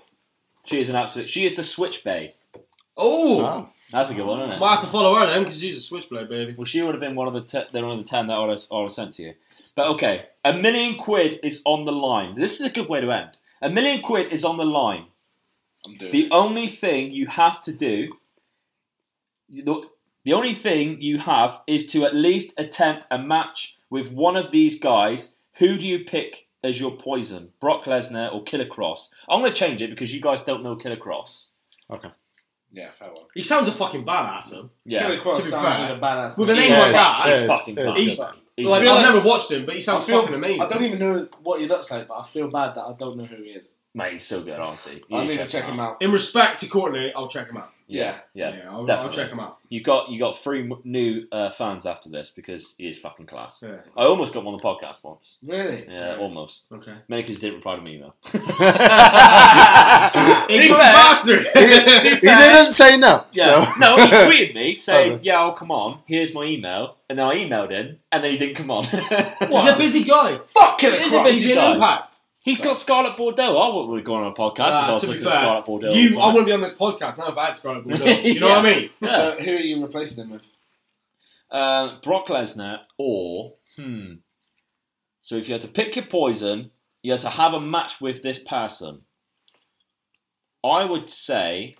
S5: She is an absolute. She is the switch bay.
S10: Oh,
S11: Ah.
S16: Wow.
S5: That's a good one, isn't it?
S10: might have to follow her then because she's a switchblade baby.
S5: Well, she would have been one of the te- they're one of the ten that I would have, I would have sent to you. But okay, a million quid is on the line. This is a good way to end. A million quid is on the line.
S11: I'm doing
S5: The only thing you have to do, the, the only thing you have is to at least attempt a match with one of these guys. Who do you pick as your poison? Brock Lesnar or Killer Cross? I'm going to change it because you guys don't know Killer Cross.
S16: Okay.
S11: Yeah, fair one.
S10: He sounds a fucking badass though.
S5: Yeah.
S11: Killer Cross
S10: To be
S11: sounds
S10: fair,
S11: like a badass.
S10: with a
S11: name.
S10: name
S5: Yeah,
S10: like that,
S5: he's
S16: it is,
S5: fucking
S16: it is
S5: tough.
S16: good.
S11: He's-
S5: He's
S10: Like,
S11: feel
S10: I've
S5: tough.
S11: like-
S10: never watched him, but he
S11: I,
S10: sounds
S11: feel,
S10: fucking amazing.
S11: I don't even know what he looks like, but I feel bad that I don't know who he is.
S5: Mate, he's so good, honestly. You
S11: I
S5: need
S11: need to check him out.
S10: In respect to Courtney, I'll check him out.
S5: Yeah, yeah,
S10: Yeah, I'll, I'll
S5: definitely.
S10: check him out.
S5: You got you got three m- new uh, fans after this because he is fucking class.
S10: Yeah.
S5: I almost got him on the podcast once.
S11: Really?
S5: Yeah, almost.
S10: Okay.
S5: Mainly 'cause he didn't reply to me email.
S10: Hey, you bastard!
S16: He didn't say no.
S5: Yeah.
S16: So.
S5: no, he tweeted me saying,
S16: Oh, no.
S5: "Yeah, I'll come on. Here's my email." And then I emailed him, and then he didn't come on.
S10: He's a busy guy.
S11: Fuck Killer
S5: He's a
S11: Cross.
S5: busy
S10: He's an
S5: guy.
S10: impact.
S5: He's got Scarlet Bordeaux. I wouldn't have gone on a podcast if I
S10: Uh,
S5: was
S10: to be
S5: looking at Scarlet Bordeaux.
S10: fair,
S5: or
S10: you, I
S5: something.
S10: wouldn't be on this podcast now if I had Scarlet Bordeaux. You know what I mean?
S5: Yeah.
S11: So who are you replacing him with?
S5: Uh, Brock Lesnar or hmm. So if you had to pick your poison, you had to have a match with this person. I would say.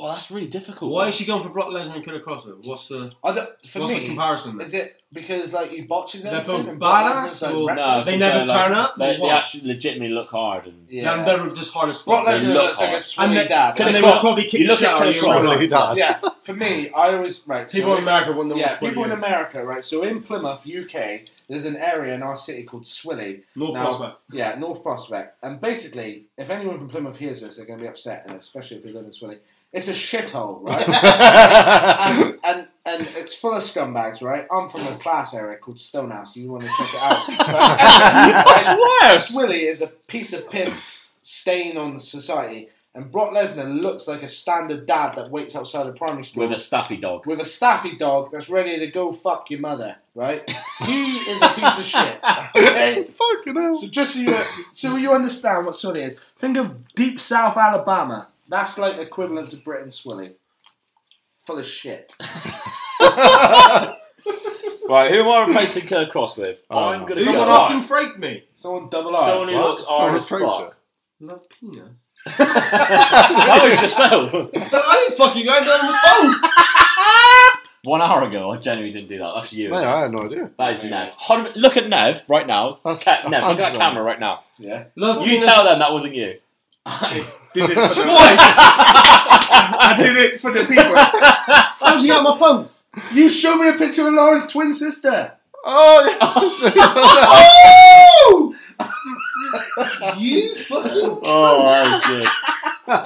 S5: Oh, that's really difficult.
S10: Why is she going for Brock Lesnar and Killer Cross? though? What's the
S11: I don't, for
S10: what's
S11: me,
S10: the comparison? then?
S11: is it because like he botches
S10: They're
S11: everything?
S10: both
S11: and Brock
S10: badass
S11: Lesnar's, like,
S10: or-
S11: reckless?
S5: No,
S10: They
S5: so,
S10: never
S5: like,
S10: turn up?
S5: They, they
S10: What?
S5: actually legitimately look hard and
S11: Yeah.
S10: And they're just hard as fuck.
S11: Brock
S5: They
S11: Lesnar
S5: look
S11: looks like a
S5: hard.
S10: and
S11: swinging
S10: they,
S11: dad.
S10: and they
S5: Killer
S10: will
S5: Cross.
S10: probably kick
S5: You
S10: the
S5: look
S10: shit
S5: at
S10: out of
S5: Killer
S10: you.
S5: Cross.
S10: in real
S16: Probably
S10: life.
S16: not.
S11: yeah, for me, I always right. so
S10: People in
S11: if-
S10: America wouldn't know
S11: Yeah,
S10: what
S11: people in
S10: it is.
S11: America, right? So in Plymouth, UK, there's an area in our city called Swilly.
S10: North
S11: Now-
S10: Prospect.
S11: Yeah, North Prospect. And basically, if anyone from Plymouth hears this, they're going to be upset, and especially if they live in Swilly. It's a shithole, right? and, and and it's full of scumbags, right? I'm from a class area called Stonehouse. You want to check it out? That's worse. Swilly is a piece of piss stain on society. And Brock Lesnar looks like a standard dad that waits outside a primary school
S5: with a staffy dog.
S11: with a staffy dog that's ready to go fuck your mother, right? He is a piece of shit. Okay?
S16: Fucking hell.
S11: So just so you so you understand what Swilly is, think of deep South Alabama. That's like equivalent to Britain Swilly. Full of shit.
S5: Right, who am I replacing Killer Cross with? I'm gonna
S10: Who
S5: go.
S10: fucking freaked me?
S11: Someone double R.
S5: Someone who
S16: What?
S5: looks hard as
S16: Someone
S5: fuck.
S10: Love Pina.
S5: that was yourself.
S10: I didn't fucking go down on the phone.
S5: One hour ago, I genuinely didn't do that. That's you.
S16: Mate, I had no idea.
S5: That is Nev. Hun- Look at Nev right now.
S16: That's-
S5: Cat- Nev, look at
S16: I'm
S5: that
S16: sorry.
S5: camera right now.
S11: Yeah.
S10: Love
S5: You
S10: Pina.
S5: tell them that wasn't you.
S11: Did it for the,
S5: I
S11: did it for the people.
S10: How'd you get on my phone?
S11: You showed me a picture of Lauren's twin sister.
S10: Oh,
S14: you fucking.
S10: Oh,
S17: that
S10: was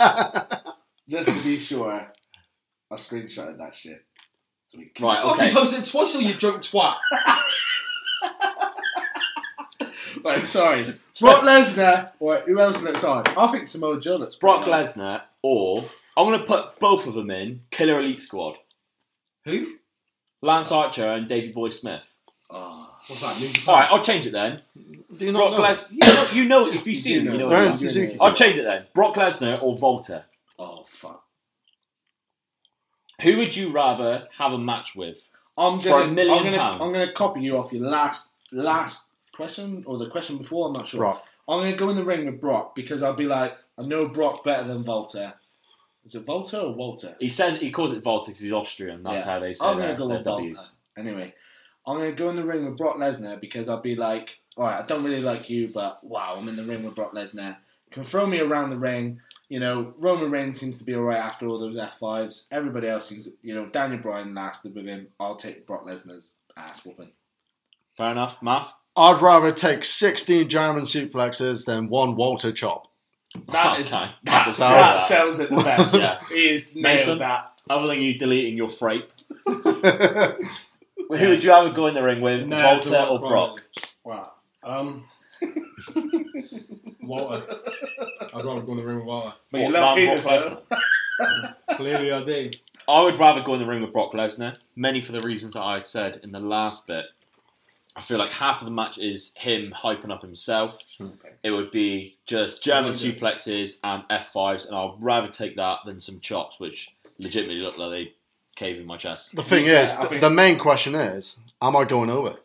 S10: good. Just to be sure, I screenshotted that shit. So we can-
S14: you fucking posted it twice or you drunk twat.
S10: Right, sorry. Brock Lesnar, or who else looks hard? I think Samoa Joe looks
S5: Brock
S10: pretty hard.
S5: Lesnar or I'm going to put both of them in Killer Elite Squad.
S14: Who?
S5: Lance Archer and Davey Boy Smith.
S14: What's that? New
S5: All right, I'll change it then. Brock Lesnar. You, know, you know it. if you see
S14: do
S5: him,
S14: know
S5: you know.
S14: it.
S5: who
S14: Aaron
S5: it is.
S14: Suzuki.
S5: I'll change it then. Brock Lesnar or Volta.
S10: Oh fuck.
S5: Who would you rather have a match with?
S10: I'm
S5: for
S10: gonna,
S5: a million
S10: I'm gonna,
S5: pound.
S10: I'm gonna copy you off your last last question or the question before. I'm not sure.
S11: Brock.
S10: I'm gonna go in the ring with Brock because I'll be like, I know Brock better than Volta. Is it Volta or Walter?
S5: He says he calls it Volta because he's Austrian. That's
S10: Yeah.
S5: how they say
S10: I'm
S5: their,
S10: gonna go
S5: their
S10: with Volta.
S5: W's.
S10: Anyway, I'm gonna go in the ring with Brock Lesnar because I'll be like, all right, I don't really like you, but wow, I'm in the ring with Brock Lesnar. You can throw me around the ring. You know, Roman Reigns seems to be all right after all those F5s. Everybody else seems, you know, Daniel Bryan lasted with him. I'll take Brock Lesnar's ass whooping.
S5: Fair enough, Math.
S11: I'd rather take 16 German suplexes than one Walter chop.
S10: That is
S5: okay.
S10: that's-
S5: Sorry
S10: that
S5: about
S10: sells it the best.
S5: Oh, yeah.
S10: He is nailed
S5: Mason,
S10: that.
S5: other than you deleting your freight. Who would you rather go in the ring with,
S14: No,
S5: Volta
S14: Brock
S5: or Brock?
S14: Wow. Um. Walter. I'd rather go in the ring with Walter.
S10: But you love
S5: Brock
S10: penis, though.
S5: Lesnar.
S14: Clearly, I do.
S5: I would rather go in the ring with Brock Lesnar, mainly for the reasons that I said in the last bit. I feel like half of the match is him hyping up himself. It would be just German suplexes and F5s, and I'd rather take that than some chops, which legitimately look like they cave in my chest.
S11: The thing is, th- the main question is, am I going over?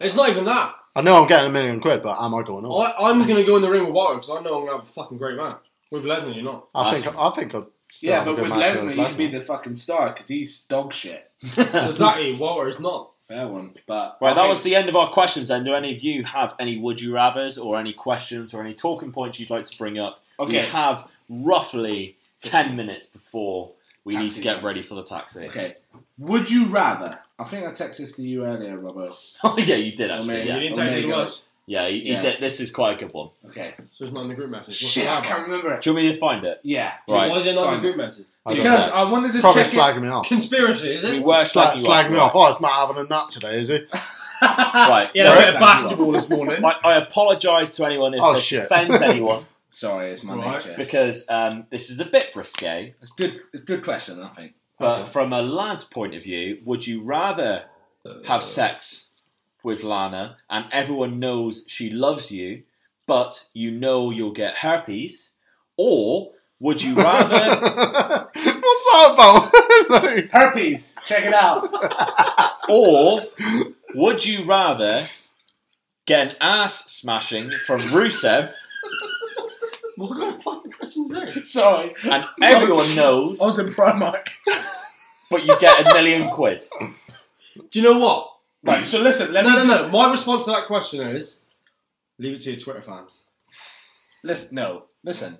S14: It's not even that.
S11: I know I'm getting a million quid, but am I going over?
S14: I, I'm going to go in the ring with Walter because I know I'm going to have a fucking great match. With Lesnar, you're not.
S11: I think I think I'd still
S10: yeah,
S11: have a
S10: but
S11: good
S10: with
S11: match
S10: Lesnar, you can be the fucking star because he's dog shit.
S14: exactly. Walter is not.
S10: Fair one, but
S5: Right,
S10: I
S5: that
S10: think-
S5: was the end of our questions then. Do any of you have any would you rathers or any questions or any talking points you'd like to bring up? We
S10: Okay.
S5: have roughly 10 minutes before we need to
S10: Taxi
S5: get
S10: times.
S5: ready for the taxi.
S10: Okay. Would you rather? I think I texted this to you earlier, Robbo.
S5: Oh, yeah, you did actually.
S10: Omega-
S5: yeah.
S14: You didn't text it to
S10: Omega.
S14: us.
S5: Yeah, he, he
S10: Yeah.
S5: did. This is quite a good one.
S10: Okay.
S14: So it's not in the group message. What's
S10: Shit,
S14: the
S10: I
S14: other?
S10: can't remember it.
S5: Do you want me to find it?
S10: Yeah.
S5: Right.
S14: Why is it not in
S10: Fine.
S14: the group message?
S10: Because I wanted to
S11: Probably
S10: check
S11: slagging me off.
S14: Conspiracy, is
S5: We
S14: it?
S5: were
S11: Slag,
S5: slagging you off,
S11: slag me off. Oh, it's Matt having a nap today, is he?
S5: Right,
S14: Yeah, I
S5: so
S14: bit of basketball this morning.
S5: I, I apologise to anyone if
S11: Oh,
S5: this
S11: shit.
S5: offends anyone
S10: Sorry, it's my
S14: Right.
S10: nature.
S5: because um, this is a bit risque.
S10: It's good. It's a good question. I think.
S5: But from a lad's point of view, would you rather have
S10: Uh.
S5: sex with Lana and everyone knows she loves you, but you know you'll get herpes? Or would you rather
S11: What's that about? Like,
S10: Herpes. Check it out.
S5: or would you rather get an ass smashing from Rusev
S14: What kind of fucking question's there?
S10: Sorry. I
S5: and everyone knows
S10: was in Primark.
S5: but you get a million quid?
S14: Do you know what?
S10: Right. So listen. Let
S14: No,
S10: me
S14: no,
S10: just,
S14: no. My response to that question is leave it to your Twitter fans.
S10: Listen. No. Listen.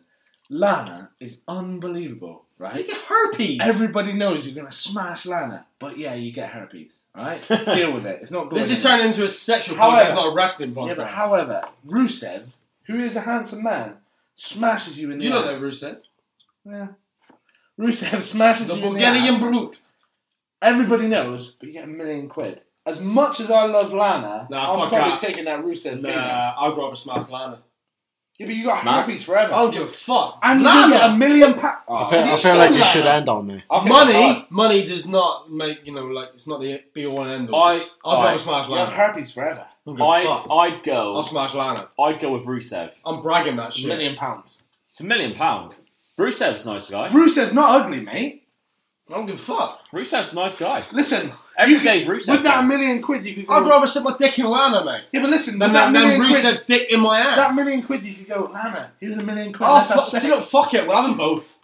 S10: Lana is unbelievable, right?
S14: Herpes!
S10: Everybody knows you're gonna smash Lana, but yeah, you get herpes. All right. Deal with it. It's not good.
S14: this is turning into a sexual podcast,
S10: However-
S14: not a wrestling podcast.
S10: Yeah, but however, Rusev, who is a handsome man, smashes you in the
S14: you don't know
S10: ass.
S14: Rusev.
S10: Yeah. Rusev smashes
S14: The
S10: you in the ass.
S14: Bulgarian brute.
S10: Everybody knows, but you get a million quid. As much as I love Lana,
S14: Nah,
S10: I'm
S14: fuck
S10: probably
S14: that.
S10: taking that Rusev
S14: Nah,
S10: penis.
S14: I'd rather smash Lana.
S10: Yeah, but you got
S5: Nah.
S10: herpes forever.
S14: I don't give a fuck.
S10: and you
S14: Lana!
S10: get a million pa-
S14: Oh,
S11: I feel, I feel like you should end on me.
S10: I think that's
S14: money,
S10: hard.
S14: money does not make you know like it's not the be all and end all.
S5: I-
S14: I'll
S5: I-
S14: go smash
S10: You have
S14: Lana.
S10: herpes forever.
S14: I'll go,
S5: I'd,
S14: fuck.
S5: I'd
S14: I'll
S5: go.
S14: smash Lana.
S5: I'd go with Rusev.
S14: I'm bragging that
S10: A
S14: shit.
S10: million pounds.
S5: It's a million pound. Rusev's a nice guy.
S10: Rusev's not ugly, mate.
S14: I don't give a fuck.
S5: Rusev's a nice guy.
S10: Listen,
S5: Every
S10: you could-
S5: day's Rusev.
S10: with that
S5: though.
S10: million quid, you could go.
S14: I'd rather sit my dick in Lana, mate.
S10: yeah, but listen,
S14: Than
S10: with
S14: that
S10: that
S14: man
S10: million quid,
S14: Rusev's dick in my ass.
S10: that million quid, you could go. Lana, here's a million quid.
S14: Oh,
S10: Let's have
S14: fuck,
S10: sex.
S14: do you know, fuck it. We'll have them both.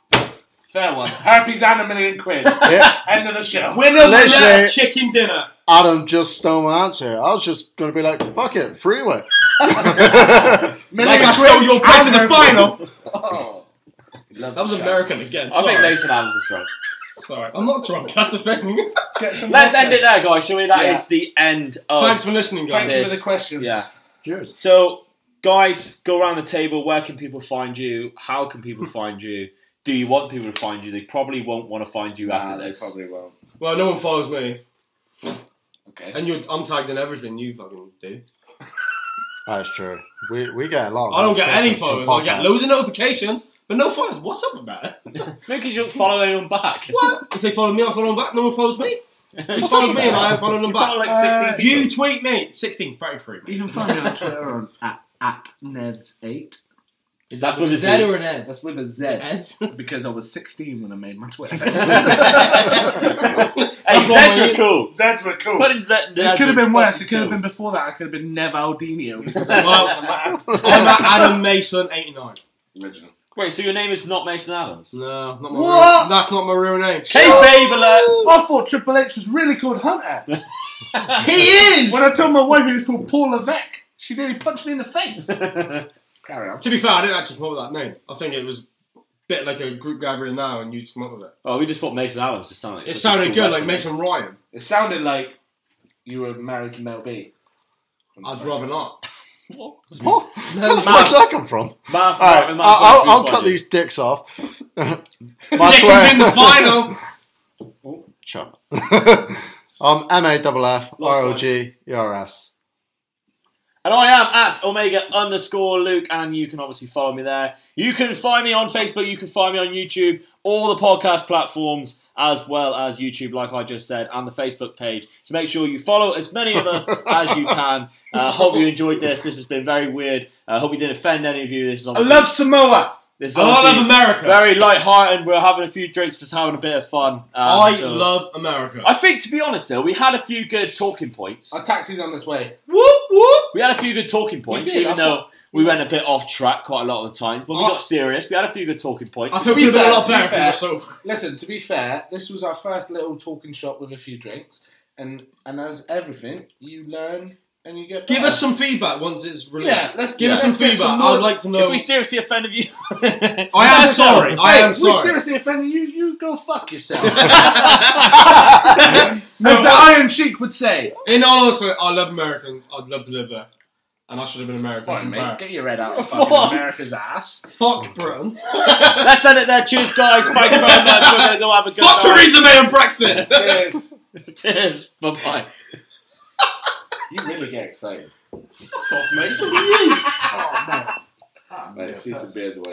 S10: Fair one. Herpes and a million quid.
S11: Yeah,
S10: End of the show.
S14: Winner, winner,
S11: Literally.
S5: uh,
S14: chicken dinner.
S11: Adam just stole my answer. I was just going to be like, fuck it, freeway.
S14: Like I stole your place in the final.
S10: Oh.
S14: That was American again.
S5: I think
S14: sorry.
S5: Mason Adams is drunk.
S14: It's all right. I'm not drunk. That's the thing.
S5: Let's end it there, guys. Shall we? That is
S14: Yeah.
S5: the end of.
S14: Thanks for listening, guys. Thank you for
S5: this.
S14: the questions.
S5: Yeah.
S11: Cheers.
S5: So, guys, go around the table. Where can people find you? How can people find you? Do you want people to find you? They probably won't want to find you after
S10: they
S5: this.
S10: probably won't.
S14: Well, no one follows me.
S10: Okay.
S14: And you're, I'm tagged in everything you fucking do.
S11: That's true. We, we get a lot. Of
S14: I don't get any
S11: notifications
S14: followers.
S11: from
S14: I get
S11: podcasts.
S14: loads of notifications, but no followers. What's up with that? no,
S5: because you don't follow anyone back.
S14: What? If they follow me, I follow them back. No one follows me. You
S5: You
S14: follow me
S5: see that?
S14: and I follow them
S5: You
S14: back. Uh,
S5: follow like 16 people.
S14: You tweet me. 16, 33.
S15: You can find me on Twitter on, at, at Nevs8.
S14: Is
S5: that with a
S15: Z
S5: Z?
S15: or an S? That's with a Z. Because I was 16 when I made my Twitter.
S5: Hey, Zeds were cool.
S10: Zeds were cool.
S5: Put in Zed-
S15: It could have been worse. It could have
S5: cool.
S15: been before that. I could have been Nev Aldinio.
S14: Well, I'm at Adam Mason, 89.
S10: Original.
S5: Wait, so your name is not Mason Adams?
S14: No, not
S5: my
S14: What? real- that's not my real name.
S5: Kayfabe alert!
S10: I thought Triple H was really called Hunter.
S14: he is.
S15: When I told my wife he was called Paul Levesque, she nearly punched me in the face.
S10: Carry on.
S14: To be fair, I didn't actually come up with that name. I think it was a bit like a group gathering now, and you just come up with it.
S5: Oh, we just thought Mason Adams just sounded. like
S14: It
S5: such a
S14: sounded
S5: cool
S14: good, like
S5: wrestler.
S14: Mason Ryan.
S10: It sounded like you were married to Mel B.
S14: I'd rather not.
S11: What?
S14: No,
S11: Where the fuck
S14: Matt.
S11: did that come from?
S14: Matt,
S11: All right,
S14: Matt, Matt,
S11: I'll, I'll, I'll
S14: Matt,
S11: cut
S14: Matt.
S11: these dicks off. My
S14: Nick was in the final.
S11: Shut up. um, M-A-F-F, R-O-G, E-R-S.
S5: And I am at Omega underscore Luke, and you can obviously follow me there. You can find me on Facebook, you can find me on YouTube, all the podcast platforms, as well as YouTube, like I just said, and the Facebook page. So make sure you follow as many of us as you can. Uh, hope you enjoyed this. This has been very weird. I uh, hope we didn't offend any of you. This is
S14: I
S5: obviously,
S14: love Samoa.
S5: this is
S14: I love
S5: obviously
S14: America.
S5: Very light-hearted. We're having a few drinks, just having a bit of fun. Um,
S14: I
S5: so-
S14: love America.
S5: I think, to be honest, though, we had a few good talking points.
S10: Our taxi's on this way.
S14: Whoop whoop.
S5: We had a few good talking points,
S10: did,
S5: even
S10: I
S5: though
S10: thought-
S5: we went a bit off track quite a lot of the time. But we
S10: I-
S5: got serious. We had a few good talking points.
S10: Uh, To be fair- to be fair-
S14: so.
S10: Listen, to be fair, this was our first little talking shop with a few drinks, and and as everything, you learn and you get.
S14: Give
S10: better.
S14: us some feedback once it's released.
S10: Yeah, let's-
S14: give us
S10: let's
S14: some
S10: get
S14: feedback.
S10: some more-
S14: I'd like to know.
S5: If we seriously offended you,
S14: I am sorry. I
S10: Hey,
S14: am
S10: We
S14: sorry.
S10: seriously offended you. You go fuck yourself.
S14: No,
S15: As the
S14: I-
S15: Iron Sheik would say.
S14: In all honesty, I love Americans. I'd love to live there, and I should have been American.
S10: Alright, mate,
S14: America.
S10: get your head out of
S14: Fuck.
S10: fucking America's ass.
S14: Fuck Britain.
S5: let's end it there. Cheers, guys. Thank you very much. We're gonna go have a good
S14: Fuck
S5: night.
S14: Theresa May and Brexit.
S10: Yes.
S5: Cheers. Bye bye.
S10: You really get excited. Oh,
S5: Fuck, mate.
S10: Ah, Let's see some beers away.